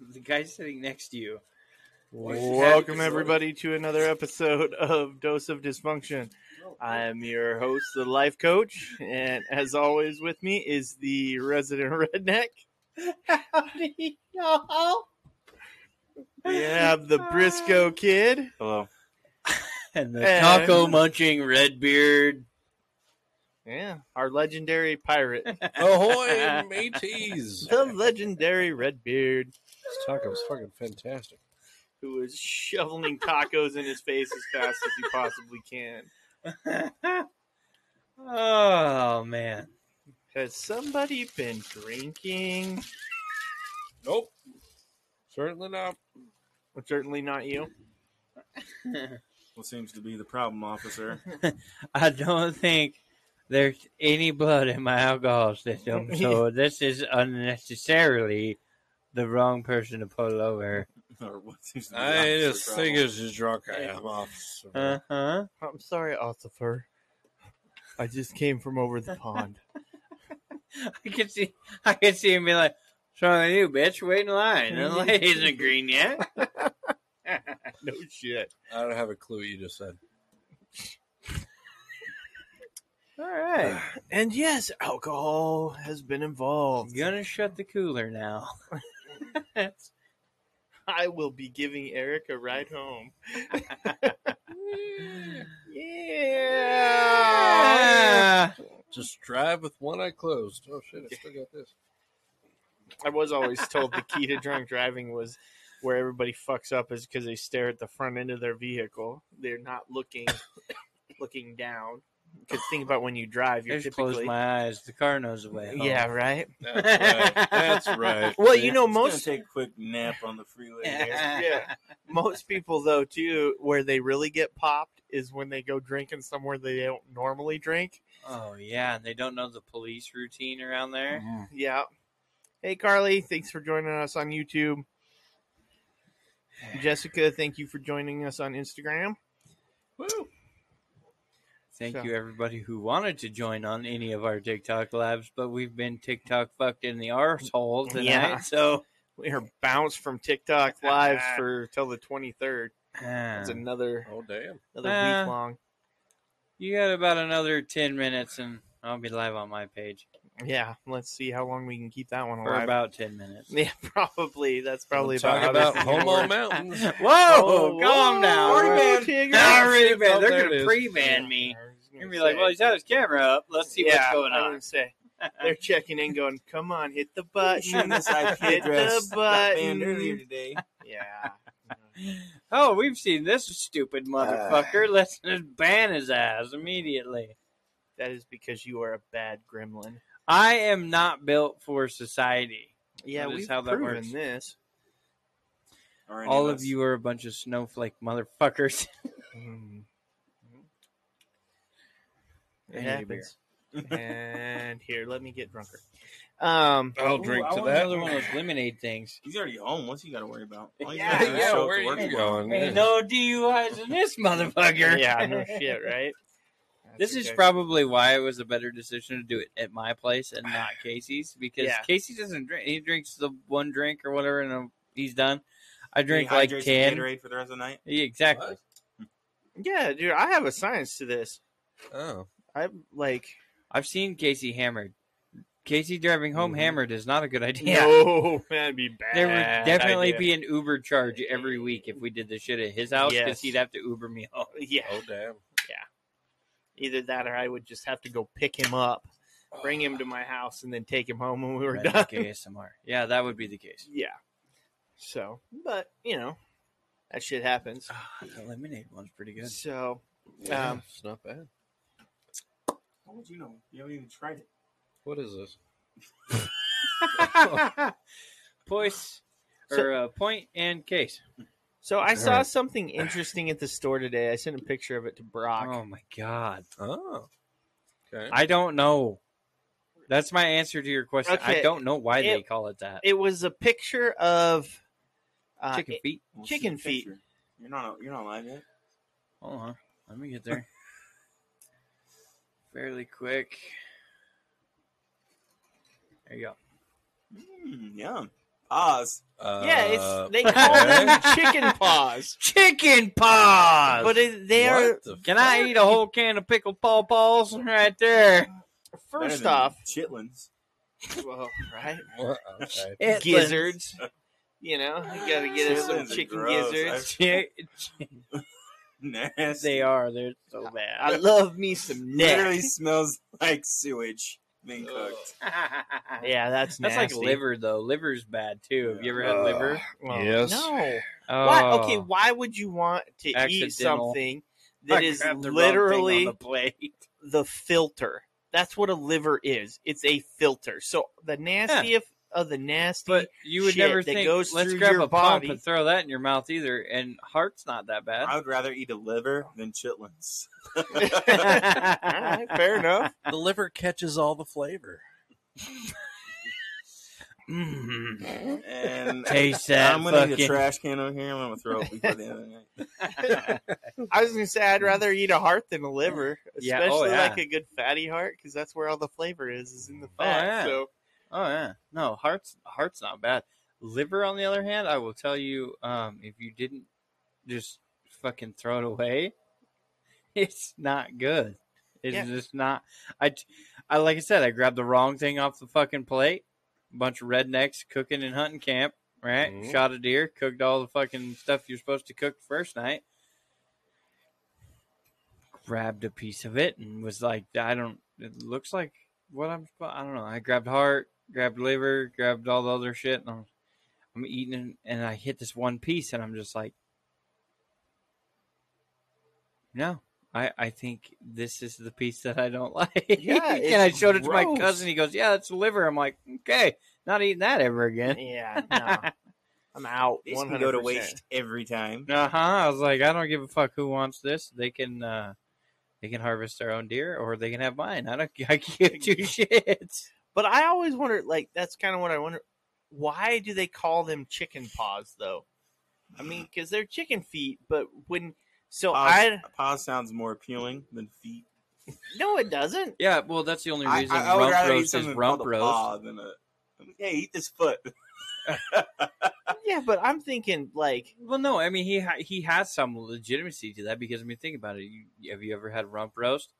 the guy sitting next to you. Welcome, everybody, to another episode of Dose of Dysfunction. I'm your host, the life coach, and as always, with me is the resident redneck. Howdy, y'all. Uh. We have the Briscoe kid. Hello. And the And- taco munching Redbeard. Yeah, our legendary pirate. Ahoy, mateys. the legendary Redbeard, This taco was fucking fantastic. who is shoveling tacos in his face as fast as he possibly can. oh, man. Has somebody been drinking? Nope. Certainly not. Certainly not you. What seems to be the problem, officer? I don't think there's any blood in my alcohol system, so this is unnecessarily the wrong person to pull over. or what seems to be the I officer's just problem? think it's just drunk I am, officer. Uh huh. I'm sorry, Ossifer. I just came from over the pond. I can see, I can see him be like, "What's wrong with you, bitch? Wait in line. The light isn't green yet." no shit. I don't have a clue what you just said. All right, And yes, alcohol has been I'm involved. gonna shut the cooler now. I will be giving Eric a ride home. yeah. Ah. Just drive with one eye closed. Oh shit, I still got this. I was always told the key to drunk driving was where everybody fucks up is because they stare at the front end of their vehicle. They're not looking looking down. Because think about when you drive, I you're just closed typically my eyes. The car knows the way. home. yeah, right. That's right. That's right. Well, you know It's gonna most take a quick nap on the freeway. there. Yeah. most people though too where they really get popped is when they go drinking somewhere they don't normally drink Oh yeah, and they don't know the police routine around Mm-hmm. there. Mhm. yeah hey carly thanks for joining us on youtube jessica thank you for joining us on instagram Woo. Thank So- you, everybody who wanted to join on any of our TikTok labs, but we've been TikTok fucked in the arsehole tonight. Yeah. So we are bounced from tiktok live for till the 23rd it's Ah. another Oh damn. another Uh, week long you got about another ten minutes, and I'll be live on my page yeah let's see how long we can keep that one for alive about ten minutes. yeah probably that's probably We'll talk about, about how this is gonna Homo work. Mountains. Whoa, Oh, calm whoa, down. party We're- man, Nah, Tigger. already, man. Oh, They're there it going to is. pre-ban me. You're You're going to be like, well, he's had his camera up. Let's see what's going I on. would say they're checking in, going, "Come on, hit the button, Shooting this IP hit address the got banned button." earlier today. Yeah, Oh, we've seen this stupid motherfucker. Let's just ban his ass immediately. that is because you are a bad gremlin. I am not built for society. Yeah, That is we've how that proven works. this. Or any All of us. you are a bunch of snowflake motherfuckers. It need a happens. and here, let me get drunker. Um, I'll Ooh, drink I to want that. Another one of those lemonade things. He's already home. What's he got to worry about? All he's Yeah, gotta do is yeah, show up where to are work you tomorrow. going? Ain't no DUIs in this motherfucker. yeah, no shit, right? This That's is okay. probably why it was a better decision to do it at my place and not Casey's because Yeah. Casey doesn't drink. He drinks the one drink or whatever, and um, he's done. I drink He like hydrates with ten. Gatorade for the rest of the night. Yeah, exactly. What? yeah, dude. I have a science to this. Oh. I'm like, I've seen Casey hammered. Casey driving home Mhm. hammered is not a good idea. no, that'd be bad. There would definitely idea. be an Uber charge every week if we did the shit at his house because Yes. he'd have to Uber me home. yeah. Oh damn. either that or I would just have to go pick him up, bring him to my house, and then take him home when we were Right, done. like ASMR. Yeah, that would be the case. Yeah. So, but you know, that shit happens. Ah, the lemonade one's pretty good. So, Yeah, Um, it's not bad. How would you know? You haven't even tried it. What is this? Poise So- or uh, point and case. so I All saw right. something interesting at the store today. I sent a picture of it to Brock. Oh my god. Oh. Okay. I don't know. That's my answer to your question. I Okay. don't know why they It- call it that. It was a picture of uh, Chicken it- feet. We'll see Chicken the feet. picture. You're not. You're not live yet. Hold on. Let me get there. Fairly quick. There you go. Mm, yum. Oz. Uh, yeah, it's they call them chicken paws. Chicken paws. But it, they are what the Can I fuck? eat a whole can of pickled paw paws right there? Better first than off, chitlins. well, right? What? Okay. Gizzards. You know, you gotta get us some Chitlins are chicken gross. gizzards. Chi- Nasty. they are. They're so I bad. love me some neck. Literally smells like sewage being cooked. Yeah, that's That's like liver though. Liver's bad too. Have you ever had Ugh. liver? Well, Yes. No. Oh, Why? Okay. Why would you want to eat Accidental. something I that is grabbed the wrong thing literally on the plate. the filter. That's what a liver is. It's a filter. So the nastiest of the nasty. But you would shit never that think. goes Let's through grab your a body." pump and throw that in your mouth either. And heart's not that I bad. would rather eat a liver than chitlins. All right, fair enough. the liver catches all the flavor. Mm, And taste that I'm gonna eat a fucking. trash can over here. I'm gonna throw up before the end of the night. I was gonna say I'd rather eat a heart than a liver, Yeah, especially oh, yeah. like a good fatty heart, because that's where all the flavor is, is in the Oh, fat. yeah. So Oh yeah, no heart's heart's not bad. Liver, on the other hand, I will tell you, um, if you didn't just fucking throw it away, it's not good. It's Yeah. just not. I, t- I like I said, I grabbed the wrong thing off the fucking plate. bunch of rednecks cooking in hunting camp, right? Mhm. Shot a deer, cooked all the fucking stuff you're supposed to cook the first night. Grabbed a piece of it and was like, I don't. It looks like what I'm. suppo- I don't know. I grabbed heart, grabbed liver, grabbed all the other shit, and I'm, I'm eating, it, and I hit this one piece, and I'm just like, no. I, I think this is the piece that I don't like. Yeah, and I it's showed it to my gross. cousin. He goes, "Yeah, that's liver." I'm like, "Okay, not eating that ever again." yeah, no. I'm out. These One can hundred go to waste every time. Uh huh. I was like, "I don't give a fuck who wants this. They can, uh they can harvest their own deer, or they can have mine. I don't. I give two shits." But I always wonder, like, that's kind of what I wonder. Why do they call them chicken paws, though? I mean, because they're chicken feet, but when so Paws, I paws sounds more appealing than feet. no, it doesn't. Yeah. Well, that's the only I- reason I, I would rump rather eat roast is something rump called a roast. paw than a. Hey, eat this foot. Yeah, but I'm thinking like, Well, no. I mean, he ha- he has some legitimacy to that because I mean, think about it. You, have you ever had rump roast?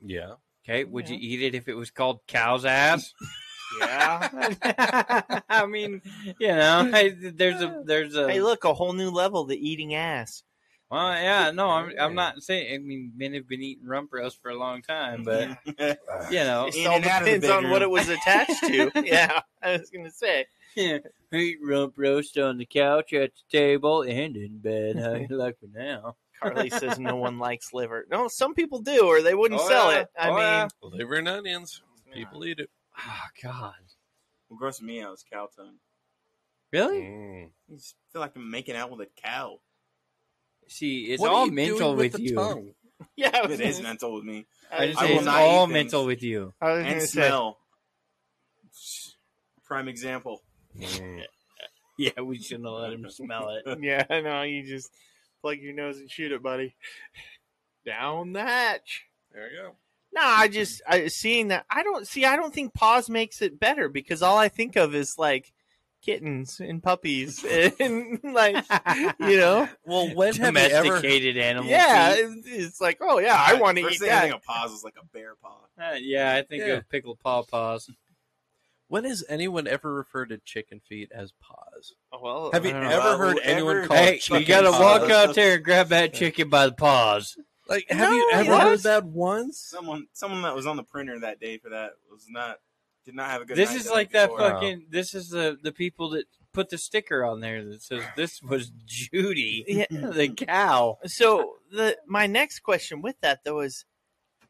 Yeah. Okay, would you Yeah. eat it if it was called cow's ass? yeah. I mean, you know, I, there's a there's a Uh, hey, look, a whole new level to eating ass. Well, yeah, no, I'm Yeah. I'm not saying. I mean, men have been eating rump roast for a long time, but you know, It In all and out of the depends on what it bedroom. was attached to. yeah, I was gonna say. eat rump roast on the couch, at the table, and in bed. How you like me now? Carly says no one likes liver. No, some people do, or they Oh, wouldn't sell it. I mean, Liver and onions. People eat it. oh God, What grosses me out is cow tongue. really? Mm. You just feel like I'm making out with a cow. See, it's What are all you doing mental with, the you. tongue? yeah, I was It is gonna- mental with me. I just I say will it's not eat all things. mental with you. I was And gonna say- smell. Prime example. Mm. Yeah, we shouldn't have let him smell it. yeah, I know. You just plug your nose and shoot it, buddy. Down the hatch. There you go. No, I just I seeing that I don't see I don't think paws makes it better because all I think of is like kittens and puppies and like you know Well, when have you ever? Domesticated animal. yeah feet. it- it's like oh yeah I want to First eat thing I that think of paws is like a bear paw. Uh, yeah. I think Yeah. of pickled paw paws. When has anyone ever referred to chicken feet as paws? Oh, well Have you I don't know. ever Well, heard anyone whoever- call Hey, it you Oh, chicken gotta walk paws? out there and grab that chicken by the paws. Like, have you No, ever what? heard that once? Someone, someone that was on the printer that day for that was not did not have a good. this night is like that before. fuck- fucking this is the the people that put the sticker on there that says this was judy Yeah. the cow so the my next question with that though is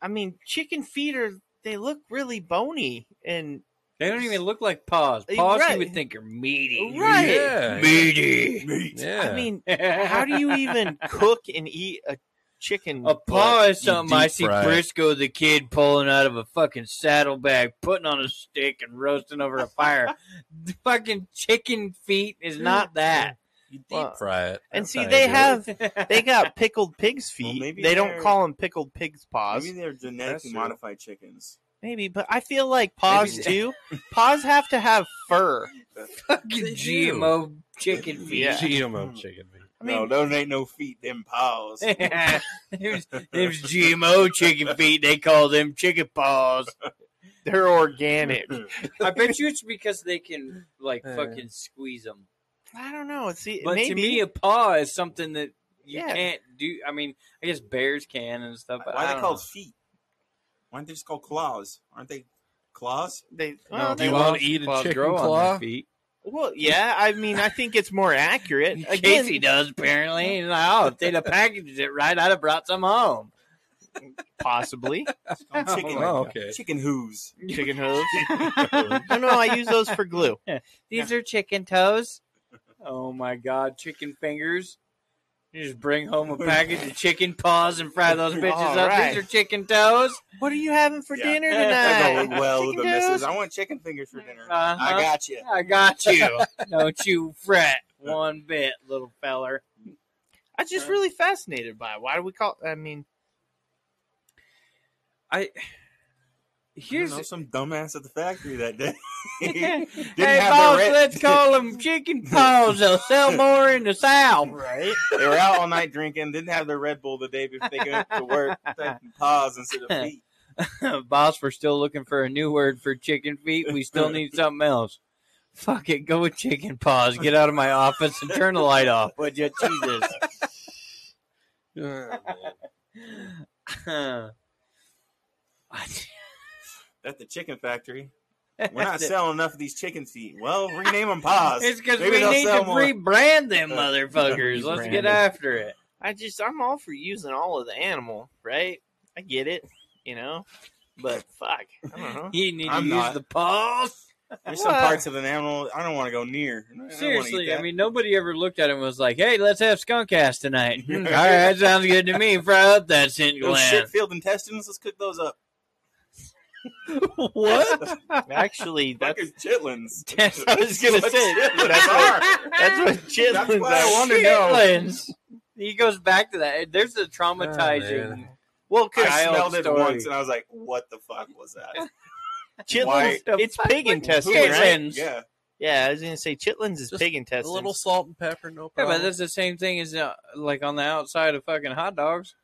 I mean chicken feet are they look really bony and they don't even look like paws Uh, paws right. you would think are meaty Right. Yeah. meaty Meat. Yeah. I mean how How do you even cook and eat a chicken? a paw is You something I deep see fry it. Briscoe the kid pulling out of a fucking saddlebag, putting on a stick, and roasting over a fire. the fucking chicken feet is not that. You Well, deep fry it. and That's see, how you they do it. have- They got pickled pig's Well, feet. maybe they don't they're- call them pickled pig's paws. Maybe they're That's genetically true. modified chickens. Maybe, but I feel like paws Maybe- too. paws have to have fur. Fucking They do. GMO chicken feet. Yeah. GMO chicken feet. I mean, no, those ain't no feet, them paws. it, was, it was GMO chicken feet. They call them chicken paws. they're organic. I bet you it's because they can like Uh. fucking squeeze them. I don't know. See, But maybe to me, a paw is something that you Yeah. can't do. I mean, I guess bears can and stuff. But Why I are they don't called know. feet? Why aren't they just called claws? Aren't they claws? they. No, Well, if they- you wanna eat a paws chicken grow on their claw? feet. well, yeah. I mean, I think it's more accurate. Again, Casey does apparently. And oh, if they'd have packaged it right, I'd have brought some home. possibly It's called chicken, Oh, okay. chicken hooves. chicken hooves. no, no, I use those for glue. These are chicken toes. Oh my god, chicken fingers. You just bring home a package of chicken paws and fry those bitches All up. right. These are chicken toes. What are you having for Yeah. dinner Uh, They're tonight? going well with the Chicken missus. toes? I want chicken fingers for dinner. Uh-huh. I got you. I got you. Don't you fret one bit, little feller. I'm just really fascinated by it. Why do we call? I mean, I Here's here's I know, some dumbass at the factory that day. hey Didn't have boss, their let's call them chicken paws. They'll sell more in the south. Right? They were out all night drinking. Didn't have their Red Bull the day before they go to work. Taking paws instead of feet. boss, we're still looking for a new word for chicken feet. We still need something else. Fuck it, go with chicken paws. Get out of my office and turn the light off, would you? Jesus. At the chicken factory. We're not selling enough of these chicken feet. Well, rename them paws. It's because Maybe we they'll need sell to more. Uh, rebrand them motherfuckers. Let's Rebrand get them. after it. I just I'm all for using all of the animal, right? I get it, you know, but fuck, I don't know. You need to I'm use not. the paws. There's some What? parts of an animal I don't want to go near. I don't wanna eat Seriously, I that. mean, nobody ever looked at him and was like, "Hey, let's have skunk ass tonight." All right, that sounds good to me. Fry up that scent those gland. shit filled intestines. Let's cook those up. what? Actually, that's Fucking chitlins. That's I was gonna That's say what that's what chitlins that's what chitlins That's what I are. want to know. Chitlins. He goes back to that. There's a traumatizing. Well, Oh, I because Child smelled it story. once and I was like, "What the fuck was that?" uh, chitlins, Why- it's pig intestine, Who was right? that? Chitlins. Yeah, Yeah, I was gonna say chitlins is Just pig A intestine. little salt and pepper, no yeah, problem. but that's the same thing as uh, like on the outside of fucking hot dogs.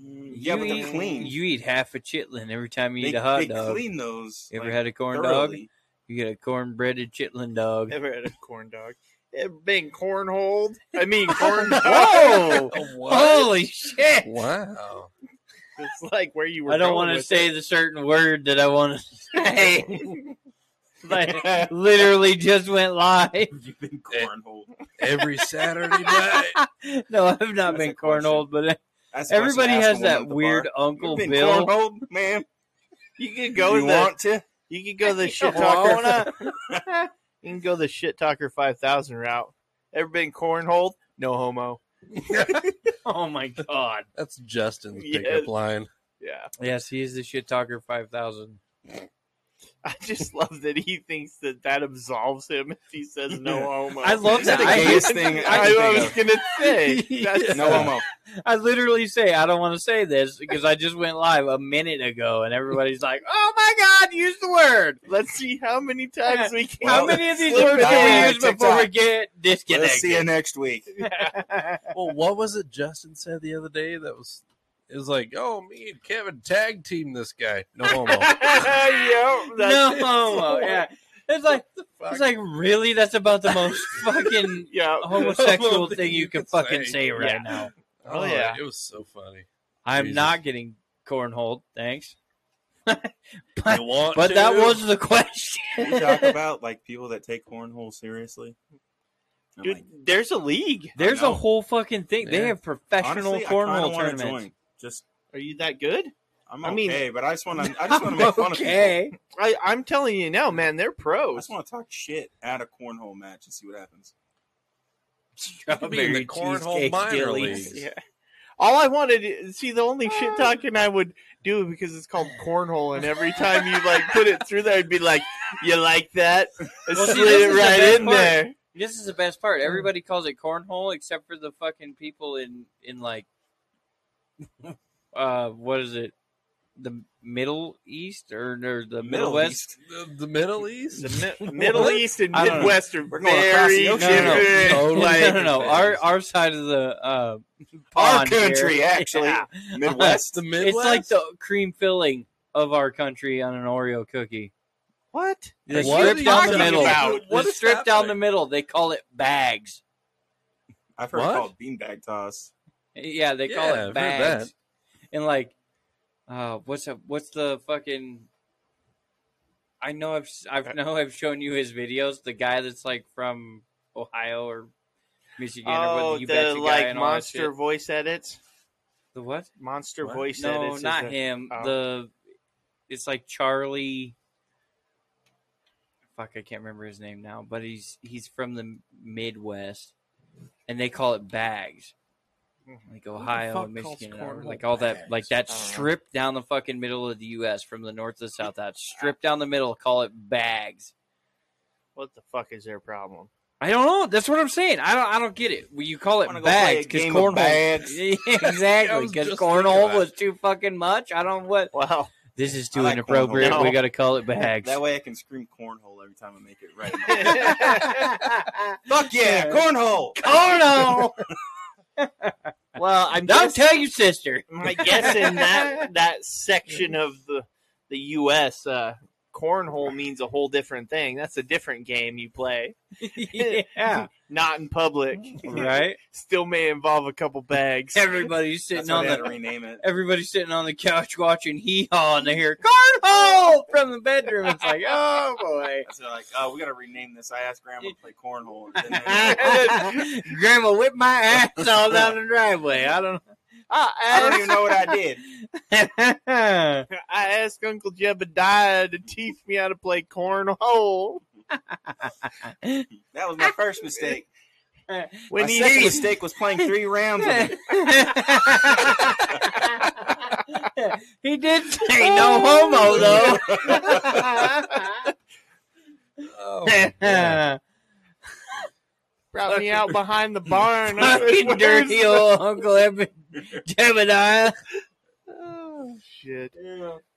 yeah, You but eat- they're clean. You eat half a chitlin every time you they, eat a hot they dog. clean those. You ever like, had a corn dog? thoroughly. You get a corn breaded chitlin dog. Ever had a corn dog? Ever been cornholed? I mean, corn. Whoa! Oh, what? Holy shit! Wow. It's like where you were. I don't going want to with say it. the certain word that I want to say. Like, literally just went live. You've been Eh. cornholed. Every Saturday night. no, I've not That's been a question. cornholed, but That's the everybody question I asked has the that woman at the weird bar. Uncle You've been Bill. cornholed, ma'am. You could go you to the. want to? You could go the shit wanna? talker. you can go the shit talker five thousand route. Ever been cornholed? No homo. Oh my god! That's Justin's Yes. pickup line. Yeah, Yes, he is the shit talker five thousand. I just love that he thinks that that absolves him if he says no Yeah. homo. I love Is that. that the I- gayest thing I can I, think was of? gonna say that's No homo. I literally say I don't want to say this because I just went live a minute ago, and everybody's like, "Oh my god, use the word." Let's see how many times we can. How Well, many of these flip words it can we on use before we TikTok. get Let's see you disconnected? next week. Well, what was it Justin said the other day that was it was like, oh me and Kevin tag team this guy. No homo. Yep, No that's it. homo. Yeah, it's like it's like really. That's about the most fucking Yeah. homosexual thing you can could fucking say, say. right Yeah. now. Oh, Oh, yeah. It was so funny. I'm Jesus. not getting cornholed, thanks. You want But that to? was the question. Can we talk about like people that take cornhole seriously? I'm Dude, like, there's a league. There's I a know. whole fucking thing. They Yeah. have professional honestly, I cornhole kinda wanna tournaments. join. Just Are you that good? I'm I okay, mean- but I just want to. I just want to make fun of people. I okay. I, I'm telling you now, man, they're pros. just want to talk shit at a cornhole match and see what happens. could be in the Strawberry cornhole cheesecake minor dillies. leagues. Yeah. All I wanted to see the only shit talking I would do because it's called cornhole, and every time you like put it through there, I'd be like, "You like that?" And Well, see, slid this is it the right best in part. there. This is the best Mm. part. Everybody calls it cornhole except for the fucking people in in like uh what is it? the Middle East or, or the Middle, Middle West. East. The, the Middle East? The Mi- Middle What? East and I don't know. Midwest are We're going across very the ocean. different. No, no, no. Oh, Totally no, no, different no. Our things. our side of the uh, Our pond here. country, actually. Yeah. Midwest. the Midwest? It's like the cream filling of our country on an Oreo cookie. What? The What are strip you down the talking middle. about? What the is strip down the happening? middle. They call it bags. I've heard What? it called beanbag toss. Yeah, they Yeah, call I've it heard bags. And like, uh, what's up? What's the fucking? I know I've Uh, I know I've shown you his videos. The guy that's like from Ohio or Michigan or Oh, what? You betcha the guy like and all that monster shit. voice edits. The what? Monster What? voice No, edits. is not a- him. uh, oh. The it's like Charlie. Fuck, I can't remember his name now, but he's he's from the Midwest, and they call it bags, Mm-hmm. Mhm. like the Ohio fuck and calls Michigan, and all- cornhole like all that, bags? like that I don't know. strip down the fucking middle of the U.S. from the north to the south. That strip down the middle, call it bags. What the fuck is their problem? I don't know. That's what I'm saying. I don't. I don't get it. Well, you call Wanna it go play bags a because game of cornhole. bags? Yeah, I exactly. was Because just cornhole thinking that. was too fucking much. I don't what. Wow. This is I too like inappropriate. cornhole. We got to call it bags. That way I can scream cornhole every time I make it right. well, Fuck yeah, cornhole! cornhole. I'm Don't guess, tell your sister. I guess in that that section of the the U.S. Uh, cornhole means a whole different thing. That's a different game you play, yeah. not in public. Right. Still may involve a couple bags. Everybody's That's sitting why on they had to the rename it. everybody's sitting on the couch watching hee haw, and they hear cornhole from the bedroom. It's like, oh boy. That's why, like, oh, we gotta rename this. I asked Grandma to play cornhole. And then they- Grandma whipped my ass all down the driveway. I don't. I don't even know what I did. know. I asked Uncle Jebediah to teach me how to play cornhole. That was my first mistake. When my he second hit- mistake was playing three rounds of it. he did say no homo though. Oh, my God. brought me out behind the barn. Fucking dirty old Uncle Eben- Jebediah. Oh, shit.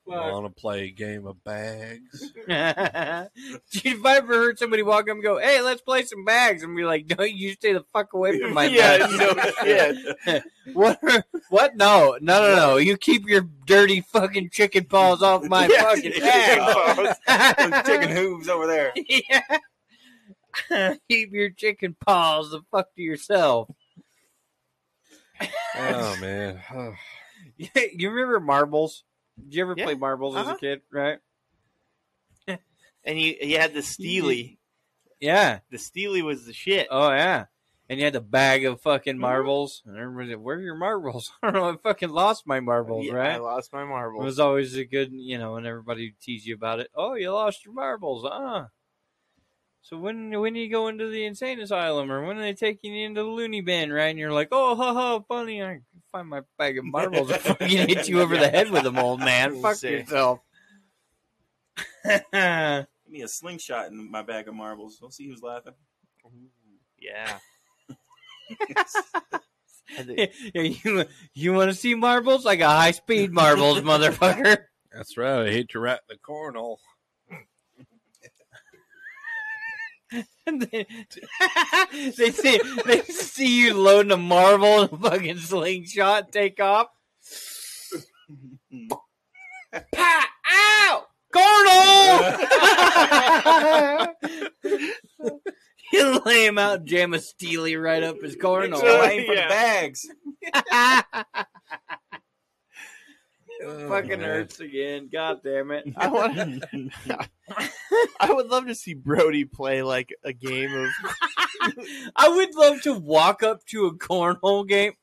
Want to play a game of bags? if I ever heard somebody walk up and go, "Hey, let's play some bags," and be like, "No, you stay the fuck away from my Yeah, bags." no shit. What? What? No, no, no, no. You keep your dirty fucking chicken paws off my Yeah. fucking bag. Those chicken hooves over there. Yeah. Keep your chicken paws the fuck to yourself. Oh, man. you remember marbles? Did you ever Yeah. play marbles as Uh-huh. a kid? Right? And you, you had the Steely. Yeah. The Steely was the shit. Oh yeah. And you had the bag of fucking Mm-hmm. marbles, and everybody said, "Where are your marbles?" I don't know. I fucking lost my marbles. Yeah, I right? lost my It marbles. was always a good, you know, and everybody would tease you about it. Oh, you lost your marbles, ah. So when when you go into the insane asylum, or when are they taking you into the loony bin, right? And you're like, oh, ha ha, funny. I find my bag of marbles and fucking hit you over the head with them, old man. Fuck Sick. yourself. yeah, Give me a slingshot in my bag of marbles. We'll see who's laughing. Yeah. Had the- you you want to see marbles? I got high speed marbles, motherfucker. That's right. I hate to rat the cornhole. And they, they see they see you loading a marble and a fucking slingshot, take off. Pat out cornhole. you lay him out, jam a steely right up his ah, It's So- cornhole. away from yeah. the bags. Oh, fucking man. hurts again. God damn it. I want to. I would love to see Brody play like a game of I would love to walk up to a cornhole game.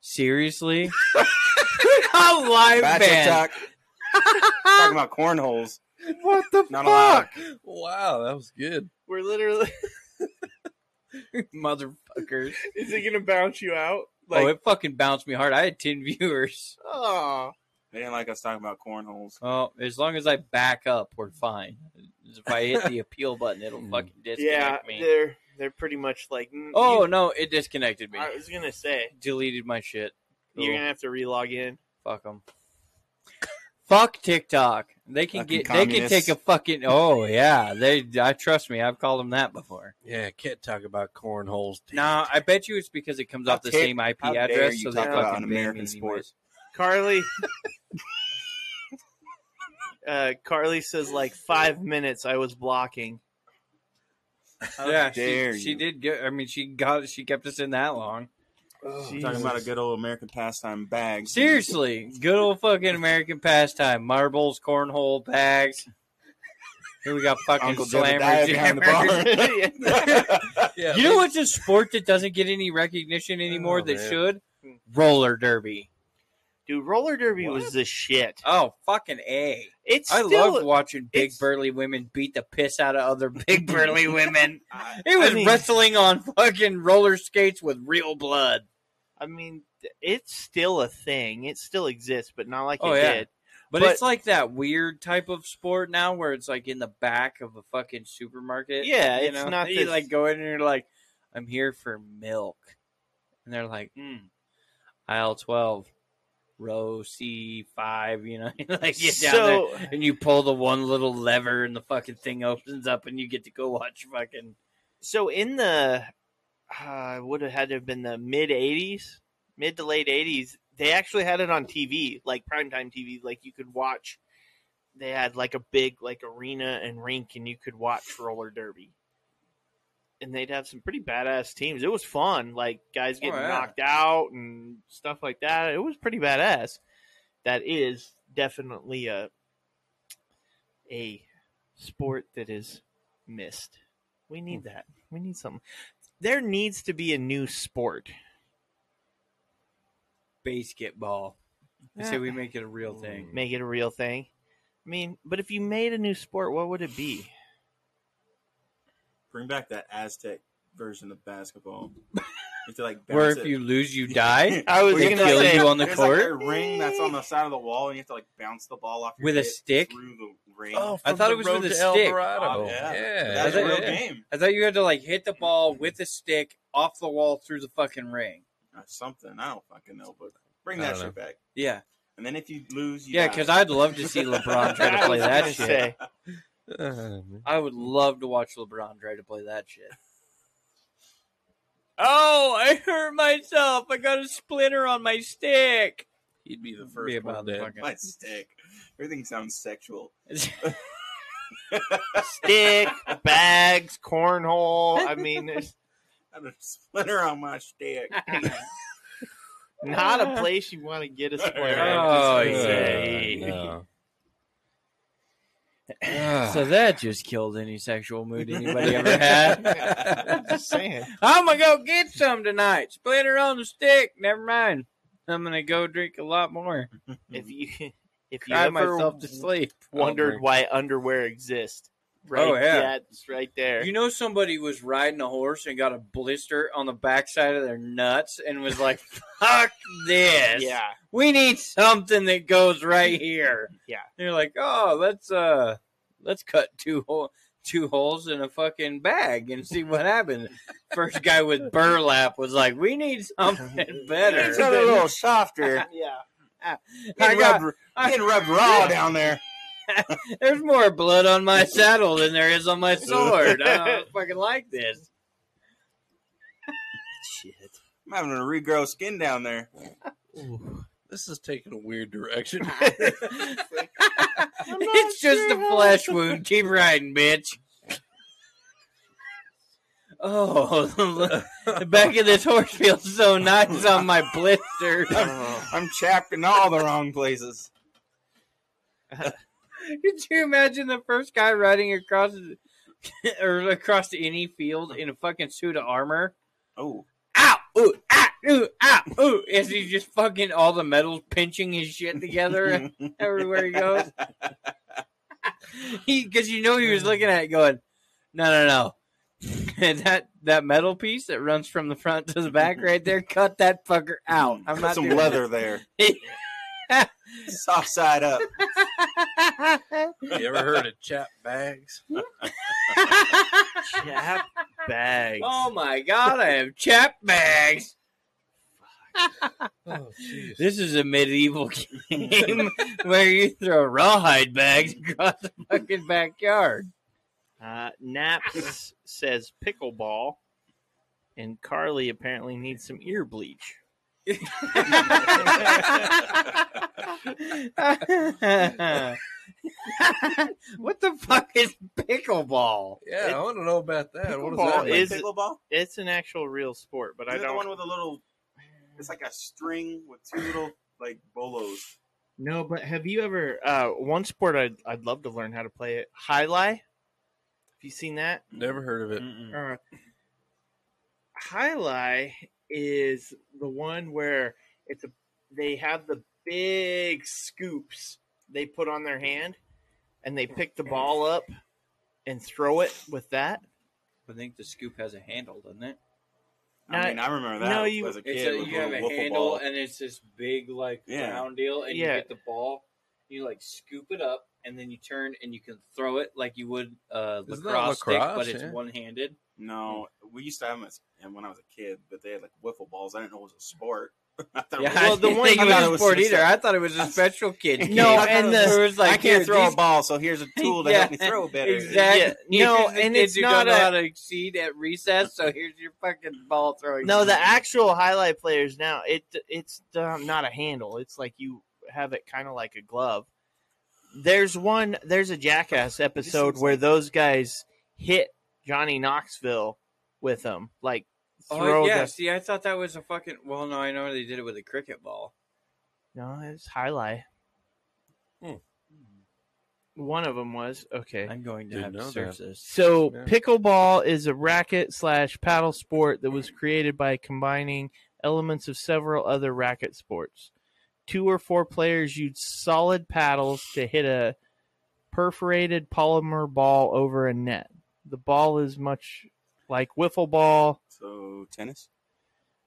Seriously? a live Bachelor band. Ah! talk. Talking about cornholes. What the Not allowed. fuck? Wow, that was good. we're literally Motherfuckers. is it gonna bounce you out oh, it fucking bounced me hard. I had 10 viewers. oh, They didn't like us talking about cornholes. Well, as long as I back up, we're fine. If I hit the appeal button, Hmm. it'll fucking yeah disconnect me. they're they're pretty much like mm, Oh, you- no, it disconnected me. I was gonna say Deleted my shit. you're Cool. gonna have to relog in Fuck them. Fuck TikTok. They can get. Fucking They can communists. take a fucking. Oh yeah, they. I trust me. I've called them that before. Yeah, can't talk about cornholes. No, I bet you it's because it comes How off the dare- same IP how dare address, you so they talk about fucking an ban me American sport. anyways. Carly. Uh, Carly says like five minutes. I was blocking. Yeah, dare she, she you. did get. I mean, she got. She kept us in that long. Oh, Talking about a good old American pastime bag. Seriously, good old fucking American pastime: marbles, cornhole, bags. Here we got fucking Uncle slammers. Jebediah behind the bar. Yeah, You know what's a sport that doesn't get any recognition anymore Oh, that man. should? Roller derby. Dude, roller derby was the shit. Oh, fucking A. It's I still loved watching big it's- burly women beat the piss out of other big burly women. It I was mean- wrestling on fucking roller skates with real blood. I mean, it's still a thing. It still exists, but not like Oh, it yeah. did. But, But- it's like that weird type of sport now where it's like in the back of a fucking supermarket. Yeah, you it's know? not You this- like go in and you're like, I'm here for milk. And they're like, Hmm. mm, aisle 12, row C5, you know? like get down there. so and you pull the one little lever and the fucking thing opens up and you get to go watch fucking so in the uh, would have had to have been the mid '80s, mid to late '80s. They actually had it on TV, like primetime TV. Like you could watch. They had like a big like arena and rink, and you could watch roller derby. And they'd have some pretty badass teams. It was fun, like guys getting yeah. knocked out and stuff like that. It was pretty badass. That is definitely a a sport that is missed. We need that. We need something. There needs to be a new sport. basketball. I say we make it a real thing. Make it a real thing. I mean, but if you made a new sport, what would it be? Bring back that Aztec version of basketball. You have to, like, Where bounce if it. you lose, you die I was Where you gonna have to, kill say- you on the there's, court. Like a ring that's on the side of the wall, and you have to like bounce the ball off your With a head stick? through the ring. Oh, I from thought the it was with road a to stick. El Dorado. Oh, yeah. yeah. that's Yeah. a real Yeah. game. I thought you had to like hit Hmm. the ball with a stick off the wall through the fucking ring. That's Uh, something I don't fucking know, but bring I that don't shit know. back. Yeah, And then if you lose, you yeah. die. Because I'd love to see LeBron try to I play was that gonna shit. say, Oh, I would love to watch LeBron try to play that shit. Oh, I hurt myself. I got a splinter on my stick. He'd be the first Be one about dead. fucking- my stick. Everything sounds sexual. stick, bags, cornhole. I mean, there's I had a splinter on my stick. not a place you want to get a sport. Oh, Uh, yeah. no. Ah. So that just killed any sexual mood anybody ever had. I'm just saying. I'm gonna go get some tonight. Splinter on the stick. Never mind. I'm gonna go drink a lot more. If you if you Cry ever myself to sleep. wondered why underwear exists, right? Oh, yeah. it's right there. You know somebody was riding a horse and got a blister on the backside of their nuts and was like, "Fuck this! Yeah. We need something that goes right here." Yeah. And you're like, "Oh, let's uh, let's cut two hole two holes in a fucking bag and see what happens." First guy with burlap was like, "We need something It's a better." little softer. Yeah. I Getting got rubbed, getting rubbed raw down there. There's more blood on my saddle than there is on my sword. I don't fucking like this. Shit. I'm having to regrow skin down there. This is taking a weird direction. It's just a flesh wound. Keep riding, bitch. Oh, the back of this horse feels so nice on my blister. I'm chapped in all the wrong places. Could you imagine the first guy riding across or across any field in a fucking suit of armor? Oh, ow, ooh, ah, ooh, ow, ooh, as he's just fucking all the metals pinching his shit together everywhere he goes. He, because you know he was looking at it going, no, no, no. And that that metal piece that runs from the front to the back right there, cut that fucker out. I'm Put not some doing leather there. that." Soft side up. you ever heard of chap bags? Chap bags. oh my god, I have chap bags. Oh, jeez. This is a medieval game where you throw rawhide bags across the fucking backyard. Uh, Naps says pickleball, and Carly apparently needs some ear bleach. what the fuck is pickleball? Yeah, I want to know about that. What Pickleball that mean? is- pickleball? It's an actual real sport, but Is I it the one don't with a little? It's like a string with two little like bolos. know. But have you ever? Uh, one sport I'd I'd love to learn how to play it. High lie. Have you seen that? Never heard of it. Mm-mm. Uh, highlight is the one where it's a they have the big scoops they put on their hand and they pick the ball up and throw it with that. I think the scoop has a handle, doesn't it? Now- I mean, I remember that no, you- as a It's kid. a, with you have little a wiffle handle, ball. and it's this big like Yeah. round deal, and Yeah. you get the ball. You like scoop it up, and then you turn, and you can throw it like you would a Isn't that lacrosse stick, lacrosse, but it's yeah? one-handed. No, we used to have them as, and when I was a kid, but they had like wiffle balls. I didn't know it was a sport. I thought it was- Well, the didn't one- think I it thought was it a was sport just either. a- I thought it was a special kid. No, game. and the- It was like, I can't here, throw these- a ball, so here's a tool that Yeah. helps me throw better. Exactly. Yeah, no, These are the and kids it's who not don't know a- how to exceed at recess. So here's your fucking ball throwing. No, the actual highlight players now it it's um, not a handle. It's like you have it kind of like a glove. There's one. There's a Jackass episode where those guys hit Johnny Knoxville with them, like throw Oh yeah, the see, I thought that was a fucking. Well, no, I know they did it with a cricket ball. No, it's highlight. Hmm. One of them was okay. I'm going to Didn't have know to that. search this. So Yeah. pickleball is a racket slash paddle sport that was created by combining elements of several other racket sports. Two or four players use solid paddles to hit a perforated polymer ball over a net. The ball is much like wiffle ball, So tennis.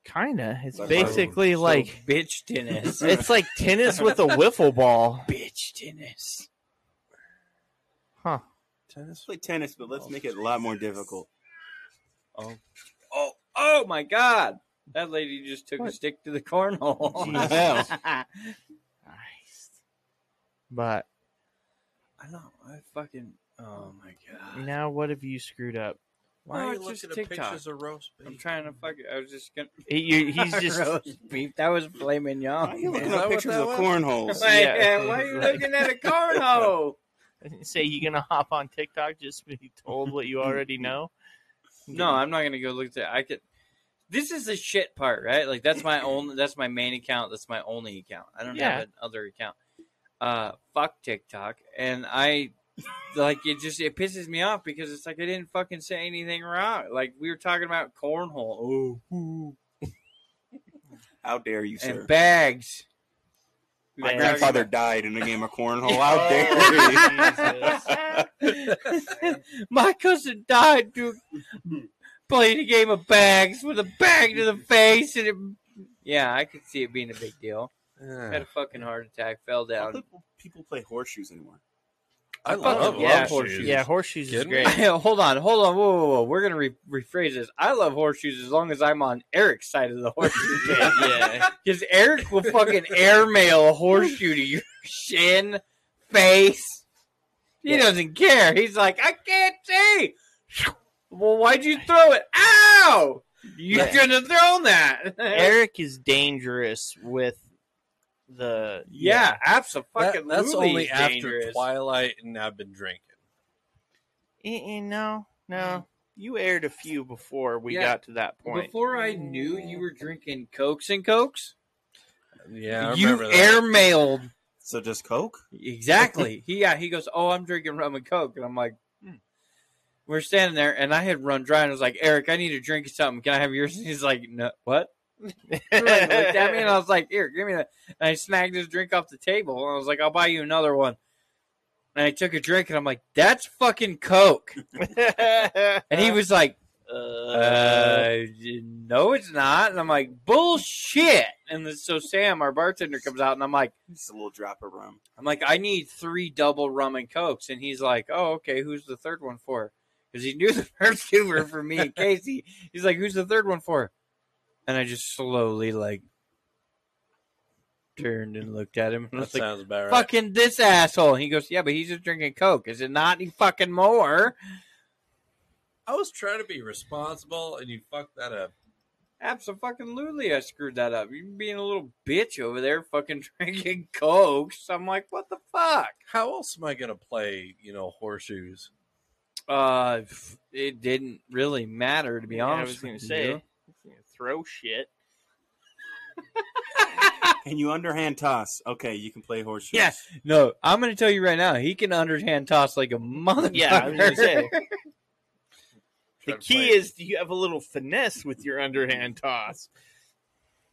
kinda. It's Like- basically So, like Oh, bitch tennis. it's like tennis with a wiffle ball. bitch tennis. Huh. Let's play tennis, but let's make it a lot more difficult. Oh, oh, oh my God! That lady just took a What? stick to the cornhole. Jesus. Nice. But I know. I fucking. Oh my God! now what have you screwed up? Why are you looking at pictures of roast I'm trying to fuck. I was just gonna. He, you, he's just roast beef. That was flaming Why are young. you looking Is that up what pictures that of was? cornholes? Like, Yeah. uh, why are you Right. looking at a cornhole? say you gonna hop on TikTok just to be told what you already know. No, I'm not gonna go look at. that. I could. This is the shit part, right? Like that's my only. That's my main account. That's my only account. I don't Yeah. have another account. Uh, fuck TikTok, and I like it. Just it pisses me off because it's like I didn't fucking say anything wrong. Like we were talking about cornhole. Ooh, ooh, How dare you, sir? and bags. We My were grandfather talking died in a game of cornhole. about- How dare you? my cousin died dude playing a game of bags with a bag to the face, and it. Yeah, I could see it being a big deal. Had a fucking heart attack, fell How down. do people play horseshoes anymore? I love love yeah, horseshoes. Yeah, horseshoes is Kidding great. hold on, hold on, whoa, whoa, whoa. We're gonna re- rephrase this. I love horseshoes as long as I'm on Eric's side of the horseshoe. yeah. Because Eric will fucking airmail a horseshoe to your shin, face. He doesn't care. He's like, I can't see. Well, why'd you throw it? Ow! You Yeah. shouldn't have thrown that. Eric is dangerous with the yeah, absolutely. That- that's only after dangerous. Twilight, and I've been drinking. Eh, eh, no, no. You aired a few before we Yeah. got to that point. Before I knew you were drinking Cokes and Cokes, Yeah, I you remember that. airmailed. So just Coke? Exactly. he, yeah, he goes, Oh, I'm drinking rum and Coke. And I'm like, hmm. We're standing there, and I had run dry, and I was like, Eric, I need a drink of something. Can I have yours? And he's like, No, what? He, like, looked at me and I was like, "Here, give me that." And I snagged his drink off the table and I was like, "I'll buy you another one." And I took a drink and I'm like, "That's fucking Coke." And he was like, Uh-huh. Uh, "Uh, no, it's not." And I'm like, "Bullshit!" And then, so Sam, our bartender, comes out and I'm like, Just a little drop of rum. "I'm like, I need three double rum and cokes." And he's like, "Oh, okay. Who's the third one for?" Because he knew the first two were for me and Casey. He's like, "Who's the third one for?" And I just slowly like turned and looked at him and That was like, sounds about right. "Fucking this asshole!" He goes, "Yeah, but he's just drinking Coke, is it not? He fucking more." I was trying to be responsible, and you fucked that up. Absolutely, I screwed that up. You being a little bitch over there, fucking drinking Coke. So I'm like, "What the fuck?" How else am I going to play? You know, horseshoes. Uh, f- it didn't really matter to be Yeah, I honest. was going with to say, you. you know, throw shit. Can you underhand toss? Okay, you can play horseshoes. Yeah. No, I'm going to tell you right now, he can underhand toss like a motherfucker. Yeah, I was going to say. The Try to key play- is do you have a little finesse with your underhand toss?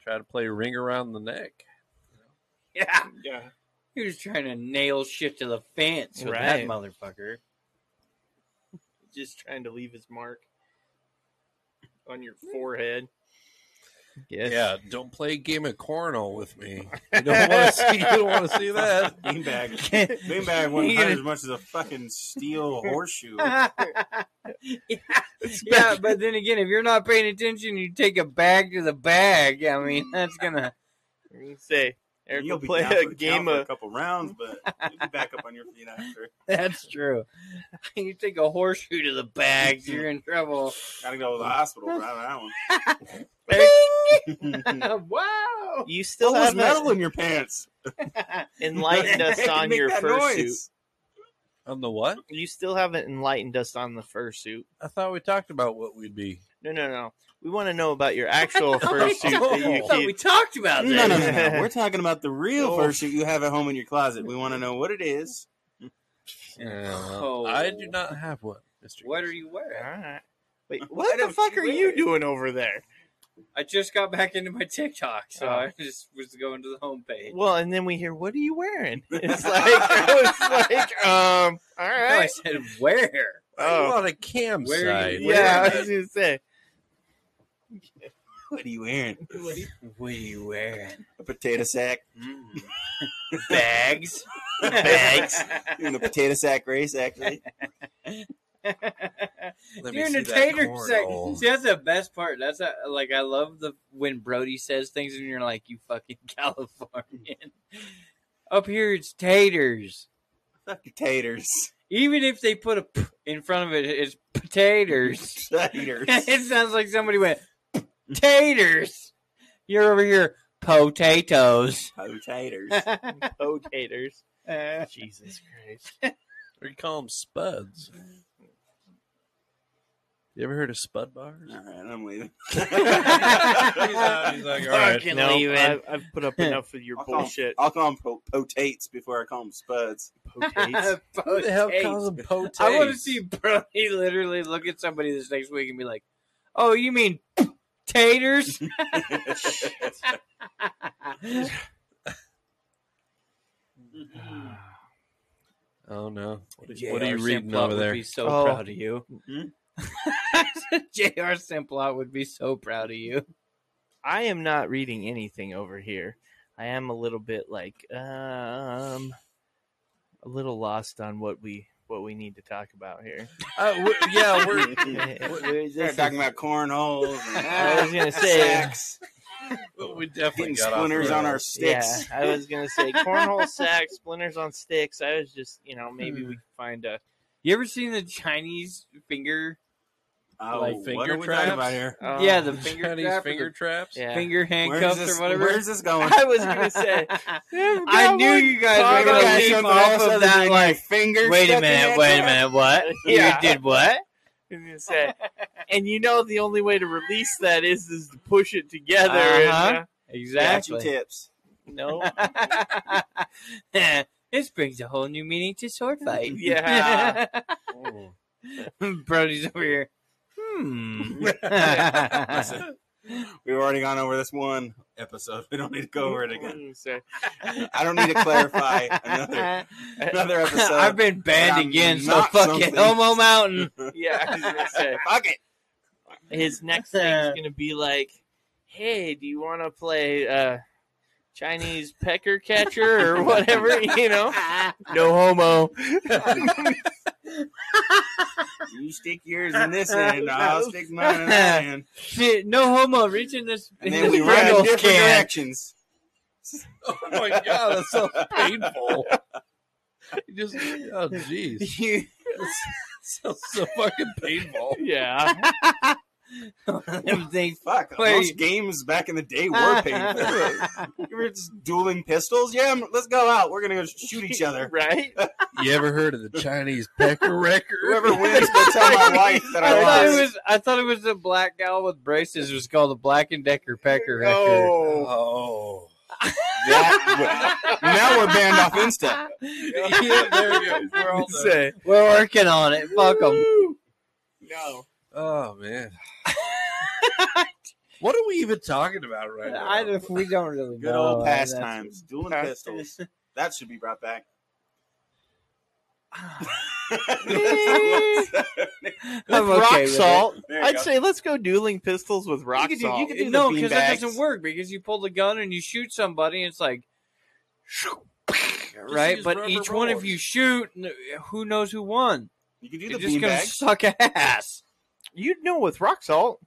try to play ring around the neck. yeah. Yeah. He was trying to nail shit to the fence with that Right. motherfucker. Just trying to leave his mark on your forehead. Yes. Yeah, don't play a game of cornhole with me. You don't want to see. You don't want to see that. Beanbag. Yeah. Beanbag wouldn't hurt as much as a fucking steel horseshoe. yeah. yeah, but then again, if you're not paying attention, you take a bag to the bag. I mean, that's gonna. You can say, Eric You'll will be play down for a the game count for a of. couple rounds, but you'll be back up on your feet after. That's true. You take a horseshoe to the bag, you're in trouble. Gotta go to the hospital for that one. wow. You still Still has have metal in your pants. enlightened us Make on your that fursuit. noise. On the what? You still haven't enlightened us on the fursuit. I thought we talked about what we'd be. No, no, no. We want to know about your actual fursuit Oh, I that you thought keep. we talked about this. No, no, no, no. We're talking about the real Oh. fursuit you have at home in your closet. We want to know what it is. Oh. I do not have one, Mister. What are you wearing? Alright. Wait, Why what the don't fuck you are wear you it? doing over there? I just got back into my TikTok, so Oh. I just was going to the homepage. Well, and then we hear, "What are you wearing?" It's like I was like, um, all No, I right. said where. Are you Oh, on a cam Where are side? you- yeah, wearing I was gonna say What are you wearing? What are you wearing? A potato sack. Mm. Bags. Bags. Doing the potato sack race, actually. Let me You're in see the that tater cornhole. section. See, that's the best part. That's a, like I love the when Brody says things and you're like, you fucking Californian. Up here, it's taters. Fuck your taters. Even if they put a p in front of it, it's potatoes. Taters. it sounds like somebody went taters. You're over here potatoes. Oh, taters. potators. Uh, Jesus Christ! Or you call them spuds. You ever heard of spud bars? All right, I'm leaving. out, he's like, all right. Fucking No, leave it. I've, I've put up enough of your Oh. I'll call 'em- bullshit. I'll call them po- potates before I call them spuds. Potates. Who the hell Potatoes. calls them potates? I want to see Brody literally look at somebody this next week and be like, "Oh, you mean taters?" Oh no! What are, J.R. what are you reading Simplot over would there? Be so Oh. proud of you. Hmm? Mm-hmm. J.R. Simplot would be so proud of you. I am not reading anything over here. I am a little bit like um a little lost on what we what we need to talk about here. Uh, we- yeah, we're They're talking about cornholes and I was gonna say sacks, we definitely hitting got off splinters the on our rails. sticks. Yeah, I was gonna say cornhole sack, splinters on sticks. I was just, you know, maybe Hmm. we could find a. You ever seen the Chinese finger? Oh, Like what finger are we talking traps? about here? uh, yeah, the finger Chinese trap or finger traps. the yeah. finger handcuffs Where's this, or whatever. where's this going? I was gonna say. I knew you guys talk were about gonna leap something off else other of that. than Like, finger. wait a stuck in minute, that wait a trap? minute, what? Yeah. You did what? I was gonna say, and you know, the only way to release that is is to push it together. Uh-huh. and, uh, Got Exactly. you tips. no, this brings a whole new meaning to sword fight. Yeah. Oh. Brody's over here. Hmm. Listen, we've already gone over this one episode. We don't need to go over it again. So, I don't need to clarify another another episode. I've been But banned I'm again, so not fuck it. something. Homo Mountain. yeah, I was gonna say. Fuck it. his next thing's gonna be like, "Hey, do you want to play uh, Chinese pecker catcher or whatever?" You know, no homo. You stick yours in this end, I'll stick mine in that end. Shit, no homo reaching this. And this then we run in Pringles different can. directions. nuts. Oh my god, that's so painful. You just oh jeez, You- sounds so fucking painful. Yeah. them things- Fuck, Wait. those games back in the day were painful. you were just dueling pistols. Yeah, m- let's go out. We're gonna go shoot each other. right? You ever heard of the Chinese pecker record? Whoever wins will tell my wife that I thought I it lost. was. I thought it was a black gal with braces. It was called the Black and Decker Pecker Record. Oh. Oh, That w- now we're banned off Insta. yeah, there you go. We're all done. Say, We're working on it. Fuck them. No. Oh man, what are we even talking about right now? I, if we don't really Good know, old I- that's- pastimes, dueling pistols. That should be brought back. I'm With okay rock with salt. There you I'd go. say let's go dueling pistols with rock you could salt. do, you could in do the no because that beanbags. doesn't work because you pull the gun and you shoot somebody and it's like right use but rubber each one of rollers. you shoot n- who knows who won You could do you're the just gonna beanbag. suck ass You'd know with rock salt.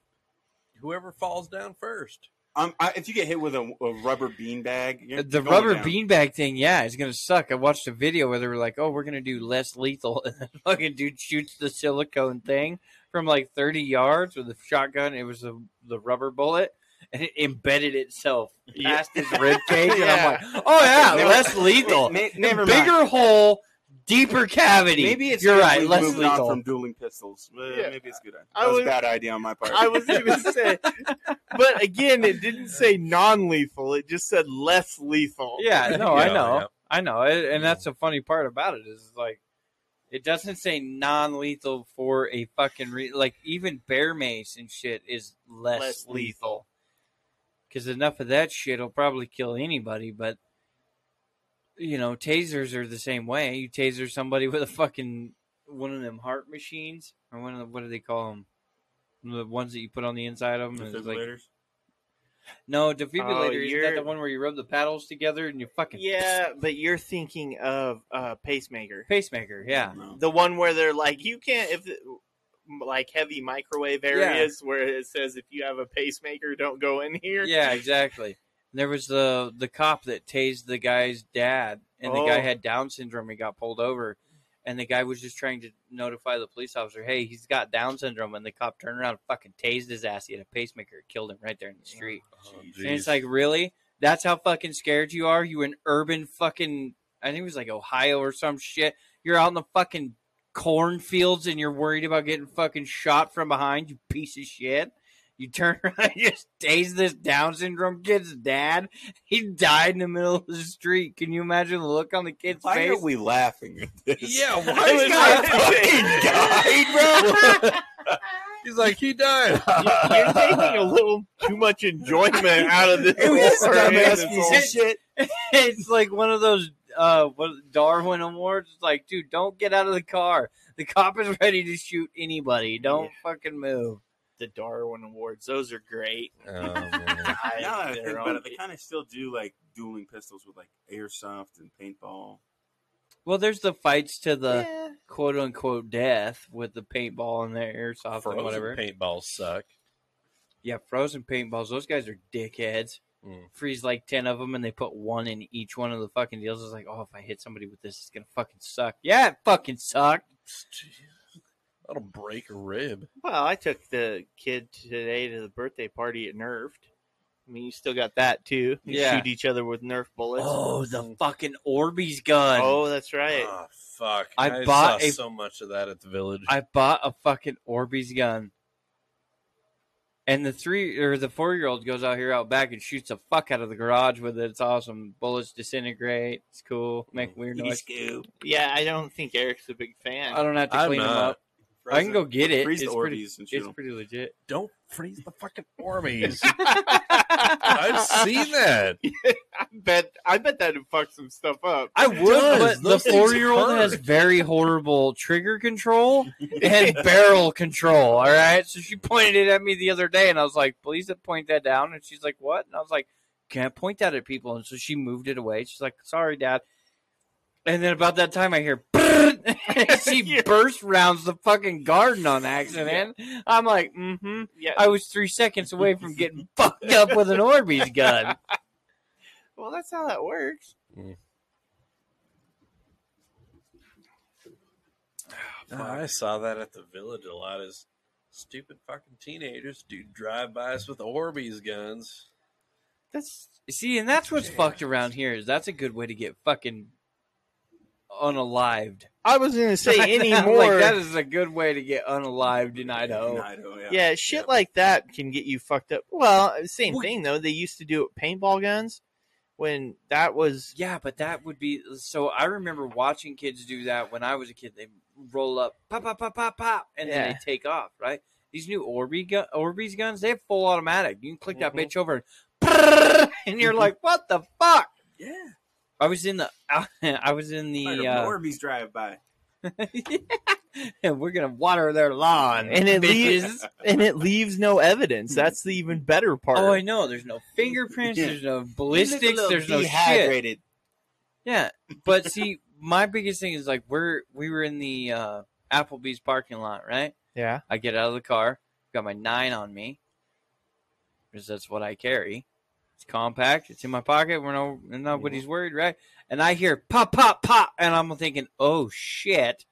Whoever falls down first. Um, I, if you get hit with a, a rubber beanbag, you're the going rubber down. beanbag thing yeah it's gonna suck i watched a video where they were like oh we're gonna do less lethal and the fucking dude shoots the silicone thing from like 30 yards with a shotgun it was the, the rubber bullet and it embedded itself Yeah. past his rib cage, and Yeah. I'm like, oh yeah, Never- less lethal. Ne- never bigger mind. hole, deeper cavity. Maybe it's you're good right. we've Less moved lethal. on from dueling pistols. Uh, Yeah. Maybe it's good. That I was, was- a bad idea on my part. I was even say, but again, it didn't say non-lethal. It just said less lethal. yeah, no, I Yeah, know, yeah. I know, It- and that's the funny part about it is like, it doesn't say non-lethal for a fucking re- like even bear mace and shit is less, Less lethal. Because enough of that shit will probably kill anybody, but. You know, tasers are the same way. You taser somebody with a fucking one of them heart machines, or one of the, what do they call them? The ones that you put on the inside of them. It's like No, defibrillator isn't that you're- the one where you rub the paddles together and you fucking Yeah, but you're thinking of uh, pacemaker, pacemaker? Yeah, No. the one where they're like, you can't if like heavy microwave areas where it says if you have a pacemaker, don't go in here. yeah, exactly. And there was the the cop that tased the guy's dad, and the Oh. guy had Down syndrome. He got pulled over, and the guy was just trying to notify the police officer, "Hey, he's got Down syndrome." And the cop turned around, and fucking tased his ass. He had a pacemaker, killed him right there in the street. Oh, And it's jeez. like, really? That's how fucking scared you are? You an urban fucking, I think it was like Ohio or some shit. You're out in the fucking cornfields and you're worried about getting fucking shot from behind, you piece of shit. You turn around and just tase this Down syndrome kid's dad. He died in the middle of the street. Can you imagine the look on the kid's Why are face? we laughing at this? yeah, why I was is like- God, He's like he died. You- You're taking a little too much enjoyment out of this. bro. It was just whole dumbass thing. piece of shit. it's like one of those uh what Darwin awards. It's like, dude, don't get out of the car. The cop is ready to shoot anybody. Don't fucking move. The Darwin Awards; those are great. Oh, man. I- Now that they're I on- think about it, they kind of still do like dueling pistols with like airsoft and paintball. Well, there's the fights to the Yeah. quote unquote death with the paintball and the airsoft Frozen and whatever. paintballs suck. Yeah, frozen paintballs. Those guys are dickheads. Mm. Freeze like 10 of them and they put one in each one of the fucking deals. It's like, oh, if I hit somebody with this, it's going to fucking suck. Yeah, it fucking sucked. That'll break a rib. Well, I took the kid today to the birthday party at Nerfed. I mean, you still got that too. You Yeah. shoot each other with Nerf bullets. Mm. Oh, the Uh. fucking Orbeez gun. Oh, that's right. Oh fuck! I I, bought saw a- so much of that at the village. I bought a fucking Orbeez gun. And the three or the four year old goes out here out back and shoots the fuck out of the garage with it. It's awesome. Bullets disintegrate. It's cool. Make weird noise. Scoop. yeah, I don't think Eric's a big fan. I don't have to I'm clean them not. up. I can go get it. freeze the it's pretty, Orbeez and shoot it's 'em. pretty legit. Don't freeze the fucking Orbeez. I've seen that. I bet. I bet that would fuck some stuff up. I would, does. but Those the things four year old hurt. has very horrible trigger control and barrel control. All right. So she pointed it at me the other day and I was like, please don't point that down. And she's like, what? And I was like, can't point that at people. And so she moved it away. She's like, sorry, dad. And then about that time I hear, and she Yeah. burst rounds the fucking garden on accident. I'm like, mm hmm. Yeah, I was three seconds away from getting fucked up with an Orbeez gun. Well, that's how that works. No, Ah, I saw that at the village a lot. As stupid fucking teenagers do drive-bys with Orbeez guns. That's See, and that's what's fucked around here. Is that's a good way to get fucking unalived. I was gonna say any I'm more. like, that is a good way to get unalived in In Idaho. Idaho, yeah. yeah, shit like that can get you fucked up. Well, same thing though. They used to do it with paintball guns when that was Yeah, but that would be so. I remember watching kids do that when I was a kid. They roll up, pop, pop, pop, pop, pop, and then Yeah. they take off. Right? These new Orby gun, Orbeez guns, they have full automatic. You can click that Mhm. bitch over, and, and Mm-hmm. you're like, what the fuck? Yeah. I was in the, I was in Like the. a Uh, Orbeez drive by. and we're gonna water their lawn, And it bitches. leaves- and it leaves no evidence. That's the even better part. Hmm. Oh, I know. There's no fingerprints. Yeah. There's no You look a ballistics. little There's no shit. dehydrated. Yeah, but see, my biggest thing is like we're we were in the uh, Applebee's parking lot, right? yeah. I get out of the car, got my nine on me, because that's what I carry. It's compact. It's in my pocket. We're no and nobody's worried, right? And I hear pop, pop, pop, and I'm thinking, oh shit.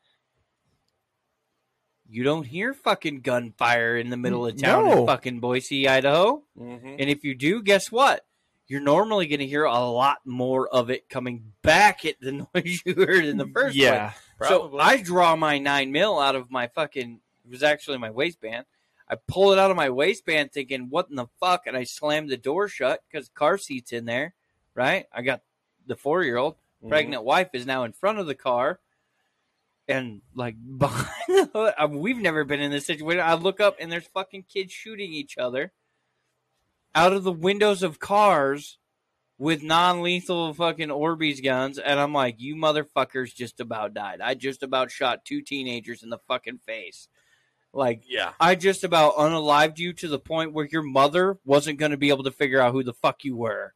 You don't hear fucking gunfire in the middle of town No. in fucking Boise, Idaho. Mm-hmm. And if you do, guess what? You're normally going to hear a lot more of it coming back at the noise you heard in the first yeah. place. So I draw my nine mil out of my fucking. It was actually my waistband. I pull it out of my waistband, thinking, "What in the fuck?" And I slam the door shut because car seats in there. Right? I got the four year old Mm-hmm. pregnant wife is now in front of the car and like behind the hood. I mean, we've never been in this situation. I look up and there's fucking kids shooting each other out of the windows of cars with non lethal fucking Orbeez guns. And I'm like, you motherfuckers just about died. I just about shot two teenagers in the fucking face. Like, Yeah. I just about unalived you to the point where your mother wasn't going to be able to figure out who the fuck you were.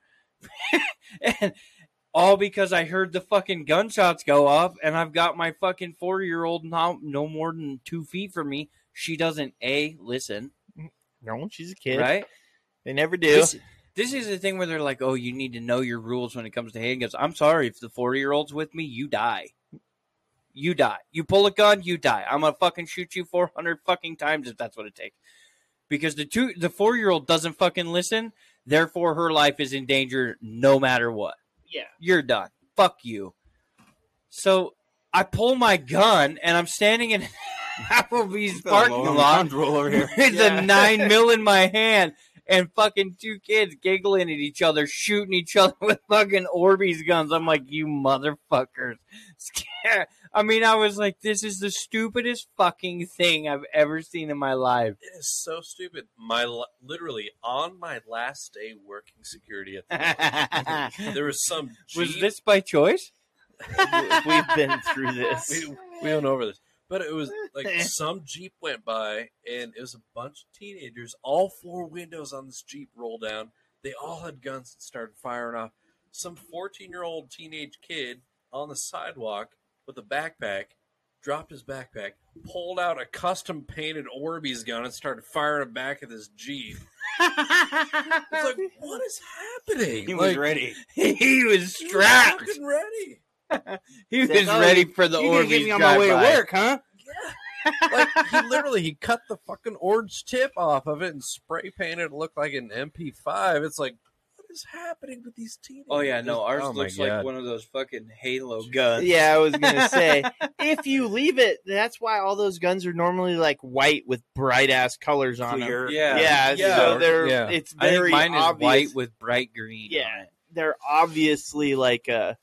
and all because I heard the fucking gunshots go off and I've got my fucking four year old now no more than two feet from me. She doesn't A, listen, No, she's a kid. right? They never do. This, this is the thing where they're like, oh, you need to know your rules when it comes to handguns. I'm sorry, if the 40 year old's with me, you die. You die. You pull a gun, you die. I'm going to fucking shoot you 400 fucking times if that's what it takes. Because the two, the four year old doesn't fucking listen. Therefore, her life is in danger no matter what. Yeah. You're done. Fuck you. So I pull my gun and I'm standing in Applebee's Feeling a parking little lot uncomfortable over here. with Yeah. a nine mil in my hand and fucking two kids giggling at each other, shooting each other with fucking Orbeez guns. I'm like, you motherfuckers. Scare- I mean, I was like, this is the stupidest fucking thing I've ever seen in my life. It is so stupid. My la- literally on my last day working security at the there was some was Jeep- this by choice? We've been through this. we, we went over this, but it was like some Jeep went by and it was a bunch of teenagers. All four windows on this Jeep rolled down. They all had guns and started firing off. Some fourteen-year-old teenage kid on the sidewalk with a backpack dropped his backpack, pulled out a custom painted Orbeez gun, and started firing it back at this Jeep. It's like, what is happening? He was Like, ready. he was he was strapped. fucking ready. He was He's like, "Oh, ready for the you gonna get Orbeez me on my way to drive-by." work, huh? like he literally he cut the fucking orange tip off of it and spray painted it looked like an MP5. It's like what is happening with these teenagers? Oh yeah, no, ours Oh, my looks God. like one of those fucking Halo guns. yeah, I was gonna say if you leave it, that's why all those guns are normally like white with bright ass colors on them. Clear. Yeah. Yeah, so Yeah. they're Yeah. it's I think very mine is obvious. white with bright green. Yeah. on it. they're obviously like uh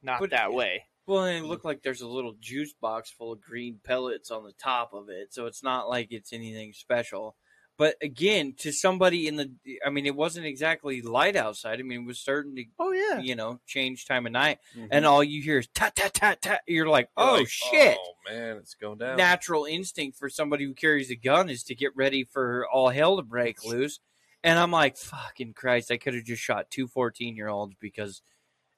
not But- that way. Well, and it looked like there's a little juice box full of green pellets on the top of it, so it's not like it's anything special. But again, to somebody in the, I mean, it wasn't exactly light outside. I mean, it was starting to, Oh yeah. you know, change time of night, Mhm. and all you hear is ta ta ta ta. You're like, You're oh like, shit! Oh man, it's going down. Natural instinct for somebody who carries a gun is to get ready for all hell to break loose. And I'm like, fucking Christ, I could have just shot two 14 year olds because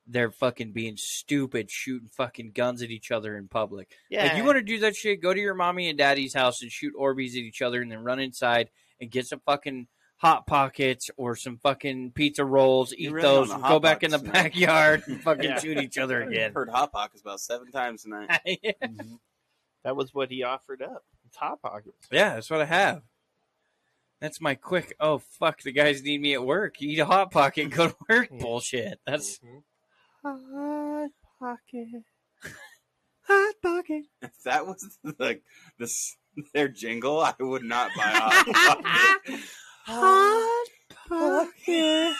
they're fucking being stupid, shooting fucking guns at each other in public. Yeah. Like you want to do that shit, go to your mommy and daddy's house and shoot Orbeez at each other and then run inside and get some fucking hot pockets or some fucking pizza rolls, eat really those, on the go Hot back in the Pockets, man. backyard and fucking Yeah. shoot each other again. Heard Hot Pockets about seven times tonight. yeah, That was what he offered up. Top pockets. that's what I have. That's my quick. Oh fuck, the guys need me at work. You eat a hot pocket, go to work. Yeah. Bullshit. That's Mhm. Hot pocket. hot pocket. If that was the this their jingle, I would not buy Hot Pockets. Hot pocket.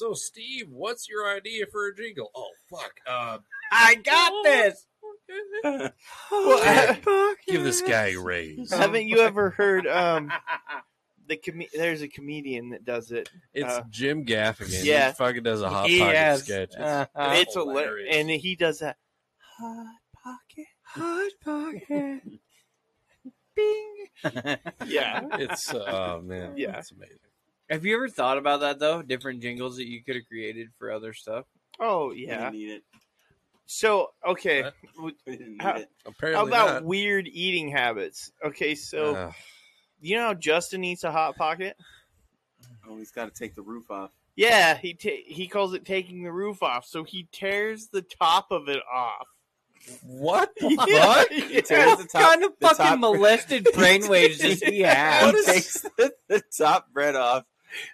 So, Steve, what's your idea for a jingle? Oh, fuck. Uh, I got this. Well, Hot pocket. give this guy a raise. Haven't you ever heard um the com- there's a comedian that does it It's Uh, Jim Gaffigan. yeah. He fucking does a hot pocket Yes. sketch. It's Uh-huh. it's a hilarious. and he does that hot pocket Hot pocket. Bing. yeah it's uh, oh man, Yeah. it's amazing. Have you ever thought about that though? Different jingles that you could have created for other stuff. oh We yeah didn't need it. so okay What? We didn't need How- it. how Apparently about not. weird eating habits okay so Uh-huh. Ugh. you know how justin eats a hot pocket Oh, he's got to take the roof off. yeah he ta- he calls it taking the roof off so he tears the top of it off what? the Yeah, fuck? yeah. Tears the what top- kind of the fucking top- molested brainwaves does he have? What is- takes the, the top bread off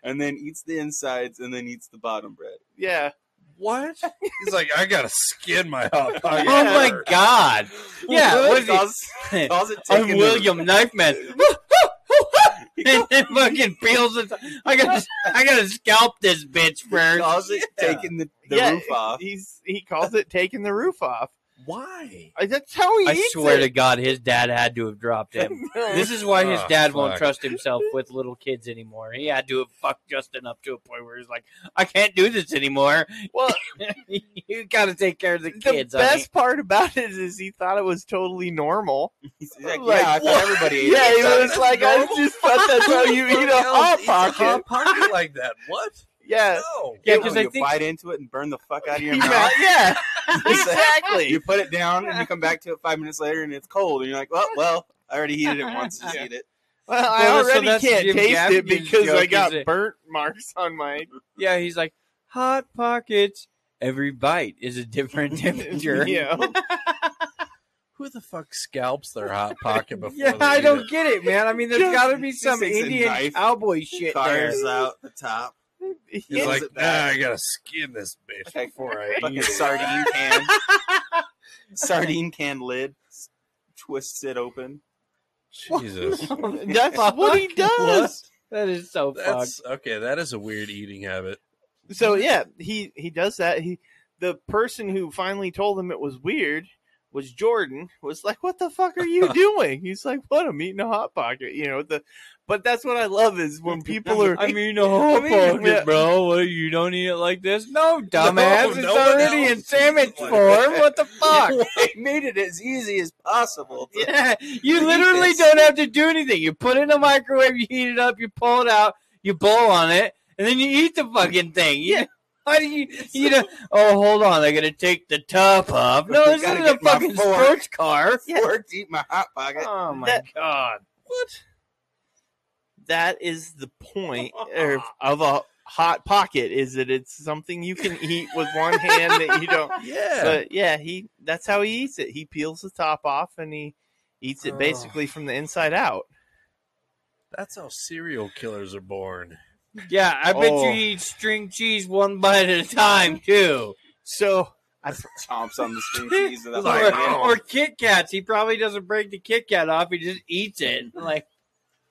and then eats the insides and then eats the bottom bread. yeah What? He's like, I gotta skin my hot pocket. Oh my first." god! Yeah, Really? what is he? Calls- I'm calls it taking the- William Knife Man. and then fucking peels it. I got, I gotta scalp this bitch first. calls it taking the, the yeah, roof off. he's he calls it taking the roof off Why? I- that's how he I eats swear to it. God, his dad had to have dropped him. This is why his Oh, dad won't fuck. trust himself with little kids anymore. He had to have fucked Justin up to a point where he's like, I can't do this anymore. well you got to take care of the kids. the honey." best part about it is he thought it was totally normal. He's like, Like, yeah, I what? thought everybody ate Yeah, it. he was like, I normal? just thought that's how you eat a hot pocket. Hot pocket like that? What? Yeah, No. Yeah, You know, 'cause I you think- bite into it and burn the fuck out of your He mouth. ma- yeah, It's like- exactly. You put it down and you come back to it five minutes later and it's cold and you're like, well, well, I already heated it once. Just eat it. Well, I Well, so already that's can't Jim taste it Gaffigan's because I joke, got is it- burnt marks on my. Yeah, he's like, Hot Pockets. Every bite is a different temperature. You know? Who the fuck scalps their hot pocket before? Yeah, they I eat don't it? get it, man. I mean, there's Just- got to be just some takes a Indian knife, cowboy shit there. Carves out the top. He's Yeah. Is like, it nah, that? I gotta skin this bitch Like, before I eat Fucking it. sardine can. sardine can lid. s- Twists it open. Jesus. that's what he does. That is so fucked. That's okay. That is a weird eating habit. So yeah, he he does that. He the person who finally told him it was weird was Jordan. Was like, "What the fuck are you doing?" He's like, "What? I'm eating a hot pocket." You know the. But that's what I love is when people are. I mean, a whole I mean, pocket, yeah. bro. What, you don't eat it like this? No, dumbass. it's no one already else. in sandwich form. What the fuck? They made it as easy as possible. Yeah, you Eat literally this. don't have to do anything. You put it in the microwave, you heat it up, you pull it out, you bowl on it, and then you eat the fucking thing. Yeah. Why do you, you know, oh, hold on, I gotta take the top off. No, I this gotta isn't a get my fucking fork. sports car. Yeah. Fork to eat my hot pocket. Oh my That- god. What? That is the point er, of a hot pocket is that it's something you can eat with one hand that you don't. Yeah. But yeah, he that's how he eats it. He peels the top off and he eats it Ugh. basically from the inside out. That's how serial killers are born. Yeah, I bet Oh. you eat string cheese one bite at a time, too. So Chomps on the string cheese with a Like, hot or, oh. or Kit Kats. He probably doesn't break the Kit Kat off, he just eats it. Like,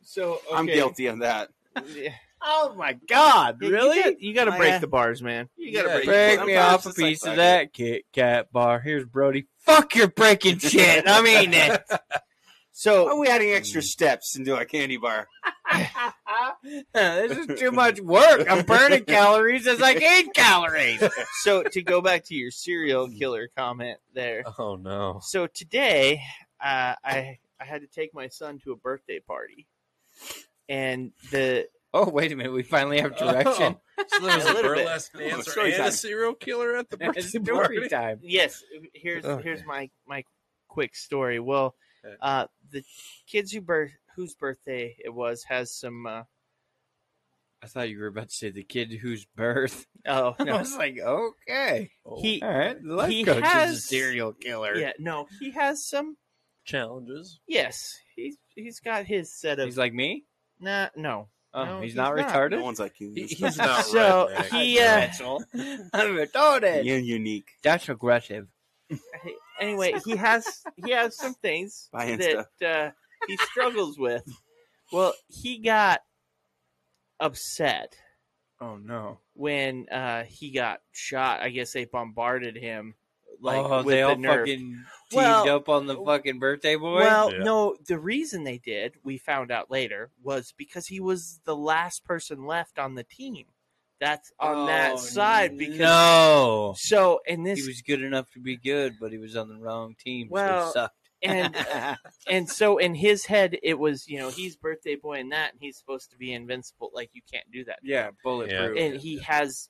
so okay. I'm guilty of that. Yeah. oh my god, You really? got- You got to I, break uh, the bars, man. You got to Yeah, break. the you- Break bars. me Sometimes off a it's like piece that. of that Kit Kat bar. Here's Brody. Fuck your breaking shit. I mean it. Why are So we adding extra Mm. steps into our candy bar? this is too much work. I'm burning calories as I gain calories. so to go back to your serial killer comment there. Oh no. So today, uh, I I had to take my son to a birthday party, and the Oh, wait a minute. We finally have direction. Oh. So there was A a little bit. burlesque dancer Story and time. a serial killer at the It's birthday story party. time. yes, here's Okay. here's my my quick story. Well, Okay. uh, the kids who birth whose birthday it was has some uh, I thought you were about to say the kid whose birth. Oh I no, was like, okay, Oh, he all right. The life he coach is a has- serial killer. yeah no he has some Challenges. yes he's he's got his set of He's like me. nah no Oh, No, he's, he's not, not. retarded. No one's like you. He, he's not So, redneck. he, uh, I'm retarded. You're unique. That's aggressive. anyway he has he has some things Buy Insta. that uh, he struggles with. Well, he got upset Oh no! when uh, he got shot. I guess they bombarded him like oh, with they the all nerve. fucking teamed Well- up on the fucking birthday boy. Well, Yeah. no, the reason they did, we found out later, was because he was the last person left on the team. That's on Oh, that side because no, so and he this was good enough to be good, but he was on the wrong team. Well, so he and sucked. and so in his head it was, you know, he's birthday boy and that and he's supposed to be invincible like you can't do that. yeah, bulletproof. and he has,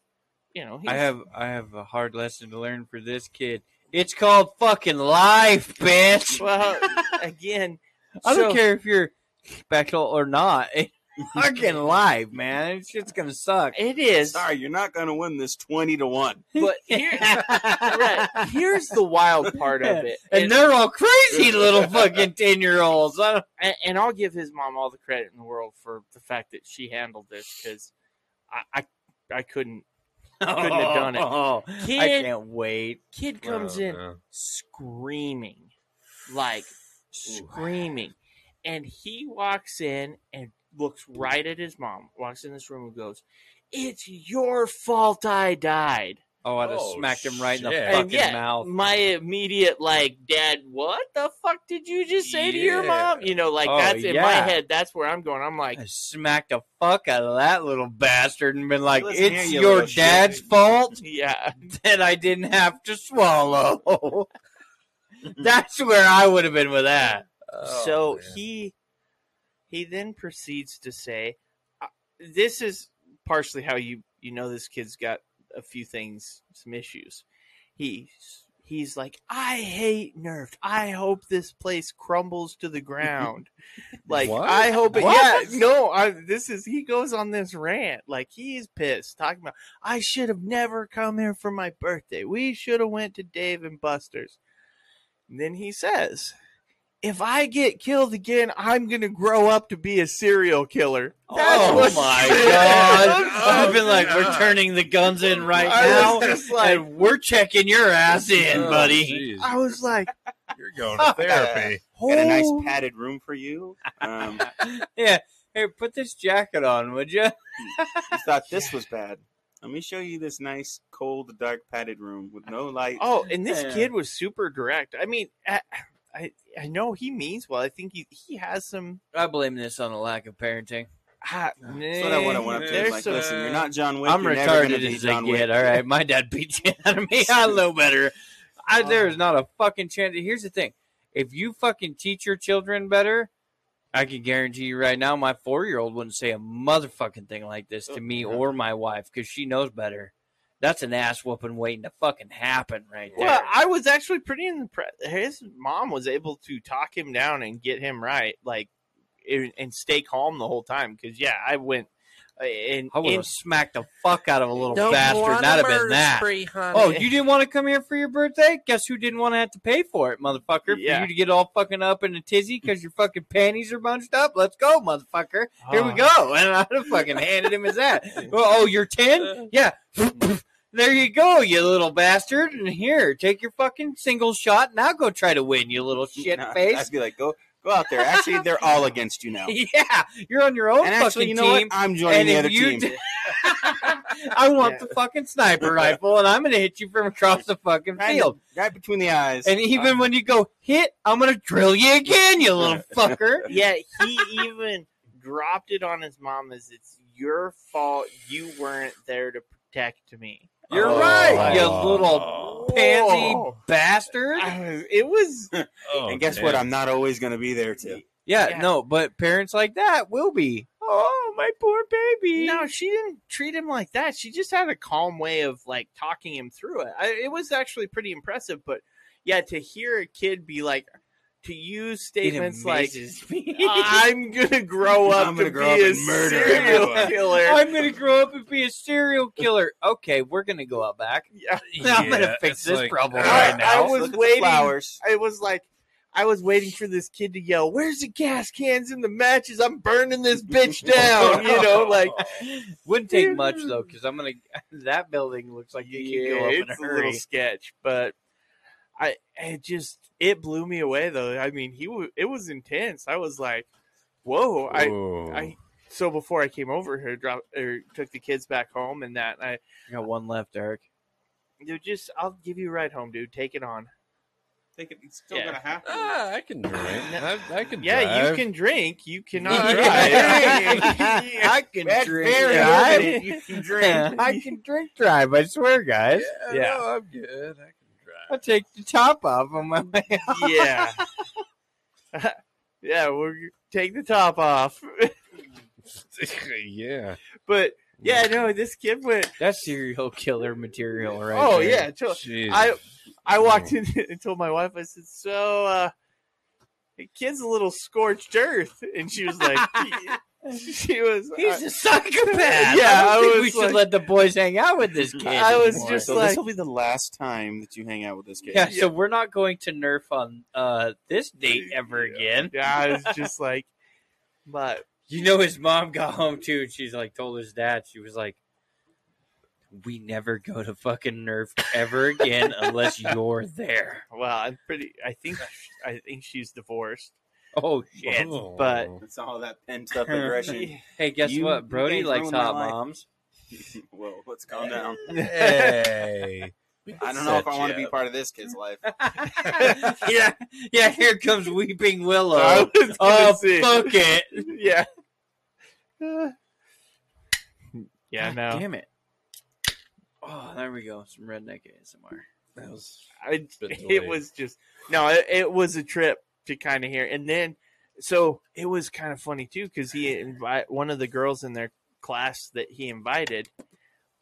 you know, he's, I have I have a hard lesson to learn for this kid. It's called fucking life, bitch. well again. I don't so- care if you're special or not. It's fucking life, man. It's shit's gonna suck. It is Sorry, you're not going to win this 20 to 1. but here, right, here's the wild part of it, And and, they're all crazy little fucking ten year olds. I don't- and, and I'll give his mom all the credit in the world for the fact that she handled this because I, I I couldn't. couldn't have done it. Oh, I Kid can't wait. kid comes Oh, in no. screaming, like screaming, and he walks in and looks right at his mom. Walks in this room and goes, "It's your fault I died." Oh, I'd have Oh, smacked him right in the shit. fucking and yeah, mouth. my immediate like, Dad, what the fuck did you just say to your Yeah. mom? You know, like Oh, that's in my yeah. head. That's where I'm going. I'm like, I smacked the fuck out of that little bastard and been like, Listen "It's here, you your little shit." dad's fault." yeah, that I didn't have to swallow. That's where I would have been with that. Oh, so man. he he then proceeds to say uh, this is partially how you you know this kid's got a few things some issues he he's like i hate nerf i hope this place crumbles to the ground like What? i hope it, What? yeah no I, this is he goes on this rant like he's pissed talking about i should have never come here for my birthday we should have went to dave and buster's and then he says if I get killed again, I'm gonna grow up to be a serial killer. That's oh what- my I'm god! sorry. I've been like, yeah. we're turning the guns in Oh right I now, was just like- and we're checking your ass in, Oh, buddy. jeez. I was like, You're going to therapy. Got a nice "Oh." padded room for you. Um, yeah, here, put this jacket on, would you? you thought this was bad. Let me show you this nice, cold, dark padded room with no light. Oh, and this Yeah. kid was super direct. I mean, I, I, I know he means well. I think he he has some. I blame this on a lack of parenting. Ah, That's what I would have went up to. there's him, Like, some- listen, you're not John Wick. I'm you're never gonna retarded be as they John get. Wick. All right, my dad beat shit out of me. I know better. I, Oh. there is not a fucking chance. Here's the thing: if you fucking teach your children better, I can guarantee you right now, my four year old wouldn't say a motherfucking thing like this to me Uh-huh. or my wife because she knows better. That's an ass whooping waiting to fucking happen right there. Well, I was actually pretty impressed. His mom was able to talk him down and get him right, like, and, and stay calm the whole time. Because yeah, I went uh, and, I would and have smacked the fuck out of a little bastard. and That'd have been that. Oh, you didn't want to come here for your birthday? Guess who didn't want to have to pay for it, motherfucker? Yeah. For you to get all fucking up in a tizzy because your fucking panties are bunched up? Let's go, motherfucker. Here we Ah. go. And I'd have fucking handed him his ass. Oh, you're Uh. 10? Yeah. there you go, you little bastard. And here, take your fucking single shot. Now go try to win, you little shit No, I'd face. be like, go, go out there. Actually, they're all against you now. Yeah, you're on your own And fucking actually, you know team. what? I'm joining the if other you team. d- I want the fucking sniper rifle, and I'm gonna hit you from across the fucking Right in field. the- right between the eyes. And even when you go hit, I'm gonna drill you again, you little fucker. yeah, he even dropped it on his mom as it's your fault you weren't there to protect me. You're Oh. right, you little pansy Whoa. bastard. I was- it was Oh, and guess damn. what? I'm not always going to be there to. Yeah, Yeah. no, but parents like that will be. Oh, my poor baby. no, she didn't treat him like that. She just had a calm way of like talking him through it. I, it was actually pretty impressive, but yeah, to hear a kid be like to use It statements like amazes me. "I'm gonna grow up I'm to gonna grow be up a and murder serial everyone." killer." I'm gonna grow up and be a serial killer. Okay, we're gonna go out back. Yeah, I'm gonna fix it's this like- problem uh, I- right I now. was Look at the waiting. Flowers. it was like I was waiting for this kid to yell, "Where's the gas cans and the matches? I'm burning this bitch down!" You know, like Wouldn't take much though, because I'm gonna. That building looks like you can go up in it's a a little hurry. sketch, but I it just it blew me away though. I mean, he wa it was intense. I was like, "Whoa!" I I so before I came over here, dropped or took the kids back home and that. I I got one left, Eric. dude, just I'll give you a ride home, dude. Take it on. Take it. It's still Yeah. gonna happen. Ah, I can drink. I, I can Yeah, drive. you can drink. You cannot Yeah. drive. I can That's drink very drive. good. You can drink. I can drink drive. I swear, Yeah, guys. Yeah. no, I'm good. I can drive. I'll take the top off on my way. yeah. yeah, we'll take the top off. yeah. but yeah, no, this kid went. That's serial killer material, right? oh there. yeah, chill. Jeez. I I walked in and told my wife. I said, "So, uh, the kid's a little scorched earth," and she was like, "She was." uh, He's I- a psychopath. Yeah, I I don't think was we should like- let the boys hang out with this kid. I was anymore. just so like- this will be the last time that you hang out with this kid. yeah, So we're not going to nerf on uh, this date ever again. yeah, I was just like, but You know, his mom got home too, and she's like, told his dad, she was like, "We never go to fucking Nerf ever again unless you're there." well, I'm pretty. I think I think she's divorced. Oh shit! Oh. but- It's all that pent up aggression. Hey, guess You- what? you Brody guys likes ruined my hot life. moms. Whoa, let's calm down. hey, I don't know if I want to be part of this kid's life. yeah, yeah. Here comes Weeping I Willow. was gonna Uh, Oh say- fuck it! yeah. yeah, God no. Damn it. Oh, there we go. Some redneck ASMR. That was I, been it delayed. was just no. It, it was a trip to kind of hear, and then so it was kind of funny too because he invite one of the girls in their class that he invited.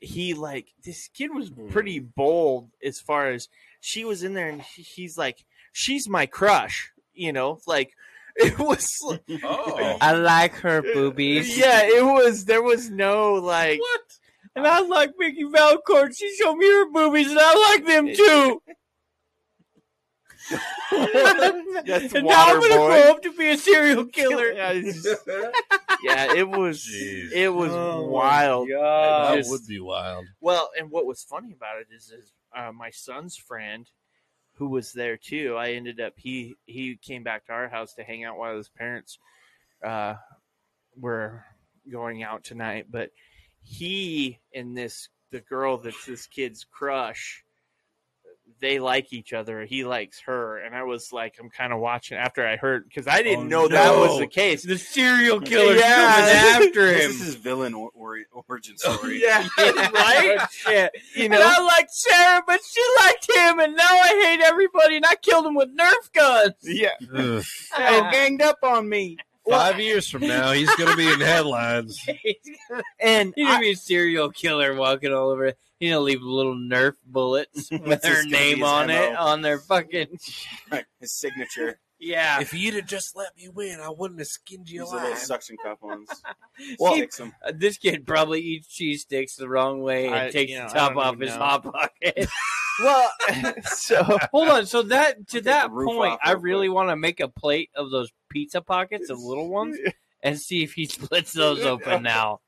He like this kid was Hmm. pretty bold as far as she was in there, and he- he's like, "She's my crush," you know, like it was. like- oh I like her boobies. Yeah, it was. There was no like. what? And I like Mickey Valcourt. She showed me her boobies, and I like them too. That's and now I'm Waterboy. gonna grow up to be a serial killer. Yeah, it's just- yeah, it was. Jeez. It was Oh, wild. that just- would be wild. Well, and what was funny about it is, is uh, my son's friend, who was there too. I ended up he he came back to our house to hang out while his parents uh, were going out tonight. But he and this the girl that's this kid's crush, they like each other. He likes her, and I was like, I'm kind of watching after I heard because I didn't know Oh, that was no. the case. The serial killer Yeah. coming after This him. is his villain or, or, origin story. Yeah, right. Yeah. You And know, I liked Sarah, but she liked him, and now I hate everybody, and I killed him with Nerf guns. yeah. ganged up on me. Five years from now, he's going to be in headlines. And He's gonna be a serial killer walking all over. He's gonna leave little Nerf bullets with That's their just gonna be name his on it MO. on their fucking His signature. yeah. if you'd have just let me win, I wouldn't have skinned you These little alive. suction cup ones. Well, Sticks 'em. Uh, this kid probably eats cheese sticks the wrong way and I- takes you know, the I top don't off even his know. hot pocket. well, so Hold on, so that to Take that the roof point, off I real quick. really want to make a plate of those pizza pockets, the little ones, and see if he splits those open now.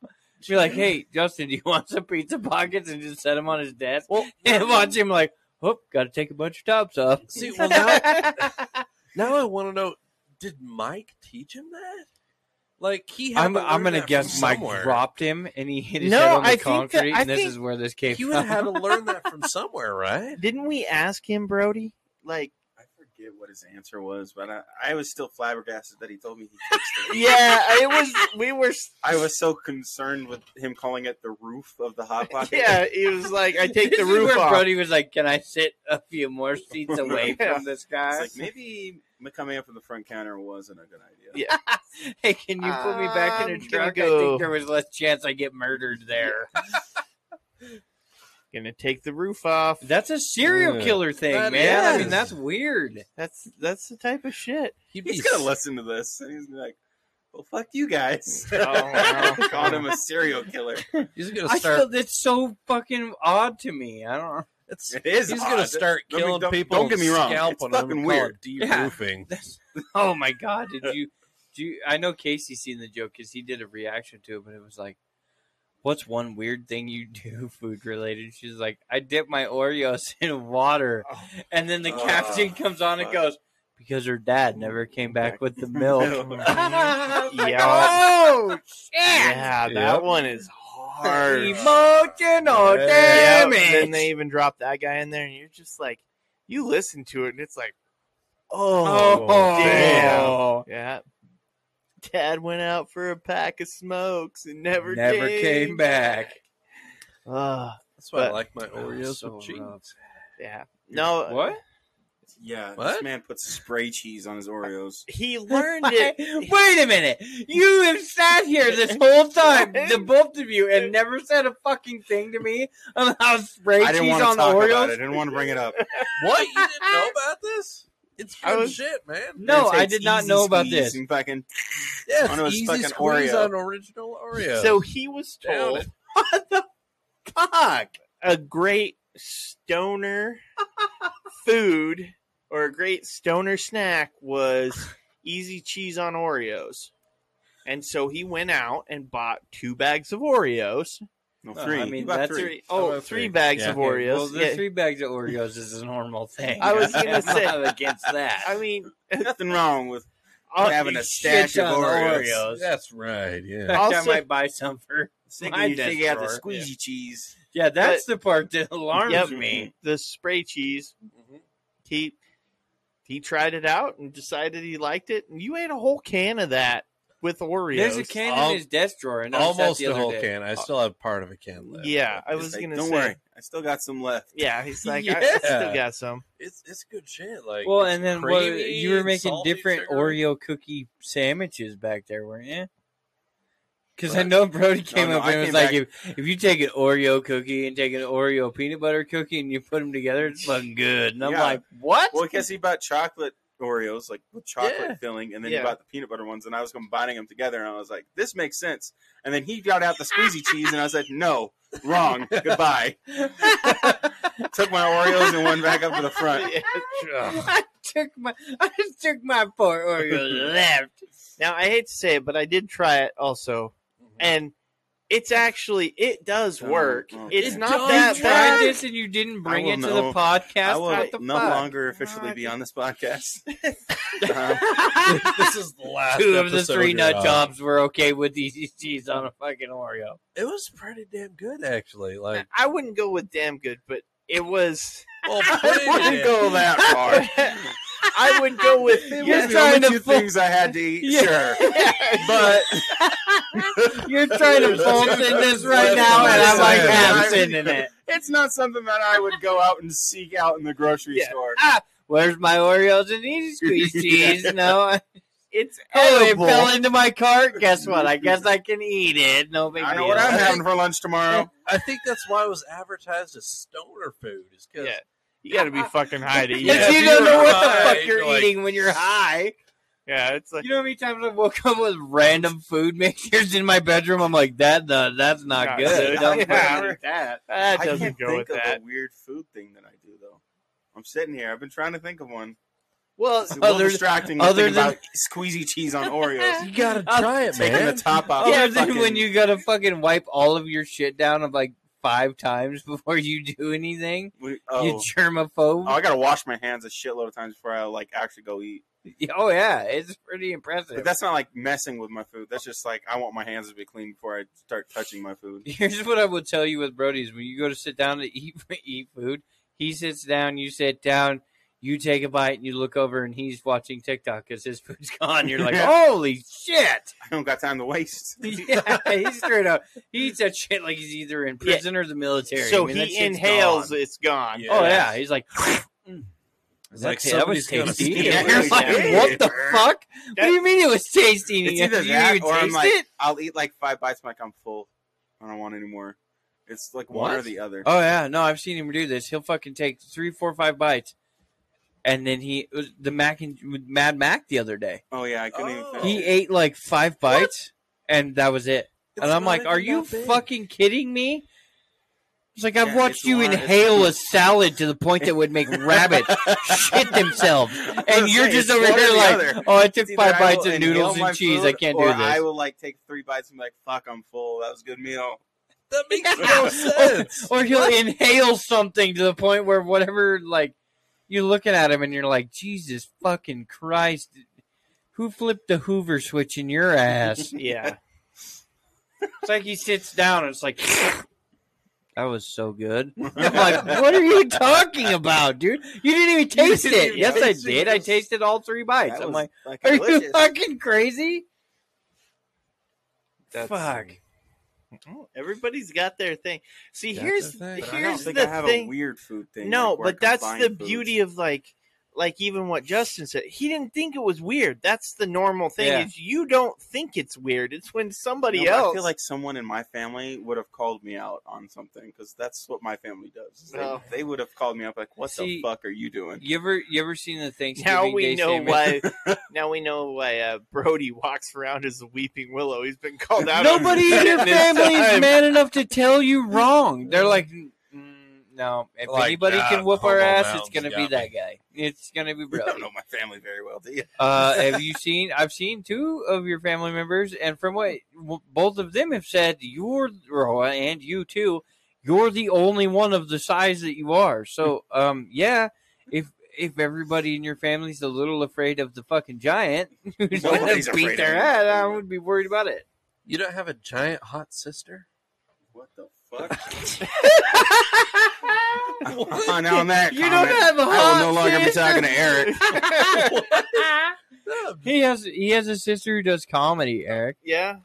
Be like, hey, Justin, do you want some pizza pockets? And just set them on his desk Well, and watch him like, whoop, got to take a bunch of tops off. see, well, now, now I want to know did Mike teach him that? Like, he had I'm to learn I'm gonna that guess from Mike somewhere. dropped him and he hit his No, head on the I think that- concrete, I and this think is where this came He from. would have had to learn that from somewhere, right? Didn't we ask him, Brody? Like, I forget what his answer was, but I, I was still flabbergasted that he told me he fixed it. yeah, it was. We were. s- I was so concerned with him calling it the roof of the hot pocket. Yeah, he was like, I take This the is roof where off. Brody was like, "Can I sit a few more seats away Yeah. from this guy?" It's like maybe me coming up from the front counter wasn't a good idea. Yeah. hey, can you put me back in a I'm gonna truck? I go. think there was less chance I get murdered there. Gonna take the roof off. That's a serial Yeah. killer thing, That man. I is. mean, that's weird. That's that's the type of shit. He'd He's be gonna listen to this. And he's gonna be like, "Well, fuck you guys." Oh, no. Called him a serial killer. He's gonna I start. still, it's so fucking odd to me. I don't. it's, It is. he's gonna odd. start Don't be- killing don't- people. don't get me and wrong. Scalping It's them fucking and call it weird. De-roofing. That's, oh my god! Did you? Do you, I know Casey seen the joke because he did a reaction to it, but it was like, "What's one weird thing you do food related?" She's like, "I dip my Oreos in water," Oh. and then the Oh, captain comes on and fuck. goes, "Because her dad never came back with the milk." I was like, Yeah. Oh shit! Yeah, that Yep. one is hard. Emotional, Yeah. damn Yep, it! Then they even drop that guy in there, and you're just like, you listen to it, and it's like, oh, Oh, damn. yeah. Dad went out for a pack of smokes and never Never came back. Ugh, That's why I But- like my Oh, Oreos so with cheese. rough. yeah. No, What? Yeah, this What? man puts spray cheese on his Oreos. he learned it. Wait a minute. You have sat here this whole time, the both of you, and never said a fucking thing to me about spray I didn't cheese want to on talk about it. I Oreos. didn't want to bring it up. What? You didn't know about this? It's I good was- shit, man. No, It takes I did not easy know about squeeze this. and fucking- Yeah, On his it's easy fucking squeeze Oreo. on original Oreos. So he was Down told it. fuck a great stoner food or a great stoner snack was easy cheese on Oreos. And so he went out and bought two bags of Oreos. no, Well, three. I mean, About that's- three. Three, oh, about three three? bags Yeah. of Oreos. Well, the Yeah. three bags of Oreos is a normal thing. I was gonna I'm say- not against that. I mean, oh, Nothing wrong with I'll- having a Shit stash of ton of Oreos. Oreos. That's right. In Yeah. fact, I also- might buy some for. Sick My you desk think you have the drawer. squeezy cheese. Yeah, that's the part that alarms Yep. me. the spray cheese. He he tried it out and decided he liked it. And you ate a whole can of that with Oreos. There's a can Al- in his desk drawer, and Almost the a other whole day. Uh, can. I still have part of a can left. Yeah, I It's was like, gonna Don't say. worry, I still got some left. Yeah, he's like, I, I Yeah. still got some. It's it's good shit. Like Well, it's and then what, creamy you were and making salty, different sugary. Oreo cookie sandwiches back there, weren't you? Because I Right. know Brody came no, up I and was came like, back- if, if you take an Oreo cookie and take an Oreo peanut butter cookie and you put them together, it's fucking good. And I'm Yeah. like, what? Well, I guess he bought chocolate Oreos, like with chocolate Yeah. filling, and then Yeah. he bought the peanut butter ones, and I was combining them together, and I was like, this makes sense. And then he got out the squeezy cheese, and I was like, no, wrong, goodbye. Took my Oreos and went back up to the front. I took my I just took my four Oreos left. Now I hate to say it, but I did try it also, and it's actually it does Oh, work. okay. It's It not Don't that you tried bad. this and you didn't bring will it to know- the podcast. I will what the no fuck? longer officially be on this podcast. Uh, this is the last Two of the episode uh, three you're nut on. jobs were okay with easy cheese on a fucking Oreo. It was pretty damn good, actually. Like, I wouldn't go with damn good, but it was. well, I pretty wouldn't damn- go that far. I would go with. It You're was the trying only to two fool- things I had to eat. Yeah. Sure. But you're trying to That's Bolton it. this right That's now, what and I'm I'm like, saying. yeah, I'm sitting in it. It's not something that I would go out and seek out in the grocery Yeah. store. Where's my Oreos and easy squeeze cheese? No, It's oh, it edible. fell into my cart. Guess what? I guess I can eat it. No big I know deal. what I'm Yeah. having for lunch tomorrow. I think that's why it was advertised as stoner food. Is because Yeah. You got to be fucking high to eat. Because Yeah, it. you if don't you're know what the high, fuck you're, you're like- eating when you're high. Yeah, it's like You know how many times I woke up with random food mixers in my bedroom? I'm like, that uh, that's not, Not good. good. Don't Yeah. fucking eat that. that I doesn't can't go with think of that. a weird food thing that I do though. I'm sitting here. I've been trying to think of one. Well, It's a little Other- distracting to other think than- about squeezy cheese on Oreos. you gotta I'll try it, Taking the man. top off. Yeah, the then fucking- when you gotta fucking wipe all of your shit down of like five times before you do anything, we- you oh. germaphobe. Oh, I gotta wash my hands a shitload of times before I like actually go eat. oh yeah, it's pretty impressive. But that's not like messing with my food. That's just like I want my hands to be clean before I start touching my food. Here's what I will tell you with Brody's: when you go to sit down to eat eat food, he sits down, you sit down, you take a bite, and you look over, and he's watching TikTok because his food's gone. You're like, holy shit! I don't got time to waste. Yeah, he's straight up. He eats that shit like he's either in prison or the military. so I mean, that he shit's inhales, gone. it's gone. Yeah. Oh yeah, he's like. "Mm." It's That, like that was somebody's gonna tasty. steal And it. you're like, Yeah. what the fuck? what do you mean it was tasty? It's You- either you that even or I'm taste like- it? I'll eat like five bites, I'm like I'm full. I don't want any more. It's like one or What? the other. Oh yeah, no, I've seen him do this. He'll fucking take three, four, five bites, and then he it was the Mac and with Mad Mac the other day. Oh yeah, I couldn't even. Oh. finish He it. ate like five bites, and that was it. and It's I'm not like, even "Are you that big. fucking kidding me?" It's like I've Yeah, watched it's you lar- it's- inhale a salad to the point that would make rabbits shit themselves, I was and gonna you're say, just it's over one or here the like, other. "Oh, I took It's either five I bites will of inhale noodles my and cheese. food, I can't do or this." I will like take three bites and be like, "Fuck, I'm full. That was a good meal." That makes no sense. or he'll inhale something to the point where whatever like you're looking at him and you're like jesus fucking christ who flipped the hoover switch in your ass Yeah. it's like he sits down and it's like that was so good i'm like what are you talking about dude you didn't even taste didn't it even yes i taste it. did i tasted all three bites That i'm was like fucking are you delicious. fucking crazy fuck Oh, Everybody's got their thing. See, That's here's the thing. But I here's don't think the I have thing. a weird food thing. no, like, where I but that's combine the foods. beauty of like like even what Justin said. He didn't think it was weird. That's the normal thing. Yeah. Is you don't think it's weird. It's when somebody No, but else I feel like someone in my family would have called me out on something because that's what my family does. is They, No. they would have called me up like, "What Oh. See, the fuck are you doing?" you ever you ever seen the thanksgiving now we Day know sandwich? why. now we know why uh, Brody walks around as the weeping willow. He's been called out. on Nobody it in your this family is time. man enough to tell you wrong. They're like, "Mm, no, if Like, anybody nah, can whoop our Homo ass, Mountain's it's gonna got be me. that guy. It's gonna be You don't Brody. know my family very well, do you? Uh, have you seen? I've seen two of your family members, and from what w- both of them have said, you're or- and you too. You're the only one of the size that you are. So, um, yeah, if if everybody in your family's a little afraid of the fucking giant who's gonna Nobody's afraid beat of their him. head, I would be worried about it. You don't have a giant hot sister? What the fuck? on, on that You comment, don't have a I hot will no longer be sister. talking to Eric. He has he has a sister who does comedy, Eric. Yeah,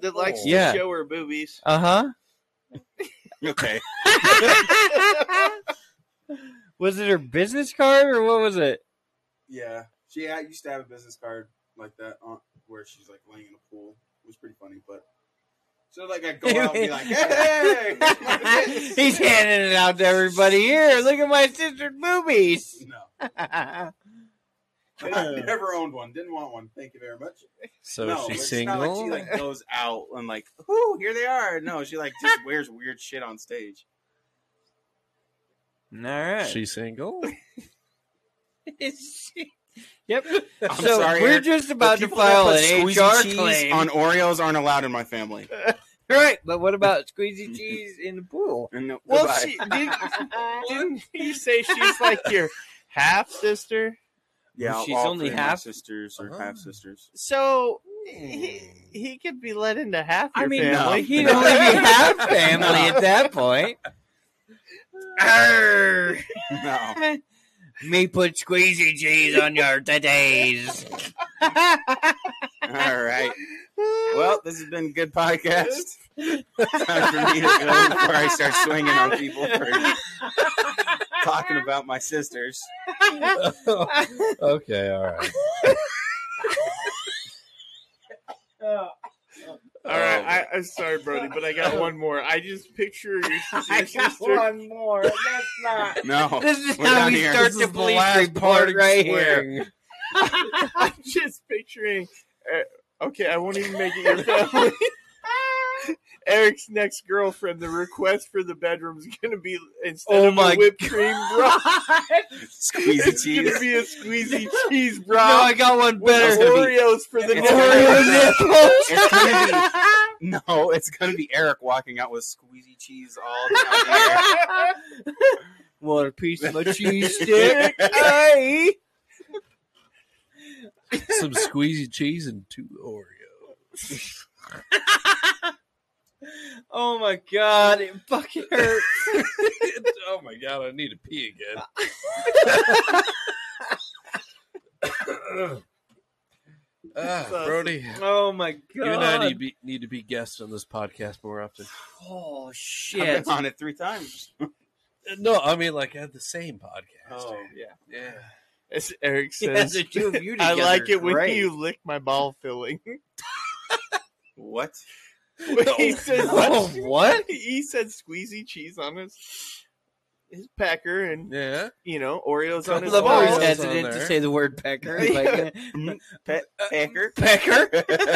that Oh. likes Yeah. to show her boobies. Uh Okay, huh. was it her business card or what was it? yeah, she had, used to have a business card like that on, where she's like laying in a pool. It was pretty funny, but so like I go out and be like, "Hey, look at this." He's handing it out to everybody here. Look at my sister's boobies. no." That's Uh. I never owned one. Didn't want one. Thank you very much. So no, she's it's not single. like she like goes out and like, whoo, here they are. No, she like just wears weird shit on stage. All right. She's single. yep. I'm so sorry, we're Eric, just but about to people that file put an squeezy HR cheese claim. on Oreos aren't allowed in my family. right, but what about squeezy cheese in the pool? And no, Well, goodbye. she, did, didn't you say she's like your half sister? yeah, she's all only three of my half- sisters or Oh. half sisters. So he, he could be let into half your I mean, Um, no, family. he'd only be half family at that point. Arr! No, Me put squeezy cheese on your today's. all right. Well, this has been a good podcast. Time for me to go before I start swinging on people for talking about my sisters. okay, all right. All right, oh. I, I'm sorry, Brody, but I got one more. I just picture your, your sister. one more. That's not. Oh, No, This is We're how down we here. start This the police report right here. I'm just picturing. Uh, okay, I won't even make it your family. Eric's next girlfriend. The request for the bedroom is going to be instead Oh of my a whipped cream broth, squeezy it's going cheese. to be a squeezy cheese No, I broth. got one with better. Oreos for the It's dinner. Oreos. It's Oreo gonna nipples. No, it's gonna be Eric walking out with squeezy cheese all down there. What a piece of a cheese stick. Hey. Some squeezy cheese and two Oreos. Oh my god, it fucking hurts. oh my god, I need to pee again. ah, Brody, Oh my god. you and I need to be need to be guests on this podcast more often. Oh I've shit. been on it three times. No, I mean like at the same podcast. Oh. yeah. Yeah. As Eric Yeah, says, the two of you I together like is it when great. you lick my ball filling. what? he said, Oh, what? He said squeezy cheese on his his pecker and Yeah. you know Oreos I on his love how he's balls. balls on hesitant to there. say the word pecker. Like, Pe- Uh, pecker. pecker?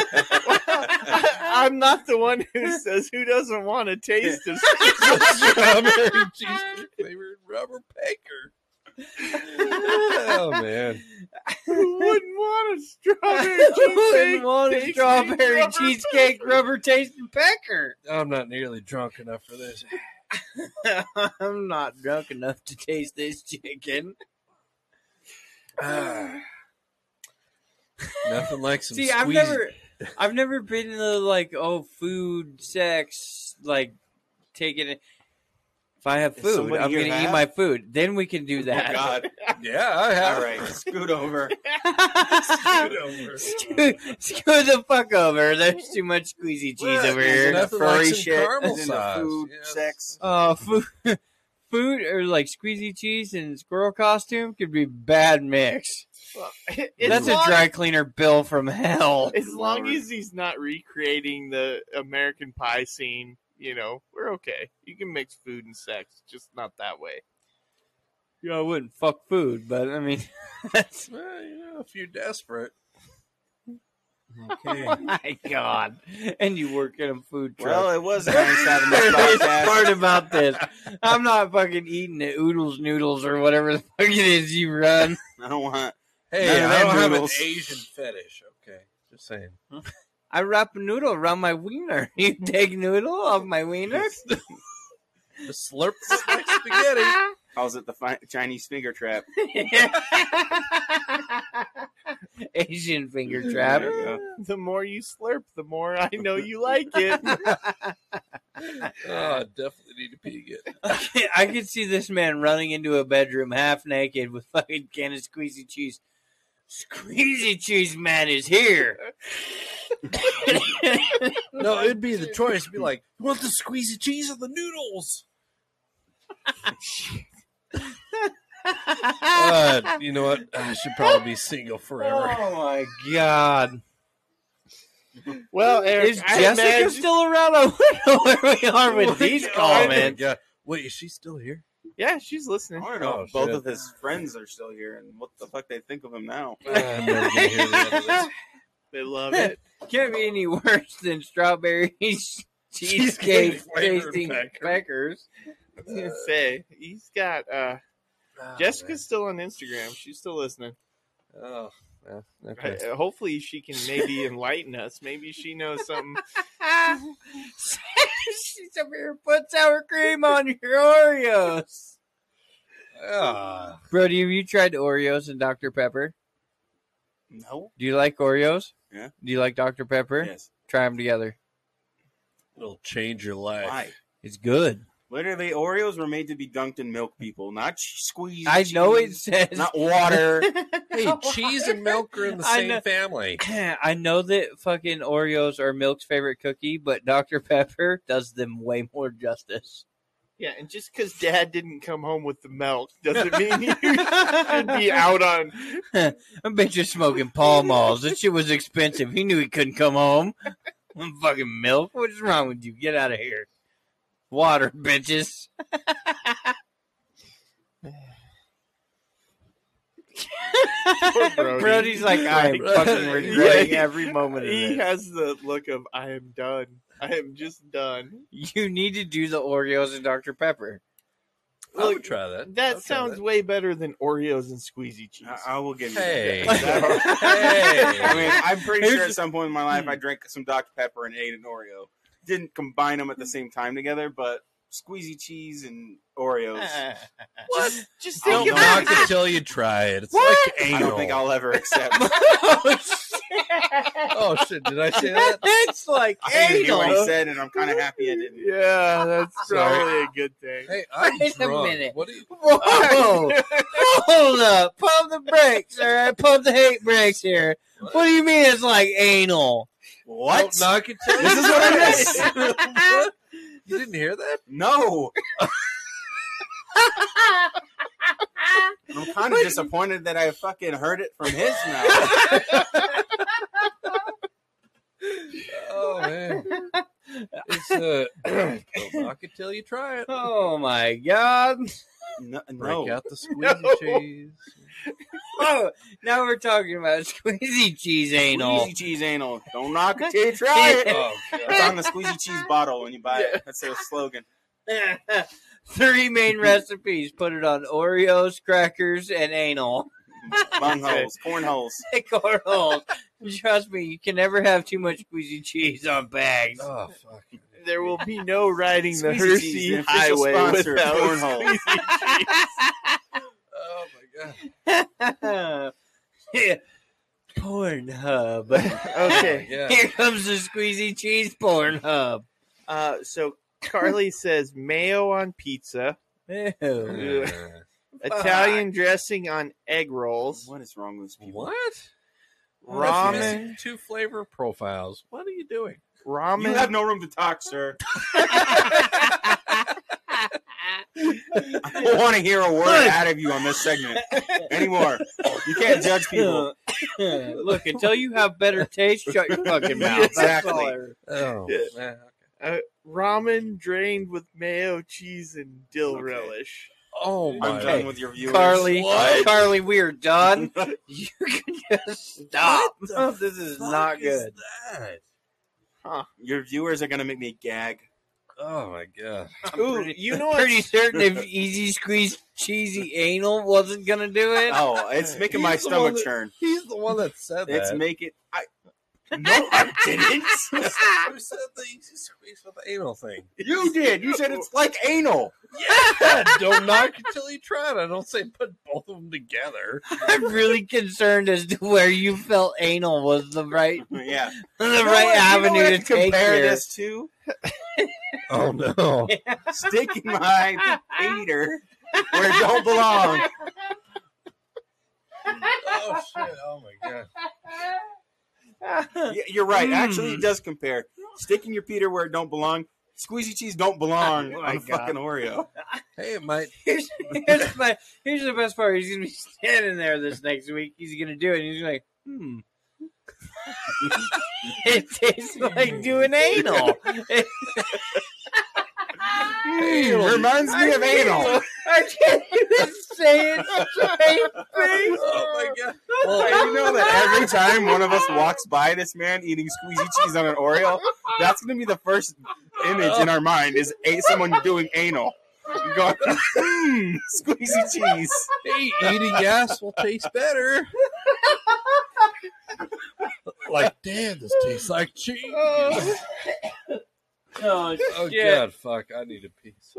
I'm not the one who says who doesn't want to taste this. Strawberry cheesecake flavored rubber pecker. oh man. who wouldn't want a strawberry Who wouldn't cheesecake? want a tasting strawberry rubber cheesecake rubber tasting pecker? I'm not nearly drunk enough for this. I'm not drunk enough to taste this chicken. Ah. Nothing like some See, squeezy. I've never, I've never been to like oh food, sex, like taking it. If I have Is food, somebody I'm here gonna eat have? my food. Then we can do Oh, that. God. Yeah, I have. All right. Scoot over. Scoot over. Scoot, scoot the fuck over. There's too much squeezy cheese Right, over there's here. enough- Nothing like Furry some shit. caramel Isn't it sauce. Food, Yeah. sex. Uh, food, food or like squeezy cheese and squirrel costume could be bad mix. cheesecake? That's a long- dry cleaner bill from hell. As long Lord. as he's not recreating the American Pie scene, you know, we're okay. You can mix food and sex, just not that way. You know, I wouldn't fuck food, but I mean, that's Well, you know, if you're desperate. Oh my god! And you work in a food truck. Well, it was nice having this That's podcast. part about this. I'm not fucking eating the oodles noodles or whatever the fuck it is you run. I don't want. Hey, None of I them don't have an noodles. Asian fetish. Okay, just saying. I wrap a noodle around my wiener. You take noodle off my wiener? The slurp is like spaghetti. Calls it the fi- Chinese finger trap. Asian finger trap. There you go. The more you slurp, the more I know you like it. Oh, I definitely need to pee again. I could see this man running into a bedroom half naked with fucking can of squeezy cheese. Squeezy cheese man is here. No, it'd be the choice. It'd be like, you want the squeezy cheese or the noodles? Uh, you know what? I should probably be single forever. Oh my god. Well, Eric, Is I Jessica imagine- still around? I wonder where we are with these Oh, comments. God. Wait, is she still here? yeah, she's I listening. want to know Oh, if both shit. of his friends are still here and what the fuck they think of him now. I'm never gonna hear the end of this. They love it. Can't be any worse than strawberry Cheesecake cheesecake flavored tasting pecker. peckers. I was gonna say he's got uh, Oh, Jessica's still on Instagram. She's still listening. man. Oh, well, okay. Uh, hopefully, she can maybe enlighten us. Maybe she knows something. Ah. She's over here put sour cream on your Oreos. Ah, Brody, have you tried Oreos and Dr. Pepper? No. Do you like Oreos? Yeah. Do you like Dr. Pepper? Yes. Try them together. it'll change your life. Why? It's good. Literally, Oreos were made to be dunked in milk, people, not ch- squeezed. I know it cheese, says Not water. Hey, cheese and milk are in the I same know- family. I know that fucking Oreos are Milk's favorite cookie, but Dr. Pepper does them way more justice. Yeah, and just because Dad didn't come home with the milk doesn't mean you should be out on. I bet you're smoking Pall Malls. That shit was expensive. He knew he couldn't come home. fucking milk. What is wrong with you? Get out of here. Water, bitches. Poor Brody. Brody's like, I am Right. fucking regretting Yeah. every moment of He this. has the look of I am done. I am just done. You need to do the Oreos and Dr. Pepper. I would try that. I That would try sounds way better than Oreos and squeezy cheese. I, I will give you. Hey. That. That- I mean, Hey. I'm pretty Here's sure the- Hmm. at some point in my life I drank some Dr Pepper and ate an Oreo. Didn't combine them at Hmm. the same time together, but squeezy cheese and Oreos. Uh-uh. what? Just I don't think know. about Knock it. Fucking- it till you try it. It's What? like anal. I don't think I'll ever accept. Oh shit! Did I say that? it's like I didn't hear anal. what he said, and I'm kind of happy I didn't. Yeah, that's Sorry. probably a good thing. Hey, I'm Wait a drunk. minute. What do you? Whoa! Hold up! Pump the brakes, all right? Pump the hate brakes here. What do you mean it's like anal? What? Don't knock it till This you is what try I it. missed. What? You didn't hear that? No. I'm kind of disappointed that I fucking heard it from his mouth. Oh man! It's uh, don't knock it till you try it. Oh my god! No, Break no. out the squeezy No. cheese. Oh, now we're talking about squeezy cheese anal. Squeezy cheese anal. Don't knock it till you try it. Oh, It's God. on the squeezy cheese bottle when you buy it. That's their slogan. Three main recipes. Put it on Oreos, crackers, and anal. Bungholes, cornholes. Cornholes. Trust me, you can never have too much squeezy cheese on bags. oh fuck. There will be no riding the Squeezy cheese, Hersey the official Highway sponsor of without cornhole. Oh my god. porn hub. Okay. Oh, Yeah. Here comes the squeezy cheese porn hub. Uh, so Carly says mayo on pizza, Ew. Uh, Italian dressing on egg rolls, What is wrong with these people? what? That's ramen, missing Two flavor profiles. What are you doing? ramen. You have no room to talk, sir. I don't want to hear a word out of you on this segment anymore. You can't judge people. Look, until you have better taste, shut your fucking mouth. That's all I- Oh, Yeah. man. uh, ramen drained with mayo, cheese, and dill Okay. relish. oh my I'm Okay. done with your viewers. Carly, What? Carly, we are done. You can just stop. This is not good. that? Your viewers are gonna make me gag. Oh my god. Ooh, pretty- you know Pretty what? certain if Easy Squeeze Cheesy Anal wasn't gonna do it. Oh, it's making my He's the one stomach that- churn. He's the one that said It's that. making. I no, I didn't. Who said the easy squeeze with the anal thing? You did. You said it's like anal. Yeah, don't knock it till you try it. I don't say put both of them together. I'm really concerned as to where you felt anal was the right Yeah, the You know right what- you know avenue what I to could take compare here. this to Oh no. sticking my Peter where it don't belong. Oh shit. Oh my god. Y- You're right. Actually, Mm. it does compare. Sticking your Peter where it don't belong. Squeezy cheese don't belong Oh my on a God. fucking Oreo. Hey, it might Here's, here's, my, here's the best part. He's gonna be standing there this next week. He's gonna do it. And he's like, hmm. it tastes like doing anal. It reminds me of anal. I can't even say it straight. Oh my god. Well, you know that every time one of us walks by this man eating squeezy cheese on an Oreo, that's gonna be the first image in our mind is a someone doing anal. Going, mmm, squeezy cheese. Hey, eating ass will taste better. like, damn, this tastes like cheese. Oh. Oh, Oh shit. god, fuck! I need a piece.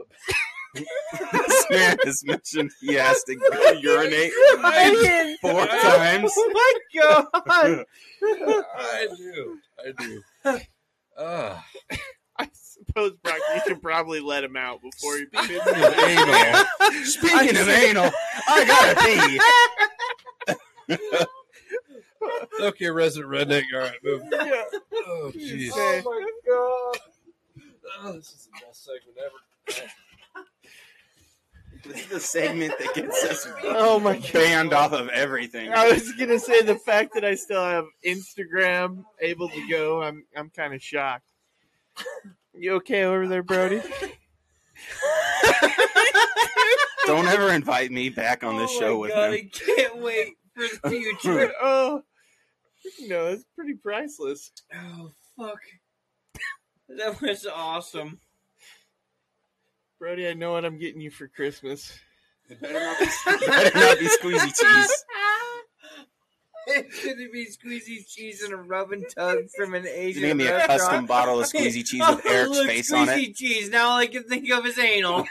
This man has mentioned he has to urinate I didn't- four times. Oh my god. I do. I do. Uh, I suppose Brock, you should probably let him out before you. anal. Speaking of anal, I gotta pee. okay, resident redneck. All right, move. Oh jeez. Oh, my god. Oh, this is the best segment ever. This is the segment that gets us Oh my banned off of everything. I was gonna say the fact that I still have Instagram able to go. I'm I'm kind of shocked. You okay over there, Brody? Don't ever invite me back on this Oh show my with god, him. I can't wait for the future. oh, no, that's pretty priceless. oh fuck. That was awesome. Brody, I know what I'm getting you for Christmas. It better not be, better not be squeezy cheese. It's gonna be squeezy cheese and a rub and tug from an You Asian can give me a restaurant. custom bottle of squeezy cheese Oh, with Eric's look, face on it. Squeezy cheese. Now all I can think of is anal.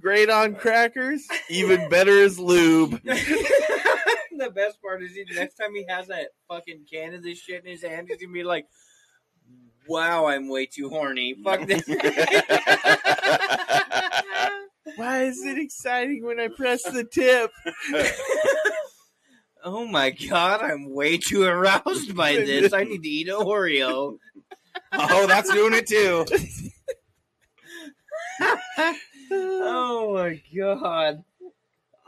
Great on crackers, even better as lube. the best part is, he, next time he has that fucking can of this shit in his hand, he's gonna be like, "Wow, I'm way too horny. Fuck this." Why is it exciting when I press the tip? oh my god, I'm way too aroused by this. I need to eat an Oreo. Oh, that's doing it too. oh my god.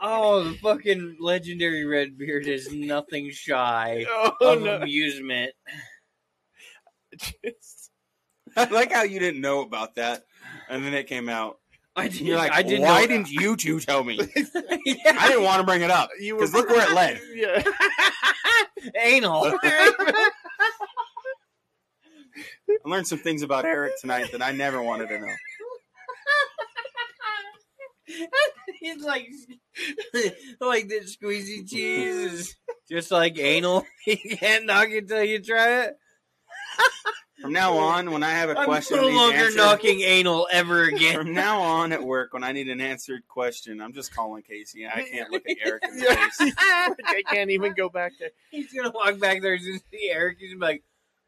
Oh, the fucking legendary Redbeard is nothing shy Oh of no! amusement. just I like how you didn't know about that, and then it came out. I And did. You're like, I didn't. why know didn't you two tell me? yeah. I didn't want to bring it up. you 'Cause look where it led. Yeah. anal? I learned some things about Eric tonight that I never wanted to know. He's like, like this squeezy cheese is just like anal. you can't knock it till you try it. From now on, when I have a I'm question, no I need an longer answer- knocking anal ever again. From now on at work, when I need an answered question, I'm just calling Casey. I can't look at Eric in the Yeah. face. Like, I can't even go back there. He's gonna walk back there and just see Eric. He's gonna be like,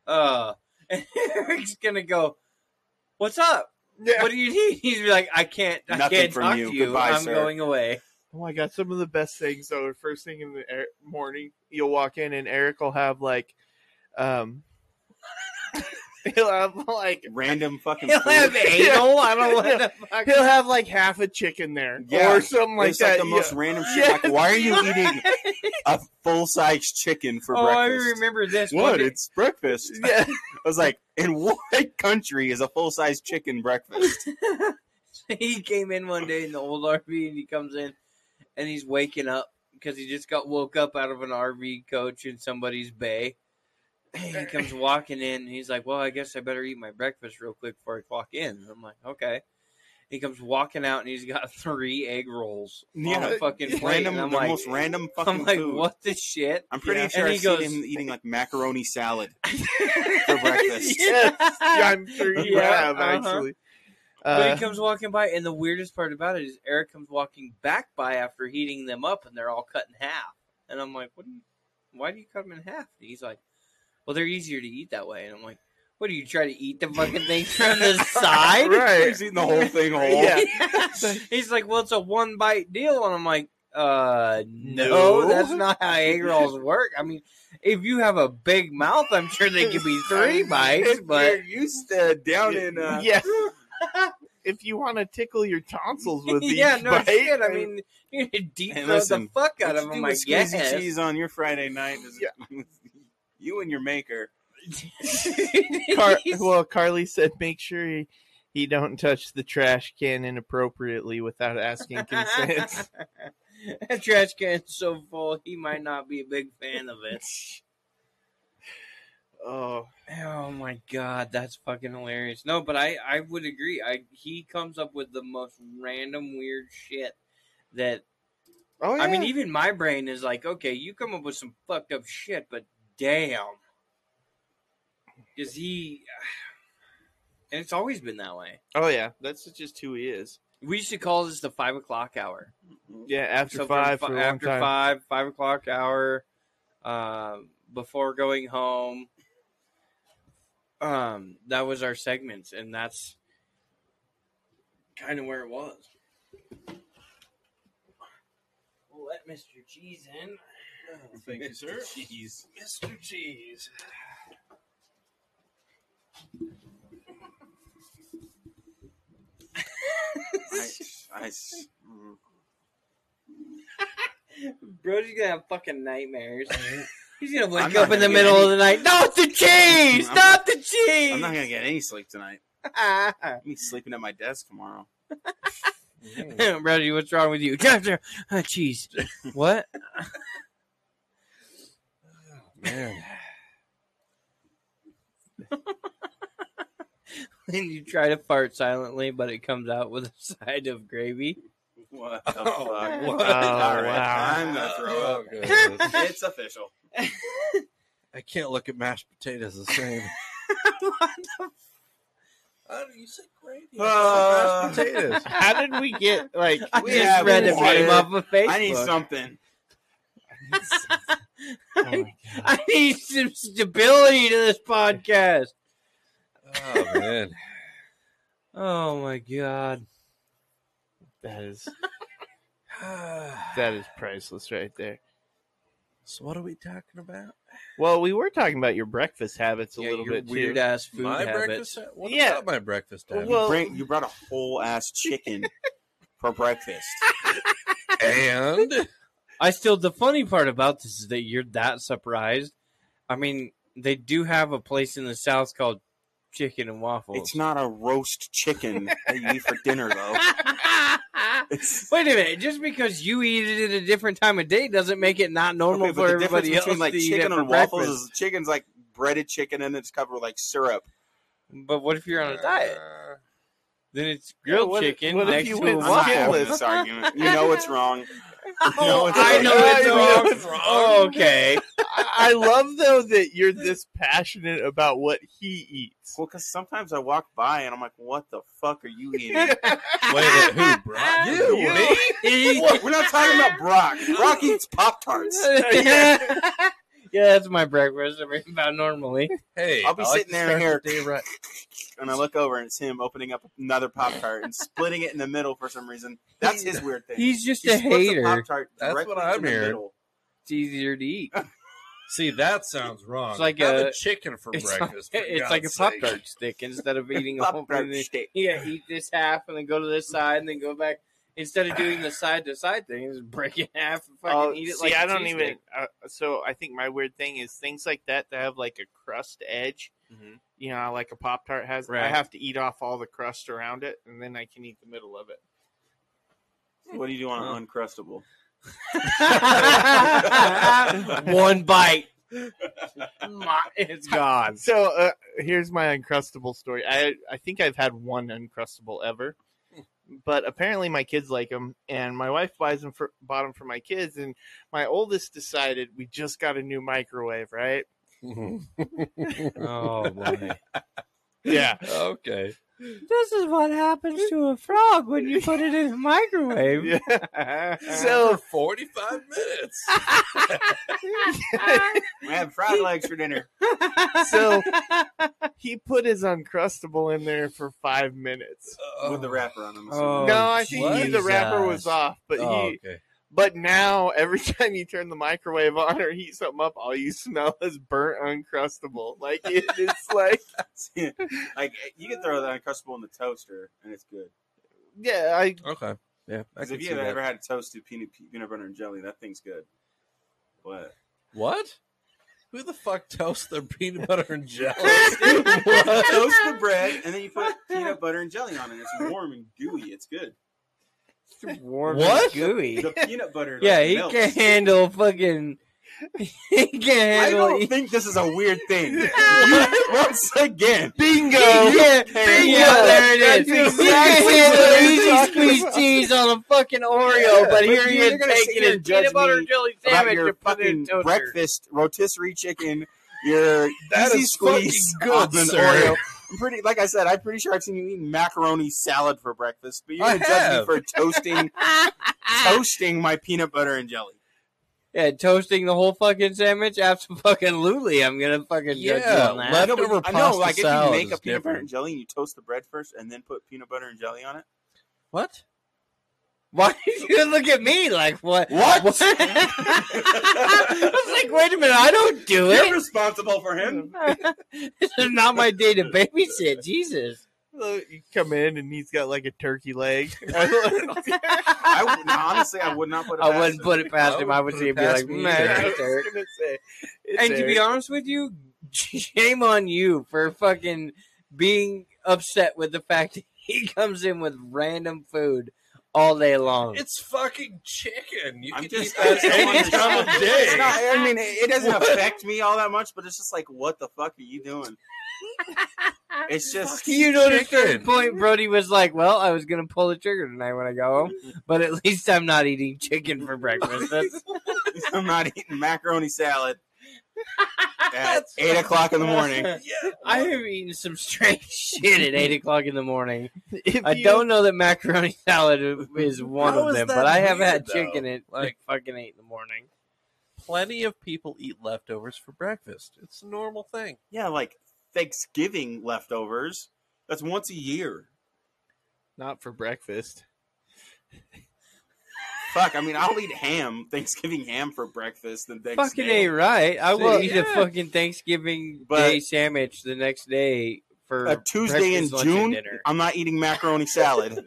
uh, and Eric's gonna go, "What's up? Yeah. What do you need?" He's gonna be like, "I can't. I Nothing can't from talk you. to you. Goodbye, I'm sir." going away." Oh my god, some of the best things though. are First thing in the er- morning, you'll walk in and Eric will have like, um, he'll have like Random fucking. He'll have food. anal. I don't want to. he'll have like half a chicken there Yeah. or something like it's like that. the most random shit. Yeah. Like, why are you eating a full size chicken for Oh, I breakfast? remember this. What? one. It's breakfast. yeah. I was like, in what country is a full size chicken breakfast? he came in one day in the old RV and he comes in and he's waking up because he just got woke up out of an RV coach in somebody's bay. And he comes walking in and he's like, Well, I guess I better eat my breakfast real quick before I clock in. And I'm like, Okay. He comes walking out and he's got three egg rolls on Yeah. a fucking plate. Random, and the I'm like, most random fucking I'm like, food. What the shit? I'm pretty Yeah. sure And I've he seen goes- him eating like macaroni salad for breakfast. Yeah, I'm sure you Yeah, have uh-huh. actually. But Uh, he comes walking by, and the weirdest part about it is Eric comes walking back by after heating them up, and they're all cut in half. And I'm like, "What? Do you, why do you cut them in half?" And he's like, "Well, they're easier to eat that way." And I'm like, "What do you try to eat the fucking thing from the side?" right. He's eating the whole thing whole. Yeah. He's like, "Well, it's a one bite deal," and I'm like, "Uh, no, No. that's not how egg rolls work. I mean, if you have a big mouth, I'm sure they could be three bites, If but." you're used to down in uh, yeah. if you want to tickle your tonsils with each yeah, no bite, shit. I mean, you need deep Hey, throat listen, the fuck what out you of do them. I with squeezy guess. cheese on your Friday night. Is you and your maker. Car- well, Carly said make sure he, he don't touch the trash can inappropriately without asking consent. that trash can's so full, he might not be a big fan of it. oh, Oh my god, that's fucking hilarious. No, but I I would agree. I he comes up with the most random weird shit that oh yeah. I mean, even my brain is like, okay, you come up with some fucked up shit, but damn. Because he. And it's always been that way. oh yeah. That's just who he is. We used to call this the five o'clock hour. Yeah. After So from five fi- for a long after time. five, five o'clock hour, um, before going home. Um, that was our segments, and that's kind of where it was. We'll let Mr. Cheese in. Thank you, sir. Cheese. Mr. Cheese. I, I s- mm. Brody's gonna have fucking nightmares. He's gonna I'm wake not up in the gonna get middle any- of the night. Not the cheese! I'm Not the cheese! I'm not gonna get any sleep tonight. Ah. Me sleeping at my desk tomorrow. Mm, Brody, what's wrong with you? Doctor, uh, cheese. What? Man. And you try to fart silently, but it comes out with a side of gravy. What the fuck? Oh, what? All right, wow. I'm gonna throw up. Oh, God. It's official. I can't look at mashed potatoes the same. What the I don't know, you said gravy. Uh, I said mashed potatoes. How did we get like? I We just have read it water. came off of Facebook. I need something. Oh, I need some stability to this podcast. Oh man. Oh my god. that is that is priceless right there. so what are we talking about? Well, we were talking about your breakfast habits a Yeah, little your bit weird too. ass food my habits. breakfast. What Yeah. about my breakfast? Adam? Well- you, bring, you brought a whole ass chicken for breakfast. and I still the funny part about this is that you're that surprised. I mean, they do have a place in the South called Chicken and Waffles. It's not a roast chicken that you eat for dinner, though. It's Wait a minute. Just because you eat it at a different time of day doesn't make it not normal okay, but for the everybody difference else between like to eat chicken it for and waffles breakfast. is chicken's like breaded chicken and it's covered with like syrup. But what if you're on a diet? Uh, Then it's Yeah, grilled what if- chicken what if next you to a went I'm not waffle. having skinless? this argument. You know it's wrong. You know it's I wrong. know it's You wrong. know Oh, okay. I love though that you're this passionate about what he eats. Well, because sometimes I walk by and I'm like, "What the fuck are you eating?" Wait a minute, who, Brock? You. me? Look, we're not talking about Brock. Brock eats Pop Tarts. yeah, that's my breakfast. I mean, about normally. Hey, I'll be I sitting to there in start the here. day right. And I look over and it's him opening up another Pop Tart and splitting it in the middle for some reason. That's his weird thing. He's just He a splits hater. Pop Tart That's directly what I'm in the hearing. middle. it's easier to eat. See, that sounds wrong. It's like Have a- chicken for It's like, breakfast. for it's God's like a pop sake. tart stick instead of eating a whole Pop Tart thing. shit. Yeah, eat this half and then go to this side and then go back. Instead of doing the side to side thing, just break it in half and fucking Oh, eat it see, like a I don't cheese even. stick. Uh, so I think my weird thing is things like that that have like a crust edge. Mhm. You know, like a pop tart has. I Mm-hmm. Right. have to eat off all the crust around it, and then I can eat the middle of it. What do you do on an uncrustable? One bite. My, it's gone. So uh, here's my uncrustable story. I I think I've had one uncrustable ever, but apparently my kids like them, and my wife buys them for bought them for my kids, and my oldest decided we just got a new microwave, right? Oh boy. Yeah. okay. This is what happens to a frog when you put it in the microwave. so For 45 minutes. I had fried legs for dinner. so he put his uncrustable in there for five minutes. with the wrapper on them. Oh, no, I think he, the Jesus. wrapper was uh, off, but Oh, he okay. But now, every time you turn the microwave on or heat something up, all you smell is burnt uncrustable. Like it, it's like, like you can throw the uncrustable in the toaster and it's good. yeah, I Okay. Yeah. I Because can if see you've that. ever had toasted peanut peanut butter and jelly, that thing's good. But What? Who the fuck toasts their peanut butter and jelly? toast the bread and then you put peanut butter and jelly on it. It's warm and gooey. It's good. It's warm and What? gooey. The peanut butter. yeah, like, he melts. can handle fucking. He can I handle. don't think this is a weird thing. You- once again, bingo. yeah, Bingo! yeah, there it That's is. He exactly can what handle I'm easy talking squeeze about. cheese on a fucking Oreo, Yeah, but but here you're you're gonna sit taking here his and judge peanut butter me and jelly about sandwich your and put it in fucking toaster. breakfast rotisserie chicken, your That easy is squeeze fucking good, on an sir. Oreo. I'm pretty, like I said, I'm pretty sure I've seen you eat macaroni salad for breakfast, but you're I gonna judge me have. for toasting toasting my peanut butter and jelly. Yeah, toasting the whole fucking sandwich. Absolutely, I'm gonna fucking judge Yeah, you on that. let- I know, but- Leftover I know, pasta like if you salad make a is peanut butter different. and jelly and you toast the bread first and then put peanut butter and jelly on it. What? Why did you look at me like what? What? I was like, wait a minute, I don't do You're it. responsible for him. this is not my day to babysit. Jesus. Look, You come in and he's got like a turkey leg. I would- no, honestly, I would not put. It I past wouldn't him. put it past I him. I would wouldn't see put it be like, it past "Mmm, me man. either. I that's Eric." was gonna say, it's Oh, And to be Eric. honest with you, shame on you for fucking being upset with the fact that he comes in with random food all day long. It's fucking chicken. You I'm can just- eat that any It's not- time of It's day. not- I mean, it it doesn't affect me all that much, but it's just like, what the fuck are you doing? It's just you know, at a certain chicken. point, Brody was like, "Well, I was gonna pull the trigger tonight when I go home, but at least I'm not eating chicken for breakfast." That's, I'm not eating macaroni salad at eight o'clock in the morning. yeah. I have eaten some strange shit at eight o'clock in the morning. If I you- don't know that macaroni salad is one How of is them, that but I have weird, had though? chicken at like Like- fucking eight in the morning. Plenty of people eat leftovers for breakfast. It's a normal thing. Yeah, like Thanksgiving leftovers. That's once a year. Not for breakfast. Fuck. I mean, I'll eat ham, Thanksgiving ham for breakfast, and Fucking Thanksgiving. a right. I will Well, eat a yeah. fucking Thanksgiving But- Day sandwich the next day for A Tuesday in breakfast, lunch, and June, dinner. I'm not eating macaroni salad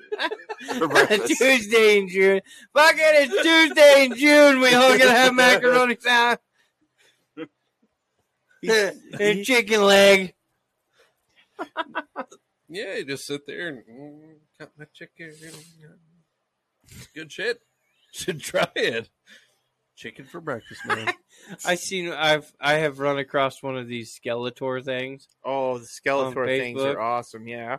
for breakfast. Tuesday in June. Fuck it, it's Tuesday in June. We all gonna have macaroni salad. A chicken leg. Yeah, you just sit there and mm, got my chicken. It's good shit. Should try it. Chicken for breakfast, man. I seen. I've I have run across one of these Skeletor things, Oh, the Skeletor things Facebook. are awesome. Yeah.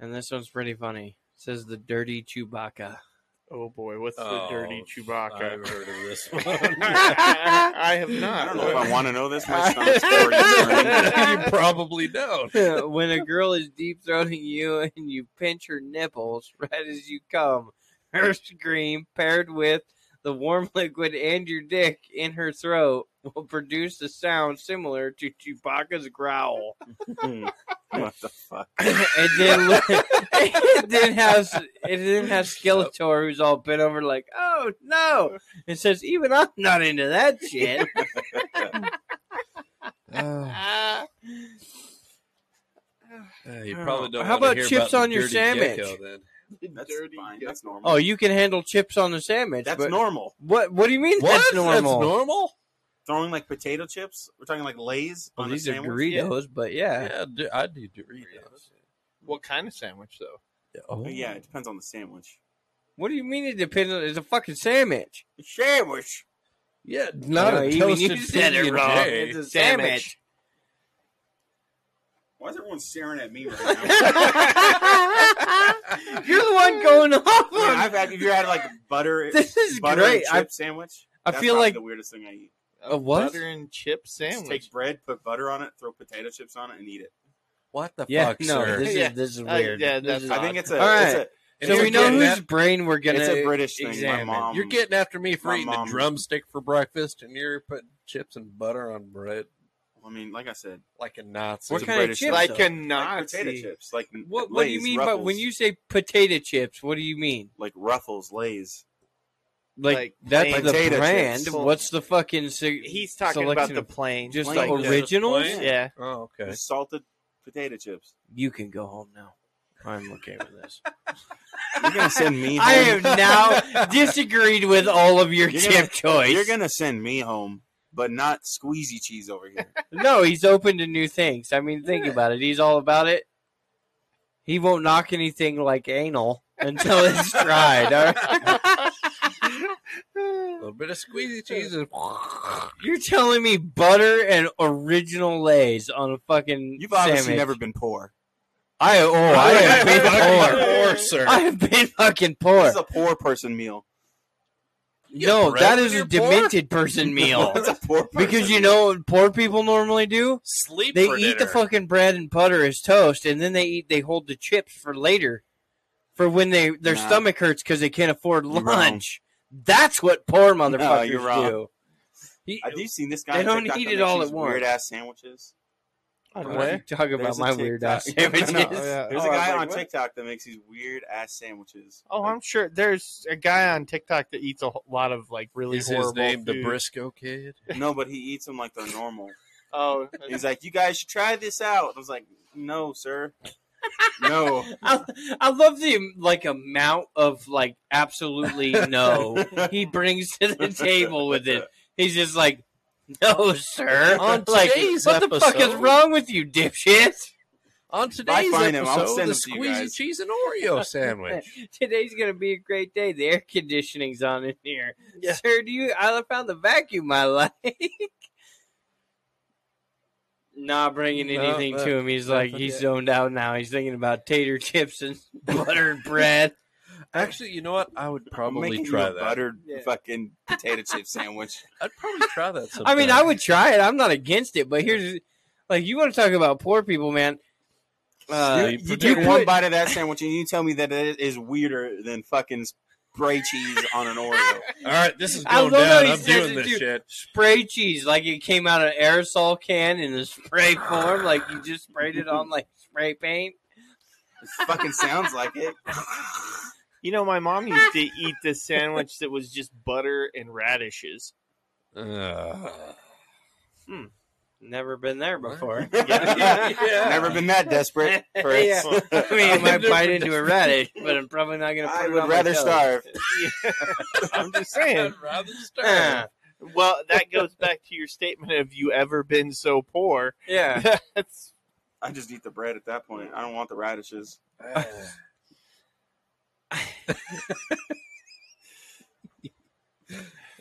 and this one's pretty funny. It says the dirty Chewbacca. Oh boy, what's the dirty Oh, Chewbacca? I've heard of this I have I not. don't know if I want to know this. My I- stomach's already turning. one. you probably don't. when a girl is deep throating you and you pinch her nipples right as you come, her scream paired with the warm liquid and your dick in her throat will produce a sound similar to Chewbacca's growl. Hmm. what the fuck? it then it then has it then has Skeletor who's all bent over like, oh no. It says even I'm not into that shit. Uh, Ah. Uh, you probably don't. How wanna about hear chips the on your dirty sandwich? gecko, then. That's dirty fine. Gecko. That's normal. oh, you can handle chips on the sandwich. that's but normal. What what do you mean that's normal? That's normal. Throwing like potato chips. We're talking like Lay's Well, on Oh, a these are sandwich. Doritos, but yeah. Yeah, I'd do, I'd do Doritos. What kind of sandwich though? Oh. Yeah, it depends on the sandwich. What do you mean it depends on? It's a fucking sandwich. Sandwich. yeah, not No, a even you toasted said it Indian wrong. day. It's a sandwich. Sandwich. Why is everyone staring at me right now? You're the one going off. Man, on- I've had, have you had like butter, this is butter great. and I, chip sandwich? I That's feel probably like the weirdest thing I eat. A what? Butter and chip Just sandwich. take bread, put butter on it, throw potato chips on it, and eat it. What the yeah. fuck, no, sir? this Yeah. is this is Uh, weird. yeah, This that's- is- I think it's a. All it's right. a- And so you're we know getting whose at- brain we're gonna. It's a British thing. examine. My mom. you're getting after me for Um, my eating mom- a drumstick for breakfast, and you're putting chips and butter on bread I mean, like I said, like a Nazi. What a kind of British chips? thing. like though? a like Nazi. potato chips, like Ah, what, what do you Lay's, mean? by Ruffles, when you say potato chips, what do you mean? like Ruffles, Lay's, Like, Like that's plain the potato brand. chips. What's the fucking? sig- He's talking selection about of- the plane. just plain the chips. originals. Plain? yeah. Oh, okay. just salted potato chips. You can go home now. I'm okay with this. You're gonna send me. Home. I have now disagreed with all of your You're chip gonna- choice. You're gonna send me home, but not squeezy cheese over here. No, he's open to new things. I mean, think Yeah. about it. He's all about it. He won't knock anything like anal until it's tried. all right? A little bit of squeezy cheese. and- You're telling me butter and original lays on a fucking You've obviously sandwich. never been poor. I oh I have been Fucking poor. poor, sir. I have been fucking This poor. is a poor person meal. No, broke that when is a you're poor? demented person meal. It's a poor person Because you meal. know what poor people normally do? Sleep. They for eat the dinner. fucking bread and butter as toast, and then they eat. They hold the chips for later, for when they their Nah. stomach hurts because they can't afford You're wrong. lunch. That's what poor motherfuckers you're wrong. do. He- Have you seen this guy? They on don't TikTok eat that it makes all at these once. Weird ass sandwiches. I don't Why do know. you talk about There's a my weird ass TikTok. sandwiches? No, no, yeah. There's Oh, I was a guy like, on what? TikTok that makes these weird ass sandwiches. Oh, Like, I'm sure there's a guy on TikTok that eats a wh- lot of like really Is horrible his name the food. Briscoe Kid? no, but he eats them like they're normal. Oh, He's like, you guys should try this out. I was like, no, sir. No. I, I love the like amount of like absolutely no he brings to the table with it. He's just like, no, sir. On like, today's what the fuck is episode- wrong with you, dipshit? On today's find him, I'll episode, send the him to you guys. squeezy cheese and Oreo sandwich. Today's gonna be a great day. The air conditioning's on in here. Sir, do you I found the vacuum I like? Not bringing No, uh, anything but- to him. He's but- like but he's yeah. zoned out now. He's thinking about tater chips and butter and bread. Actually, you know what? I would I'm probably making you try a that. buttered Yeah. fucking potato chip sandwich. I'd probably try that. I Sometime. mean, I would try it. I'm not against it, but here's like you want to talk about poor people, man. Uh, you Dude, you you take put- one bite of that sandwich and you tell me that it is weirder than fucking spray cheese on an Oreo. All right, this is I going love how down. he I'm says doing it, this dude. shit. spray cheese like it came out of an aerosol can in a spray form, like you just sprayed it on like spray paint. It fucking sounds like it. you know, my mom used to eat this sandwich that was just butter and radishes. Uh, Never been there before. Never been that desperate. For it. Yeah. I mean, I might bite into a radish, but I'm probably not gonna. Put I it would on my rather toast. starve. I'm just saying. I'd rather starve. Uh, Well, that goes back to your statement of you ever been so poor. Yeah. That's I just eat the bread at that point. I don't want the radishes. Ah.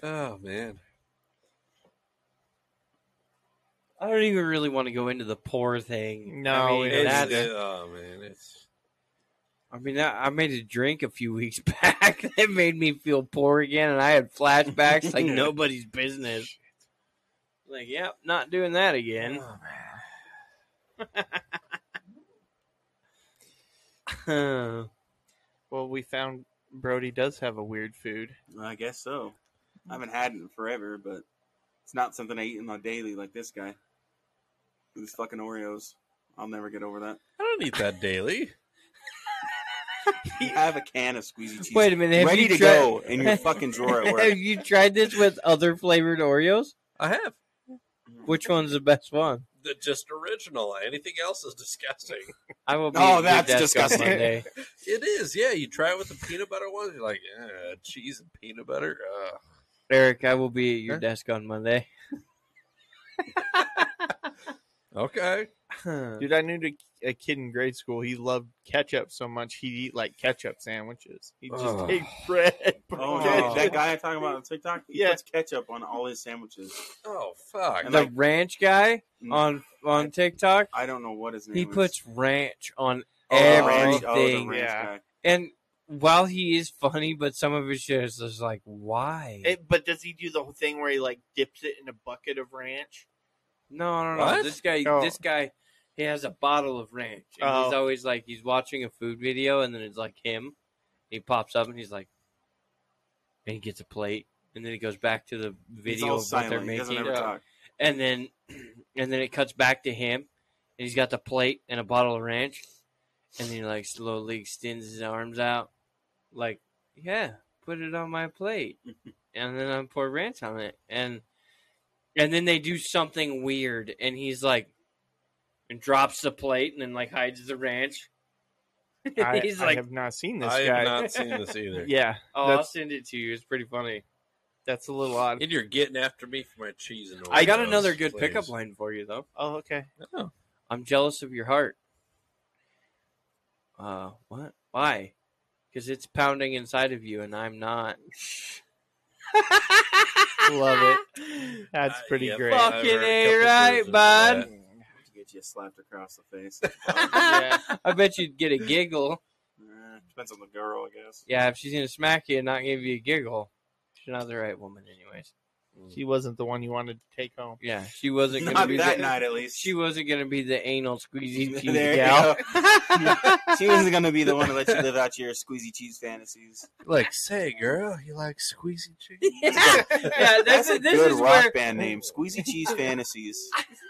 oh man. I don't even really want to go into the poor thing. I No, mean, it's- that's- it's- oh man, it's I mean, I, I made a drink a few weeks back that made me feel poor again, and I had flashbacks like nobody's business. Like, yep, not doing that again. oh, man. well, we found Brody does have a weird food. I guess so. I haven't had it in forever, but it's not something I eat in my daily like this guy. These fucking Oreos. I'll never get over that. I don't eat that daily. You have a can of squeezy cheese Wait a minute, have ready you to tried- go in your fucking drawer at work. Have you tried this with other flavored Oreos? I have Which one's the best one? the just original. Anything else is disgusting. I will. Be Oh, at your that's desk on disgusting. Monday. It is, yeah. You try it with the peanut butter ones, you're like, eh, cheese and peanut butter. Uh. Eric, I will be at your Huh? desk on Monday. Okay. Dude, I knew a- a kid in grade school. He loved ketchup so much he'd eat like ketchup sandwiches. He just Ugh. ate bread. Oh, Oh. dude, that guy I talking about on TikTok, he Yeah. puts ketchup on all his sandwiches. Oh fuck. the And like- ranch guy on on TikTok, Hmm. I don't know what his name he is. puts ranch on Oh, the ranch- oh, the everything. ranch Yeah. guy. And while he is funny, but some of his shit is just like, why? It- but does he do the whole thing where he like dips it in a bucket of ranch? no, no, no. What? This guy, Oh. this guy, he has a bottle of ranch, and he's Oh. always like, he's watching a food video, and then it's like him. He pops up and he's like, and he gets a plate, and then he goes back to the He's video all of what they're silent. He doesn't making, ever talk. and then and then it cuts back to him, and he's got the plate and a bottle of ranch, and he like slowly extends his arms out, like yeah, put it on my plate, and then I pour ranch on it, and and then they do something weird, and he's like, and drops the plate, and then like hides the ranch. I, he's I like, have not seen this I guy. have not seen this either. yeah, oh, I'll that's send it to you. It's pretty funny. that's a little odd. And you're getting after me for my cheese and I got Oreos, another good please. pickup line for you though. Oh, okay. Oh. I'm jealous of your heart. Uh, what? Why? Because it's pounding inside of you, and I'm not. Love it. That's Uh, pretty yeah, great. fuck. I've Fucking A heard couple right, versions of bud. that. Get you slapped across the face. Yeah. I bet you'd get a giggle. Eh, Depends on the girl, I guess. Yeah, if she's gonna smack you and not give you a giggle, she's not the right woman, anyways. She wasn't the one you wanted to take home. Yeah, she wasn't gonna Not be that the, night, at least. She wasn't gonna be the anal squeezy cheese There you gal. she wasn't going to be the one to let you live out your squeezy cheese fantasies. Like, say, girl, you like squeezing cheese? yeah, yeah, That's, this, is a this good is rock where band name, Squeezy Cheese Fantasies.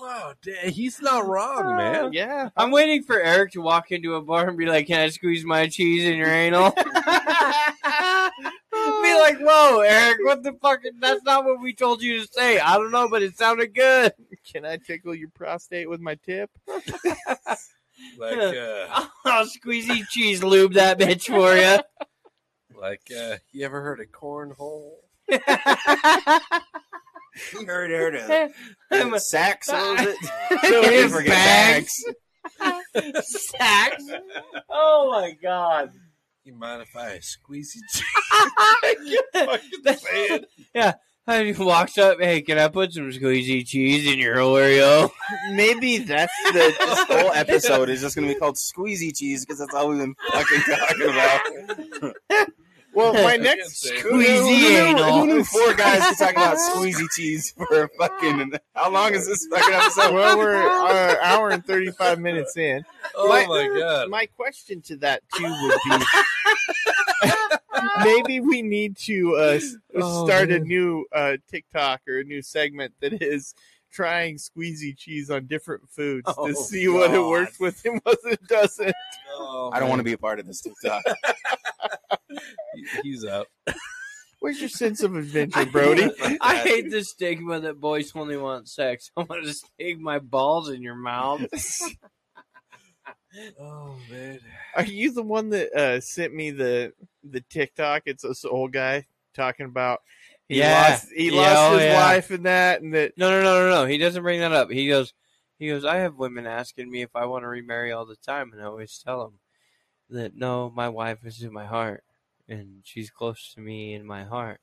wow, da- he's not wrong, man. Yeah. I'm waiting for Eric to walk into a bar and be like, "Can I squeeze my cheese in your anal?" be like, "Whoa, Eric, what the fuck? That's not what we told you to say." I don't know, but it sounded good. Can I tickle your prostate with my tip? Like, uh, I'll squeezy cheese lube that bitch for you. like, uh, you ever heard of cornhole? heard, heard of I'm a- Sax owns it. His Forget bags, Sax. sacks. Oh my god. You mind if I squeeze your cheese? And he walks up, hey, can I put some squeezy cheese in your Oreo? Maybe that's The, this whole episode is just going to be called Squeezy Cheese because that's all we've been fucking talking about. well. My I can't next say Who knew- Squeezy who knew- Who knew anal. four guys could talk about Squeezy Cheese for a fucking. How long is this fucking episode? well, we're uh, hour and thirty-five minutes in. Oh My- my god! My question to that too would be: Maybe we need to uh, s- Oh, start a man. new uh, TikTok or a new segment that is trying squeezy cheese on different foods Oh, to see what it God. works with and what it doesn't. Oh, I don't man. want to be a part of this TikTok. He- He's up. Where's your sense of adventure, Brody? I hate the stigma that boys only want sex. I want to stick my balls in your mouth. Oh man! Are you the one that uh, sent me the the TikTok? It's this old guy talking about he Yeah. lost he Yeah, lost oh, his yeah. wife and that and that No, no, no, no, no. He doesn't bring that up. He goes, he goes. I have women asking me if I want to remarry all the time, and I always tell them that no, my wife is in my heart, and she's close to me in my heart.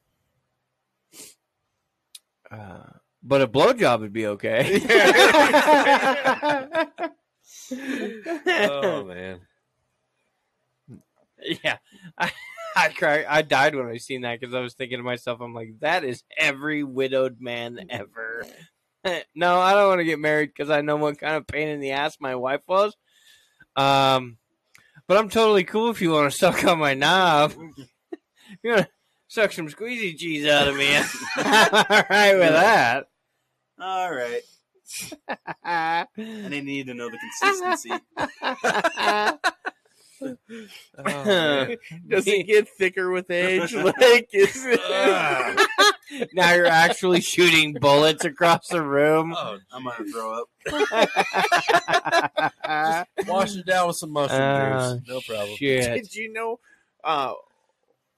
Uh, but a blowjob would be okay. oh man, yeah, I, I cried. I died when I seen that because I was thinking to myself, I'm like, that is every widowed Mm. man ever. no, I don't want to get married because I know what kind of pain in the ass my wife was. Um, but I'm totally cool if you want to suck on my knob. you want to suck some squeezy cheese out of me? I'm all right with that. All right. I didn't need to know the consistency. Oh, does it get thicker with age? Like is it Ugh. now you're actually shooting bullets across the room. oh, I'm gonna throw up. Uh, wash it down with some mushroom Oh, juice, no problem. Shit. did you know uh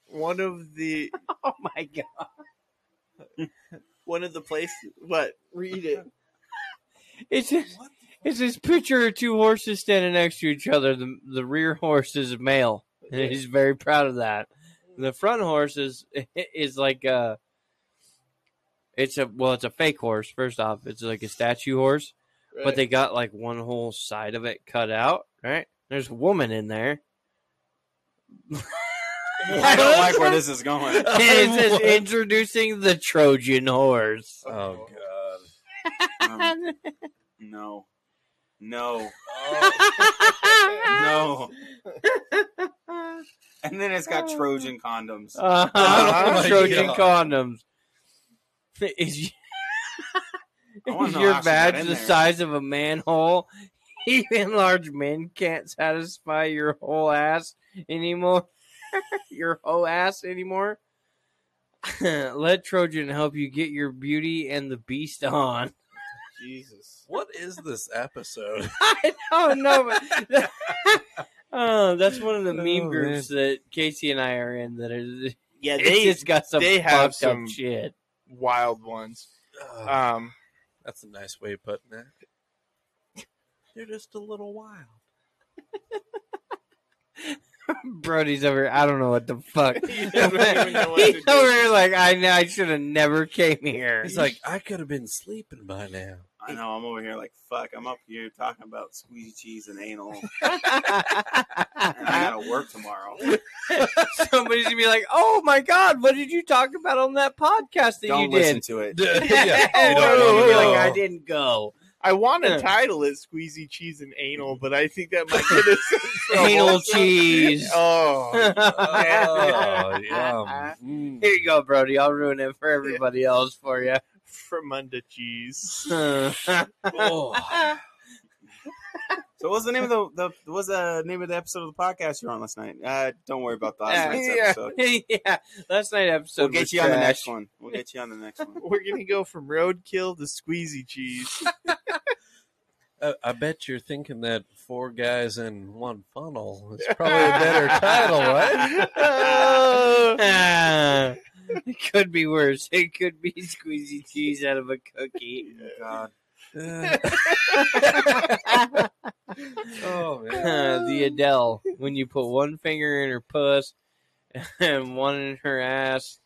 one of the Oh my god. one of the places what read it It's just, it's this picture of two horses standing next to each other. The the rear horse is a male, and he's very proud of that. The front horse is is like a it's a well, it's a fake horse. First off, it's like a statue horse, but they got like one whole side of it cut out. Right? There's a woman in there. I don't like where this is going. And it says introducing the Trojan horse. Oh god. Um, no, no, Oh, no. And then it's got Trojan condoms. Uh, Oh my Trojan God. condoms. Is, I y- wanna is know your how she got badge in the there. size of a manhole? Even large men can't satisfy your whole ass anymore. your whole ass anymore. Let Trojan help you get your beauty and the beast on. Jesus. what is this episode? I don't know. But oh, that's one of the meme Oh, groups that Casey and I are in. That is, Yeah, it's they just got some they have fucked some- up shit. wild ones. Ugh, Um that's a nice way of putting it. They're just a little wild. Brody's over. here, I don't know what the fuck. He doesn't even know what to He's do. over here like I know I should have never came here. He's like, I could have been sleeping by now. I know. I'm over here like fuck. I'm up here talking about squeezy cheese and anal. And I gotta work tomorrow. Somebody's gonna be like, "Oh my god, what did you talk about on that podcast that Don't you listen did?" oh, to it. And Brody You don't Oh, will be wanna like, know. "I didn't go." I want Yeah. to title it "Squeezy Cheese and Anal," but I think that might get us in trouble. Anal cheese. Oh, Oh, Mm. yum. Here you go, Brody. I'll ruin it for everybody else for you. Fremunda cheese. Oh. So what's the name of the, the what's the name of the episode of the podcast you're on last night? Uh, don't worry about the last Yeah. night's Yeah. episode. yeah, last night episode. We'll get was you on the trash. next one. We'll get you on the next one. Oh We're gonna go from roadkill to squeezy cheese. I, I bet you're thinking that four guys in one funnel is probably a better title, right? Ah, it could be worse. It could be squeezy cheese out of a cookie. God. Uh, oh man. the Adele when you put one finger in her puss and one in her ass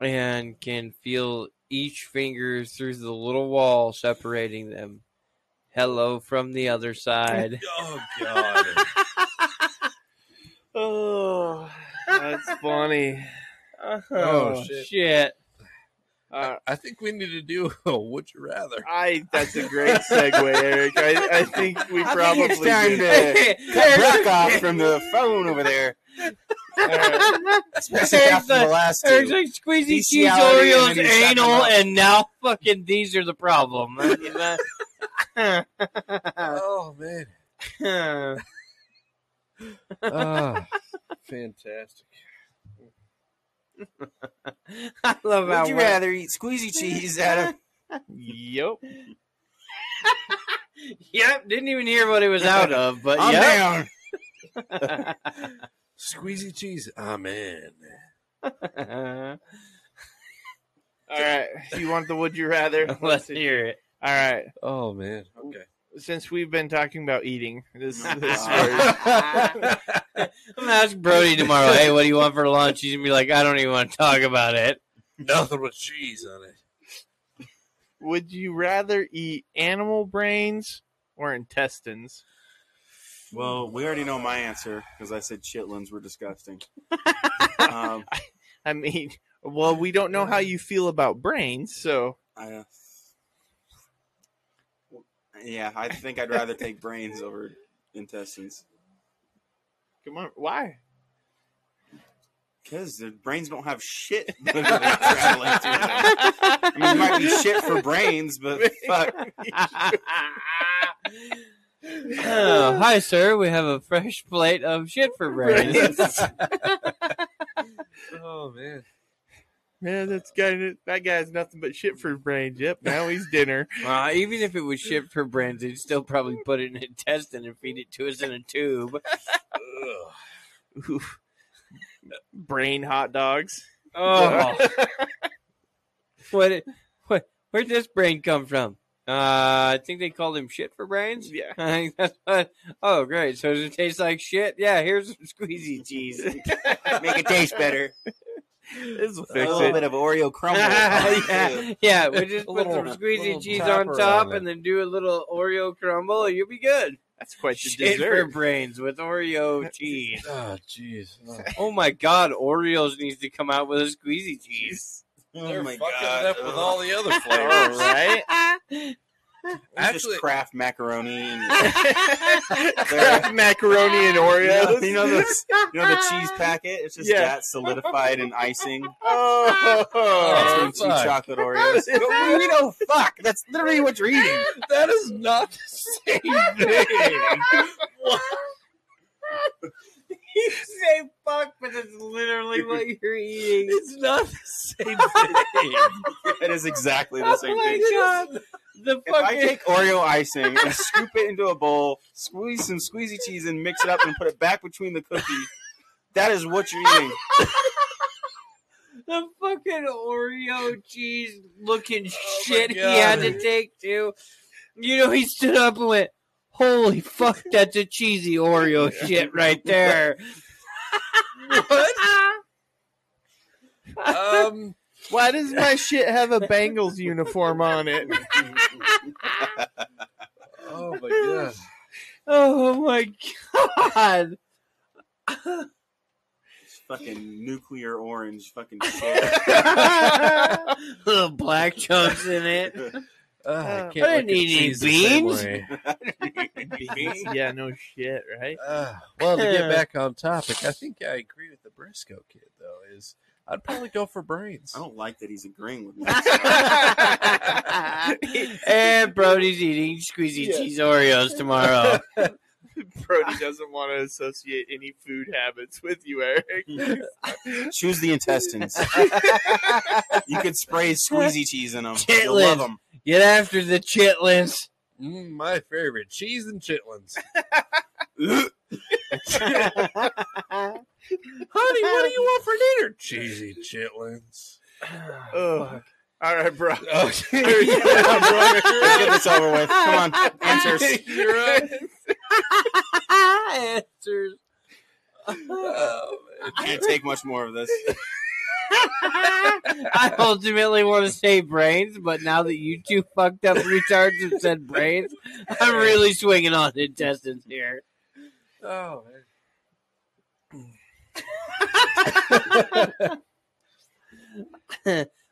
and can feel each finger through the little wall separating them. Hello from the other side. Oh god. oh, that's funny. Oh, shit. Uh, I think we need to do a would you rather. I that's a great segue, Eric. I, I think we I probably think it's time did. to cut Brock off from the phone over there, Uh, especially Eric's after the like- last There's two. like squeezy cheese Bestiality and Oreos, then he's sucking anal, up. and now fucking these are the problem. Oh man. uh, Ah, fantastic. I love how Would you we're- rather eat squeezy cheese out of? Yep. Yep, didn't even hear what it was out uh, of, but I'm yeah. down. Squeezy cheese. Ah man. All right. You want the would you rather? Let's see. hear it. All right. Oh man. Okay. Since we've been talking about eating, this this Uh, I'm gonna ask Brody tomorrow. Hey, what do you want for lunch? He's gonna be like, I don't even want to talk about it. Nothing with cheese on it. would you rather eat animal brains or intestines? well, we already know my answer because I said chitlins were disgusting. um, I mean, well, we don't know how you feel about brains, so I, uh, yeah, I think I'd rather take brains over intestines come on. Why? because the brains don't have shit. traveling through them. I mean, it might be shit for brains, but fuck. Oh, hi, sir. We have a fresh plate of shit for brains. Oh man. Man, that's guy. That guy's nothing but shit for brains. Yep, now he's dinner. well, even if it was shit for brains, they'd still probably put it in an intestine and feed it to us in a tube. Ugh. Oof. Brain hot dogs. Oh, what? What? Where'd this brain come from? Uh, I think they called him shit for brains. yeah. I think that's what. Oh, great. So does it taste like shit? Yeah. Here's some squeezy cheese. Make it taste better. This will a fix little it. bit of Oreo crumble. Oh, Oh, yeah, yeah. We just A put little- some squeezy little cheese topper on top, on it. and then do a little Oreo crumble. and You'll be good. That's quite the Shit for dessert. brains with Oreo cheese. Oh jeez. Oh, Oh my God, Oreos needs to come out with a squeezy cheese. they're Oh my fucking god! it up with all the other All flavors. right. Actually, just Kraft macaroni and Kraft macaroni and Oreos. You know, you know those- you know the cheese packet. It's just Yeah. that solidified in icing Oh, between two fuck. chocolate Oreos. But we- we don't- Fuck! That's literally what you're eating. that is not the same thing. You say fuck, but it's literally what you're eating. It's not the same thing. That is exactly Oh the same thing. God. The If I fucking take Oreo icing and scoop it into a bowl, squeeze some squeezy cheese and mix it up and put it back between the cookie, that is what you're eating. the fucking Oreo cheese looking my shit he had to God. take too. You know he stood up and went, "Holy fuck, that's a cheesy Oreo shit right there." what? Um, Why does my shit have a Bengals uniform on it? oh my god. Oh my god. fucking nuclear orange fucking shit. Little black chunks in it. Uh, Ugh, Ah, I, I can't didn't look at eat any cheese the same beans. way. yeah, no shit, right? Ah, well, to get back on topic, I think I agree with the Briscoe kid though. Is I'd probably go for brains. I don't like that he's agreeing with me. and Brody's eating squeezy Yeah. cheese Oreos tomorrow. Brody doesn't want to associate any food habits with you, Eric. Choose the intestines. you could spray squeezy cheese in them. You'll Chitlin. love them. Get after the chitlins. Mm, my favorite cheese and chitlins. Honey, what do you want for dinner? Cheesy chitlins. Oh, Ugh. All right, bro. Let's get this over with. Come on, answers. You're right. Answers. Oh, man. Can't take much more of this. I ultimately want to say brains, but now that you two fucked up retards and said brains, I'm really swinging on intestines here. Oh, man.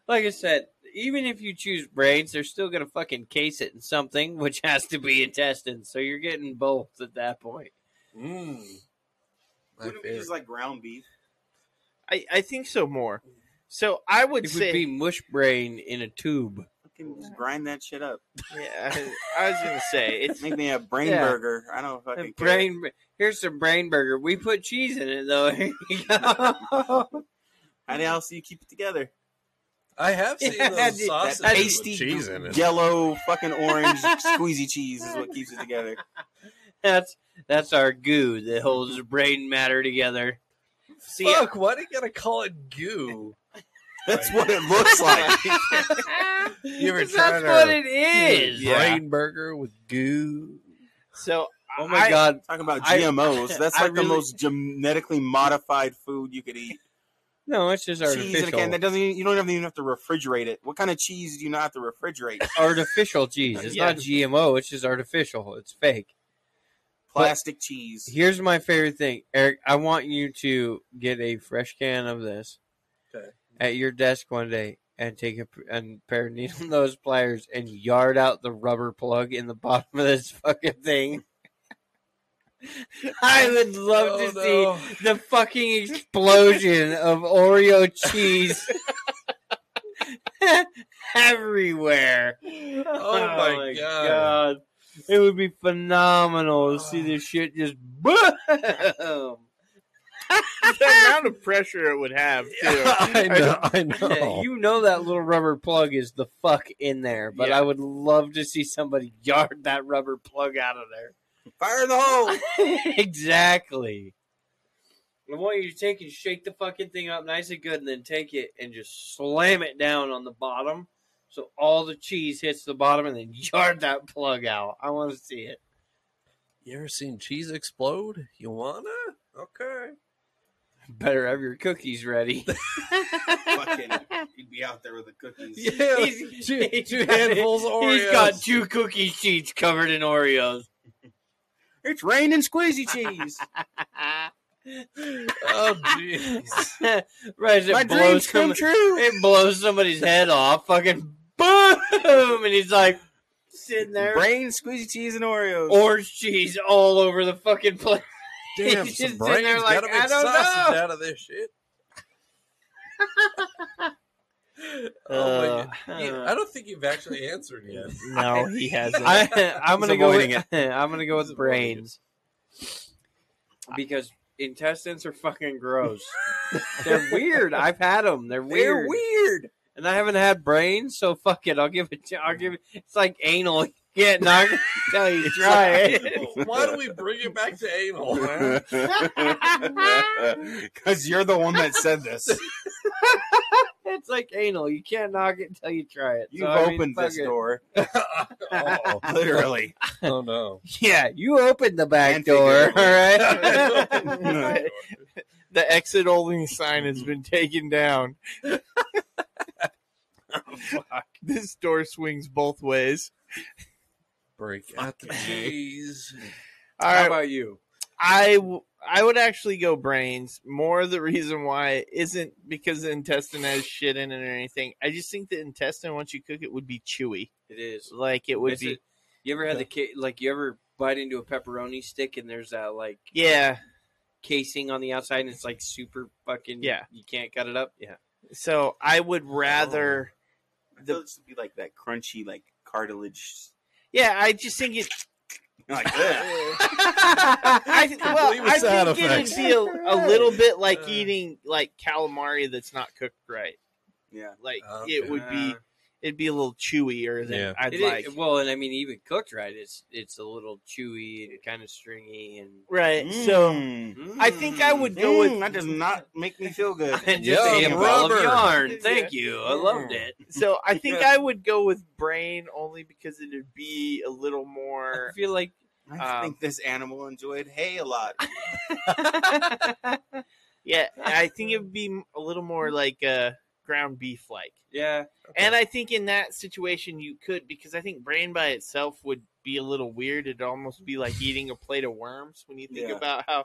Like I said, even if you choose brains, they're still going to fucking case it in something, which has to be intestines. So you're getting both at that point. Mm. My Wouldn't it be favorite. just like ground beef? I, I think so more. So I would It say, would be mush brain in a tube. Fucking just grind that shit up. yeah, I, I was gonna say it's Make me a brain Yeah. burger. I don't fucking care. brain. Here's some brain burger. We put cheese in it though. Here you go. How the hell do you keep it together? I have seen Yeah, that- those that sausages tasty with cheese in it. Yellow, fucking orange, squeezy cheese is what keeps it together. that's that's our goo that holds the brain matter together. See, Fuck, why do you gotta call it goo? that's what it looks like. You ever 'Cause tried that's our- what it is. Yeah. Brain burger with goo. So Oh my I- god! Talking about I- GMOs, that's I like the really- most genetically modified food you could eat. No, it's just Cheese in a can artificial. that doesn't even, you don't even have to refrigerate it. What kind of cheese do you not have to refrigerate? Artificial cheese. It's Yeah. not GMO. It's just artificial. It's fake. Plastic cheese. Here's my favorite thing, Eric. I want you to get a fresh can of this Okay. at your desk one day and take a, a pair of needle nose pliers and yard out the rubber plug in the bottom of this fucking thing. I would love Oh, to see the fucking explosion of Oreo cheese everywhere. Oh, my God. It would be phenomenal to see this shit just boom. the amount of pressure it would have too. I know, I Yeah, know. you know that little rubber plug is the fuck in there, but Yeah. I would love to see somebody yard that rubber plug out of there. Fire the hole. exactly. I want you to take and shake the fucking thing up nice and good, and then take it and just slam it down on the bottom, so all the cheese hits the bottom, and then yard that plug out. I want to see it. You ever seen cheese explode? You wanna? Okay. Better have your cookies ready. Fucking, you'd be out there with the cookies. Yeah, He's- two, he's two got- handfuls of Oreos. He's got two cookie sheets covered in Oreos. It's raining squeezy cheese. Oh jeez. right, as it My blows dreams come somebody- true. It blows somebody's head off. Fucking boom, and he's like sitting there, Brain squeezy cheese and Oreos. orange cheese all over the fucking place. Damn, He's just some in brains there like, gotta "I make don't sausage know." out of this shit. oh my Uh, God. You- I don't think you've actually answered yet. no, he hasn't. I, I'm gonna go. With, avoiding I'm gonna go He's with avoiding it. brains because intestines are fucking gross. They're weird. I've had them. They're weird. They're weird. And I haven't had brains, so fuck it. I'll give it. To, I'll give it. It's like anal. You Get knocked until you try it. Why do we bring it back to anal? Oh, huh? Because you're the one that said this. It's like anal. You can't knock it until you try it. You've So, I mean, opened fuck this it. door, oh, literally. oh no. Yeah, you opened the back And door. All figuratively. right. the exit only sign has been taken down. This door swings both ways. Break out the cheese. All right, about you? I w- I would actually go brains. More the reason why isn't because the intestine has shit in it or anything. I just think the intestine once you cook it would be chewy. It is. Like it would It's be a- you ever had the ca- like? You ever bite into a pepperoni stick and there's that like yeah. casing on the outside and it's like super fucking. Yeah. You can't cut it up. Yeah. So I would rather The, it should be like that crunchy, like cartilage, yeah. I just think it. like that. I, well, Complete with I side think it'd effects. be a, a little bit like Uh. eating like calamari that's not cooked right. Yeah. Like Okay. it would be it'd be a little chewier than Yeah. I'd It is- like. well, and I mean, even cooked right, it's it's a little chewy and kind of stringy and. Right. So Mm. I think I would go with- Mm, that does not make me feel good. And just Yeah, a ball of rubber. yarn. Thank you. I loved it. so I think I would go with brain only because it'd be a little I more feel like I Um, think this animal enjoyed hay a lot. yeah, I think it'd be a little more like uh ground beef like. yeah, And I think in that situation you could because I think brain by itself would be a little weird. It'd almost be like eating a plate of worms when you think Yeah. about how.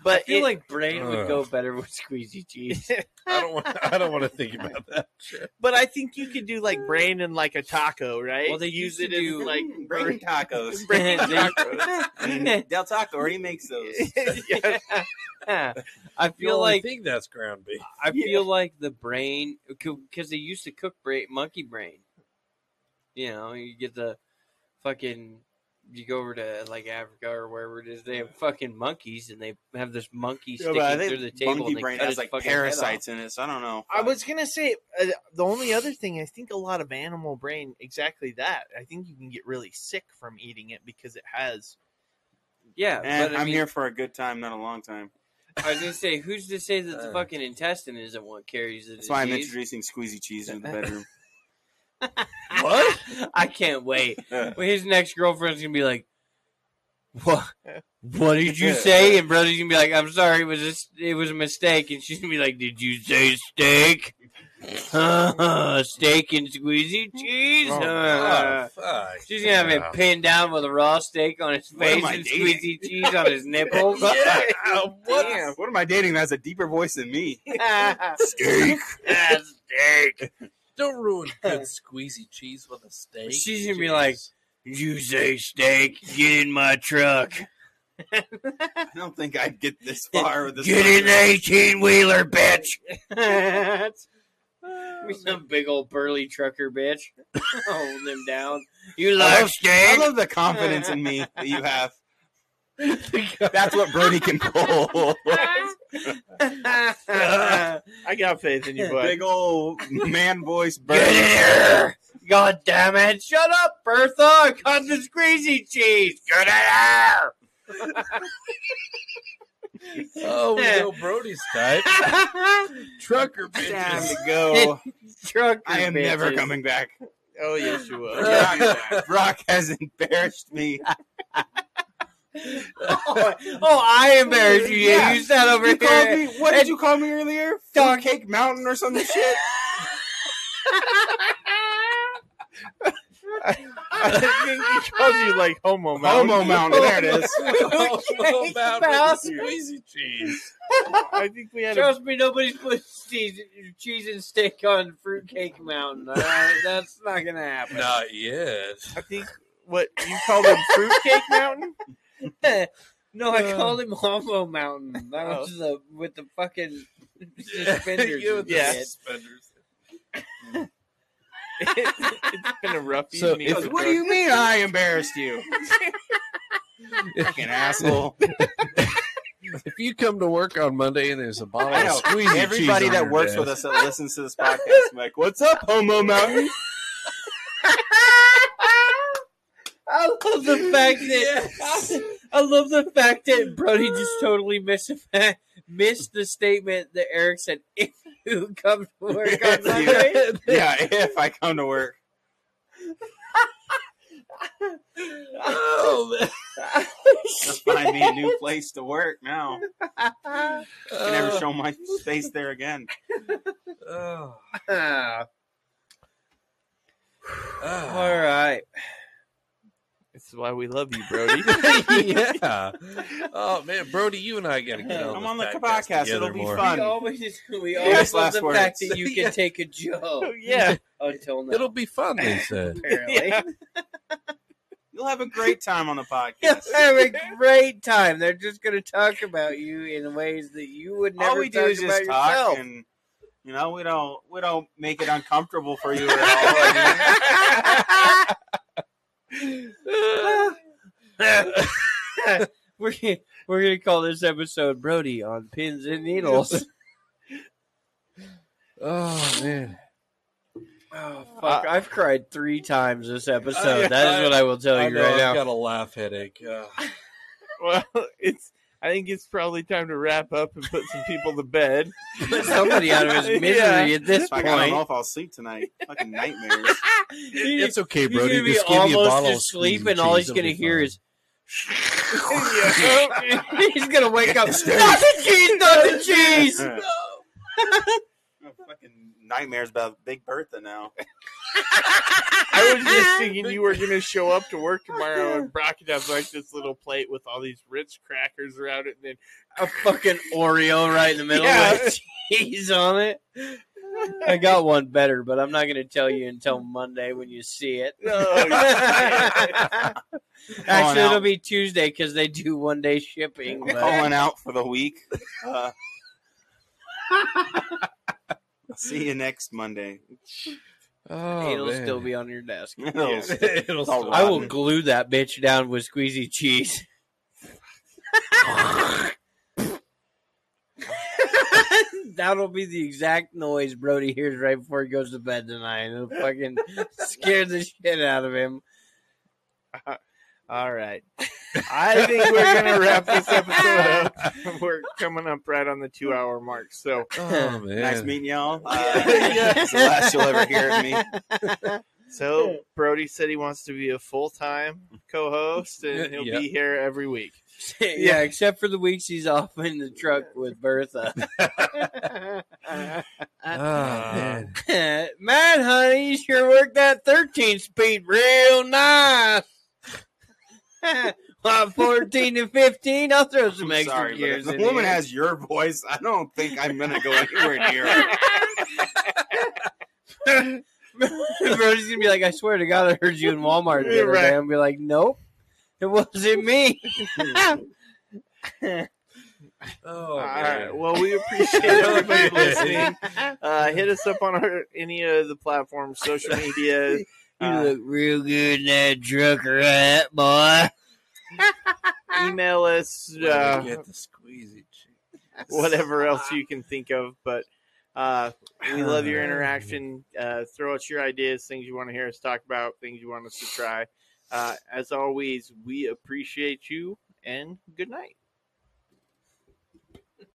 I But feel it- like brain would Ugh. go better with squeezy cheese. I don't. Want, I don't want to think about that. shit. but I think you could do like brain and like a taco, right? Well, they use used it to do- as like Mm, brain tacos. brain They- tacos. Mm, Del Taco already makes those. Yeah. I You feel like think that's ground beef. I Yeah. feel like the brain because they used to cook brain, monkey brain. You know, you get the fucking. You go over to like Africa or wherever it is, they have fucking monkeys, and they have this monkey Yeah, sticking but I through think the table. and monkey they brain cut has its like fucking head off. parasites in it, so I don't know. I was gonna say uh, the only other thing I think a lot of animal brain exactly that I think you can get really sick from eating it because it has Yeah, And but I Eh, I'm mean, here for a good time, not a long time. I was gonna say, who's to say that the Uh. fucking intestine isn't what carries the That's why I'm disease? introducing squeezy cheese into the bedroom. What? I can't wait. Uh, Well, his next girlfriend's gonna be like, "What? What did you say?" And brother's gonna be like, "I'm sorry, it was a, s- it was a mistake." And she's gonna be like, "Did you say steak? steak and squeezy cheese?" Oh, huh?" fuck. Uh, She's gonna have him Yeah. pinned down with a raw steak on his What am face I and dating? squeezy cheese on his nipples. Yeah, what? Damn, what am I dating that has a deeper voice than me? Steak. steak. Don't ruin good squeezy cheese with a steak. She's gonna be like- You say steak? Get in my truck. I don't think I'd get this far with this. Get in the fucker. eighteen wheeler, bitch. Be some big old burly trucker bitch holding him down. You I love love- steak? I love the confidence in me that you have. That's what Brody can pull. I got faith in you, bud. Big old man voice Get Brody. here! God damn it! Shut up, Bertha! I Got the squeezy cheese. Get in here! oh, we know Brody's type. Trucker Time bitches. to go. Trucker I am never bitches. coming back. Oh yes, you will. Brock, Brock has embarrassed me. Oh, oh, I embarrassed you. Yeah. Yeah. You sat over You called here. me. What and- did you call me earlier? Dog- Dog Cake Mountain or some shit. I think he calls you like homo. Homo Mountain. There it is. Oh, Okay, about pal. with the squeezy cheese. I think we had a Trust me, nobody's putting cheese, cheese and steak on Fruitcake Mountain. All right, that's not gonna happen. Not yet. I think what you called him Fruitcake Mountain. no, I Uh. called him Homo Mountain. That Oh. was the with the fucking suspenders. You and with the Yeah. shit. suspenders. it's been a rough So evening. if- for What Brody. do you mean I embarrassed you? Fucking asshole. If you come to work on Monday and there's a bottle I of know. squeezy cheese, Everybody on that your works desk, with us that listens to this podcast, I'm like, what's up, Homo Mountain? I love the fact that I love the fact that Brody just totally missed missed the statement that Eric said. If you come to work on If you- Monday, yeah, if I come to work. Oh, man. Find me a new place to work now. I can never Oh. show my face there again. Oh. Ah, all Oh. right. this is why we love you, Brody. yeah. uh, Oh man, Brody, you and I gotta get on. Come this on the podcast. podcast, together it'll be more. fun. We always we Yeah, always that's love last the words. fact that you can Yeah. take a joke yeah, until now. It'll be fun. They said. apparently. Yeah. You'll have a great time on the You'll podcast. have a great time. They're just going to talk about you in ways that you would never All we do talk is just about talk, yourself. and you know, we don't we don't make it uncomfortable for you at we're gonna- we're going to call this episode Brody on pins and needles. oh man. Oh fuck! I've cried three times this episode. that I- is what I will tell I you know right I've now. got a laugh headache. Uh, well, it's. I think it's probably time to wrap up and put some people to bed. Put somebody out of his misery Yeah. at this all. Like, I don't know point. if I'll sleep tonight. Fucking nightmares. it's okay, He's Brody. gonna be Just give me a almost bottle of asleep, squeezy and all cheese, he's gonna it'll be hear fun. is Yeah. he's gonna wake up. Not the cheese, not the cheese. Uh, Fucking nightmares about Big Bertha now. I was just thinking you were going to show up to work Oh, tomorrow and Brock would have like this little plate with all these Ritz crackers around it, and A fucking Oreo right in the middle Yeah. with cheese on it. I got one better, but I'm not gonna tell you until Monday when you see it. then oh, Calling Actually, it'll out. be Tuesday because they do one day shipping. but- Calling out for the week. Uh, see you next Monday. Oh, It'll man. still be on your desk. It'll Yeah. still- It'll I'll still- I will Rotten. glue that bitch down with squeezy cheese. That'll be the exact noise Brody hears right before he goes to bed tonight. It'll fucking scare the shit out of him. all right. I think we're gonna wrap this episode up. We're coming up right on the two hour mark. So Oh man, Nice meeting y'all. Uh, Yeah. It's the last you'll ever hear of me. so Brody said he wants to be a full time co host and he'll Yeah. be here every week. yeah, except for the weeks he's off in the truck with Bertha. Ah, man. Man, honey, you sure worked that 13 speed real nice. Well, 14 to 15, I'll throw some I'm extra sorry, but if gears the in woman here. has your voice, I don't think I'm gonna go anywhere near her. Brody's gonna be like, I swear to God, I heard you in Walmart the other Right. day. I'm be like, nope, it wasn't me. Oh, All man. right. Well, we appreciate everybody listening. Uh, hit us up on our, any of the platforms, social media. You Uh, look real good in that trucker hat, boy. email us, Way to uh, get the squeezy cheeks. whatever else you can think of. But uh, we love your interaction. Uh, throw us your ideas, things you want to hear us talk about, things you want us to try. Uh, as always, we appreciate you and good night.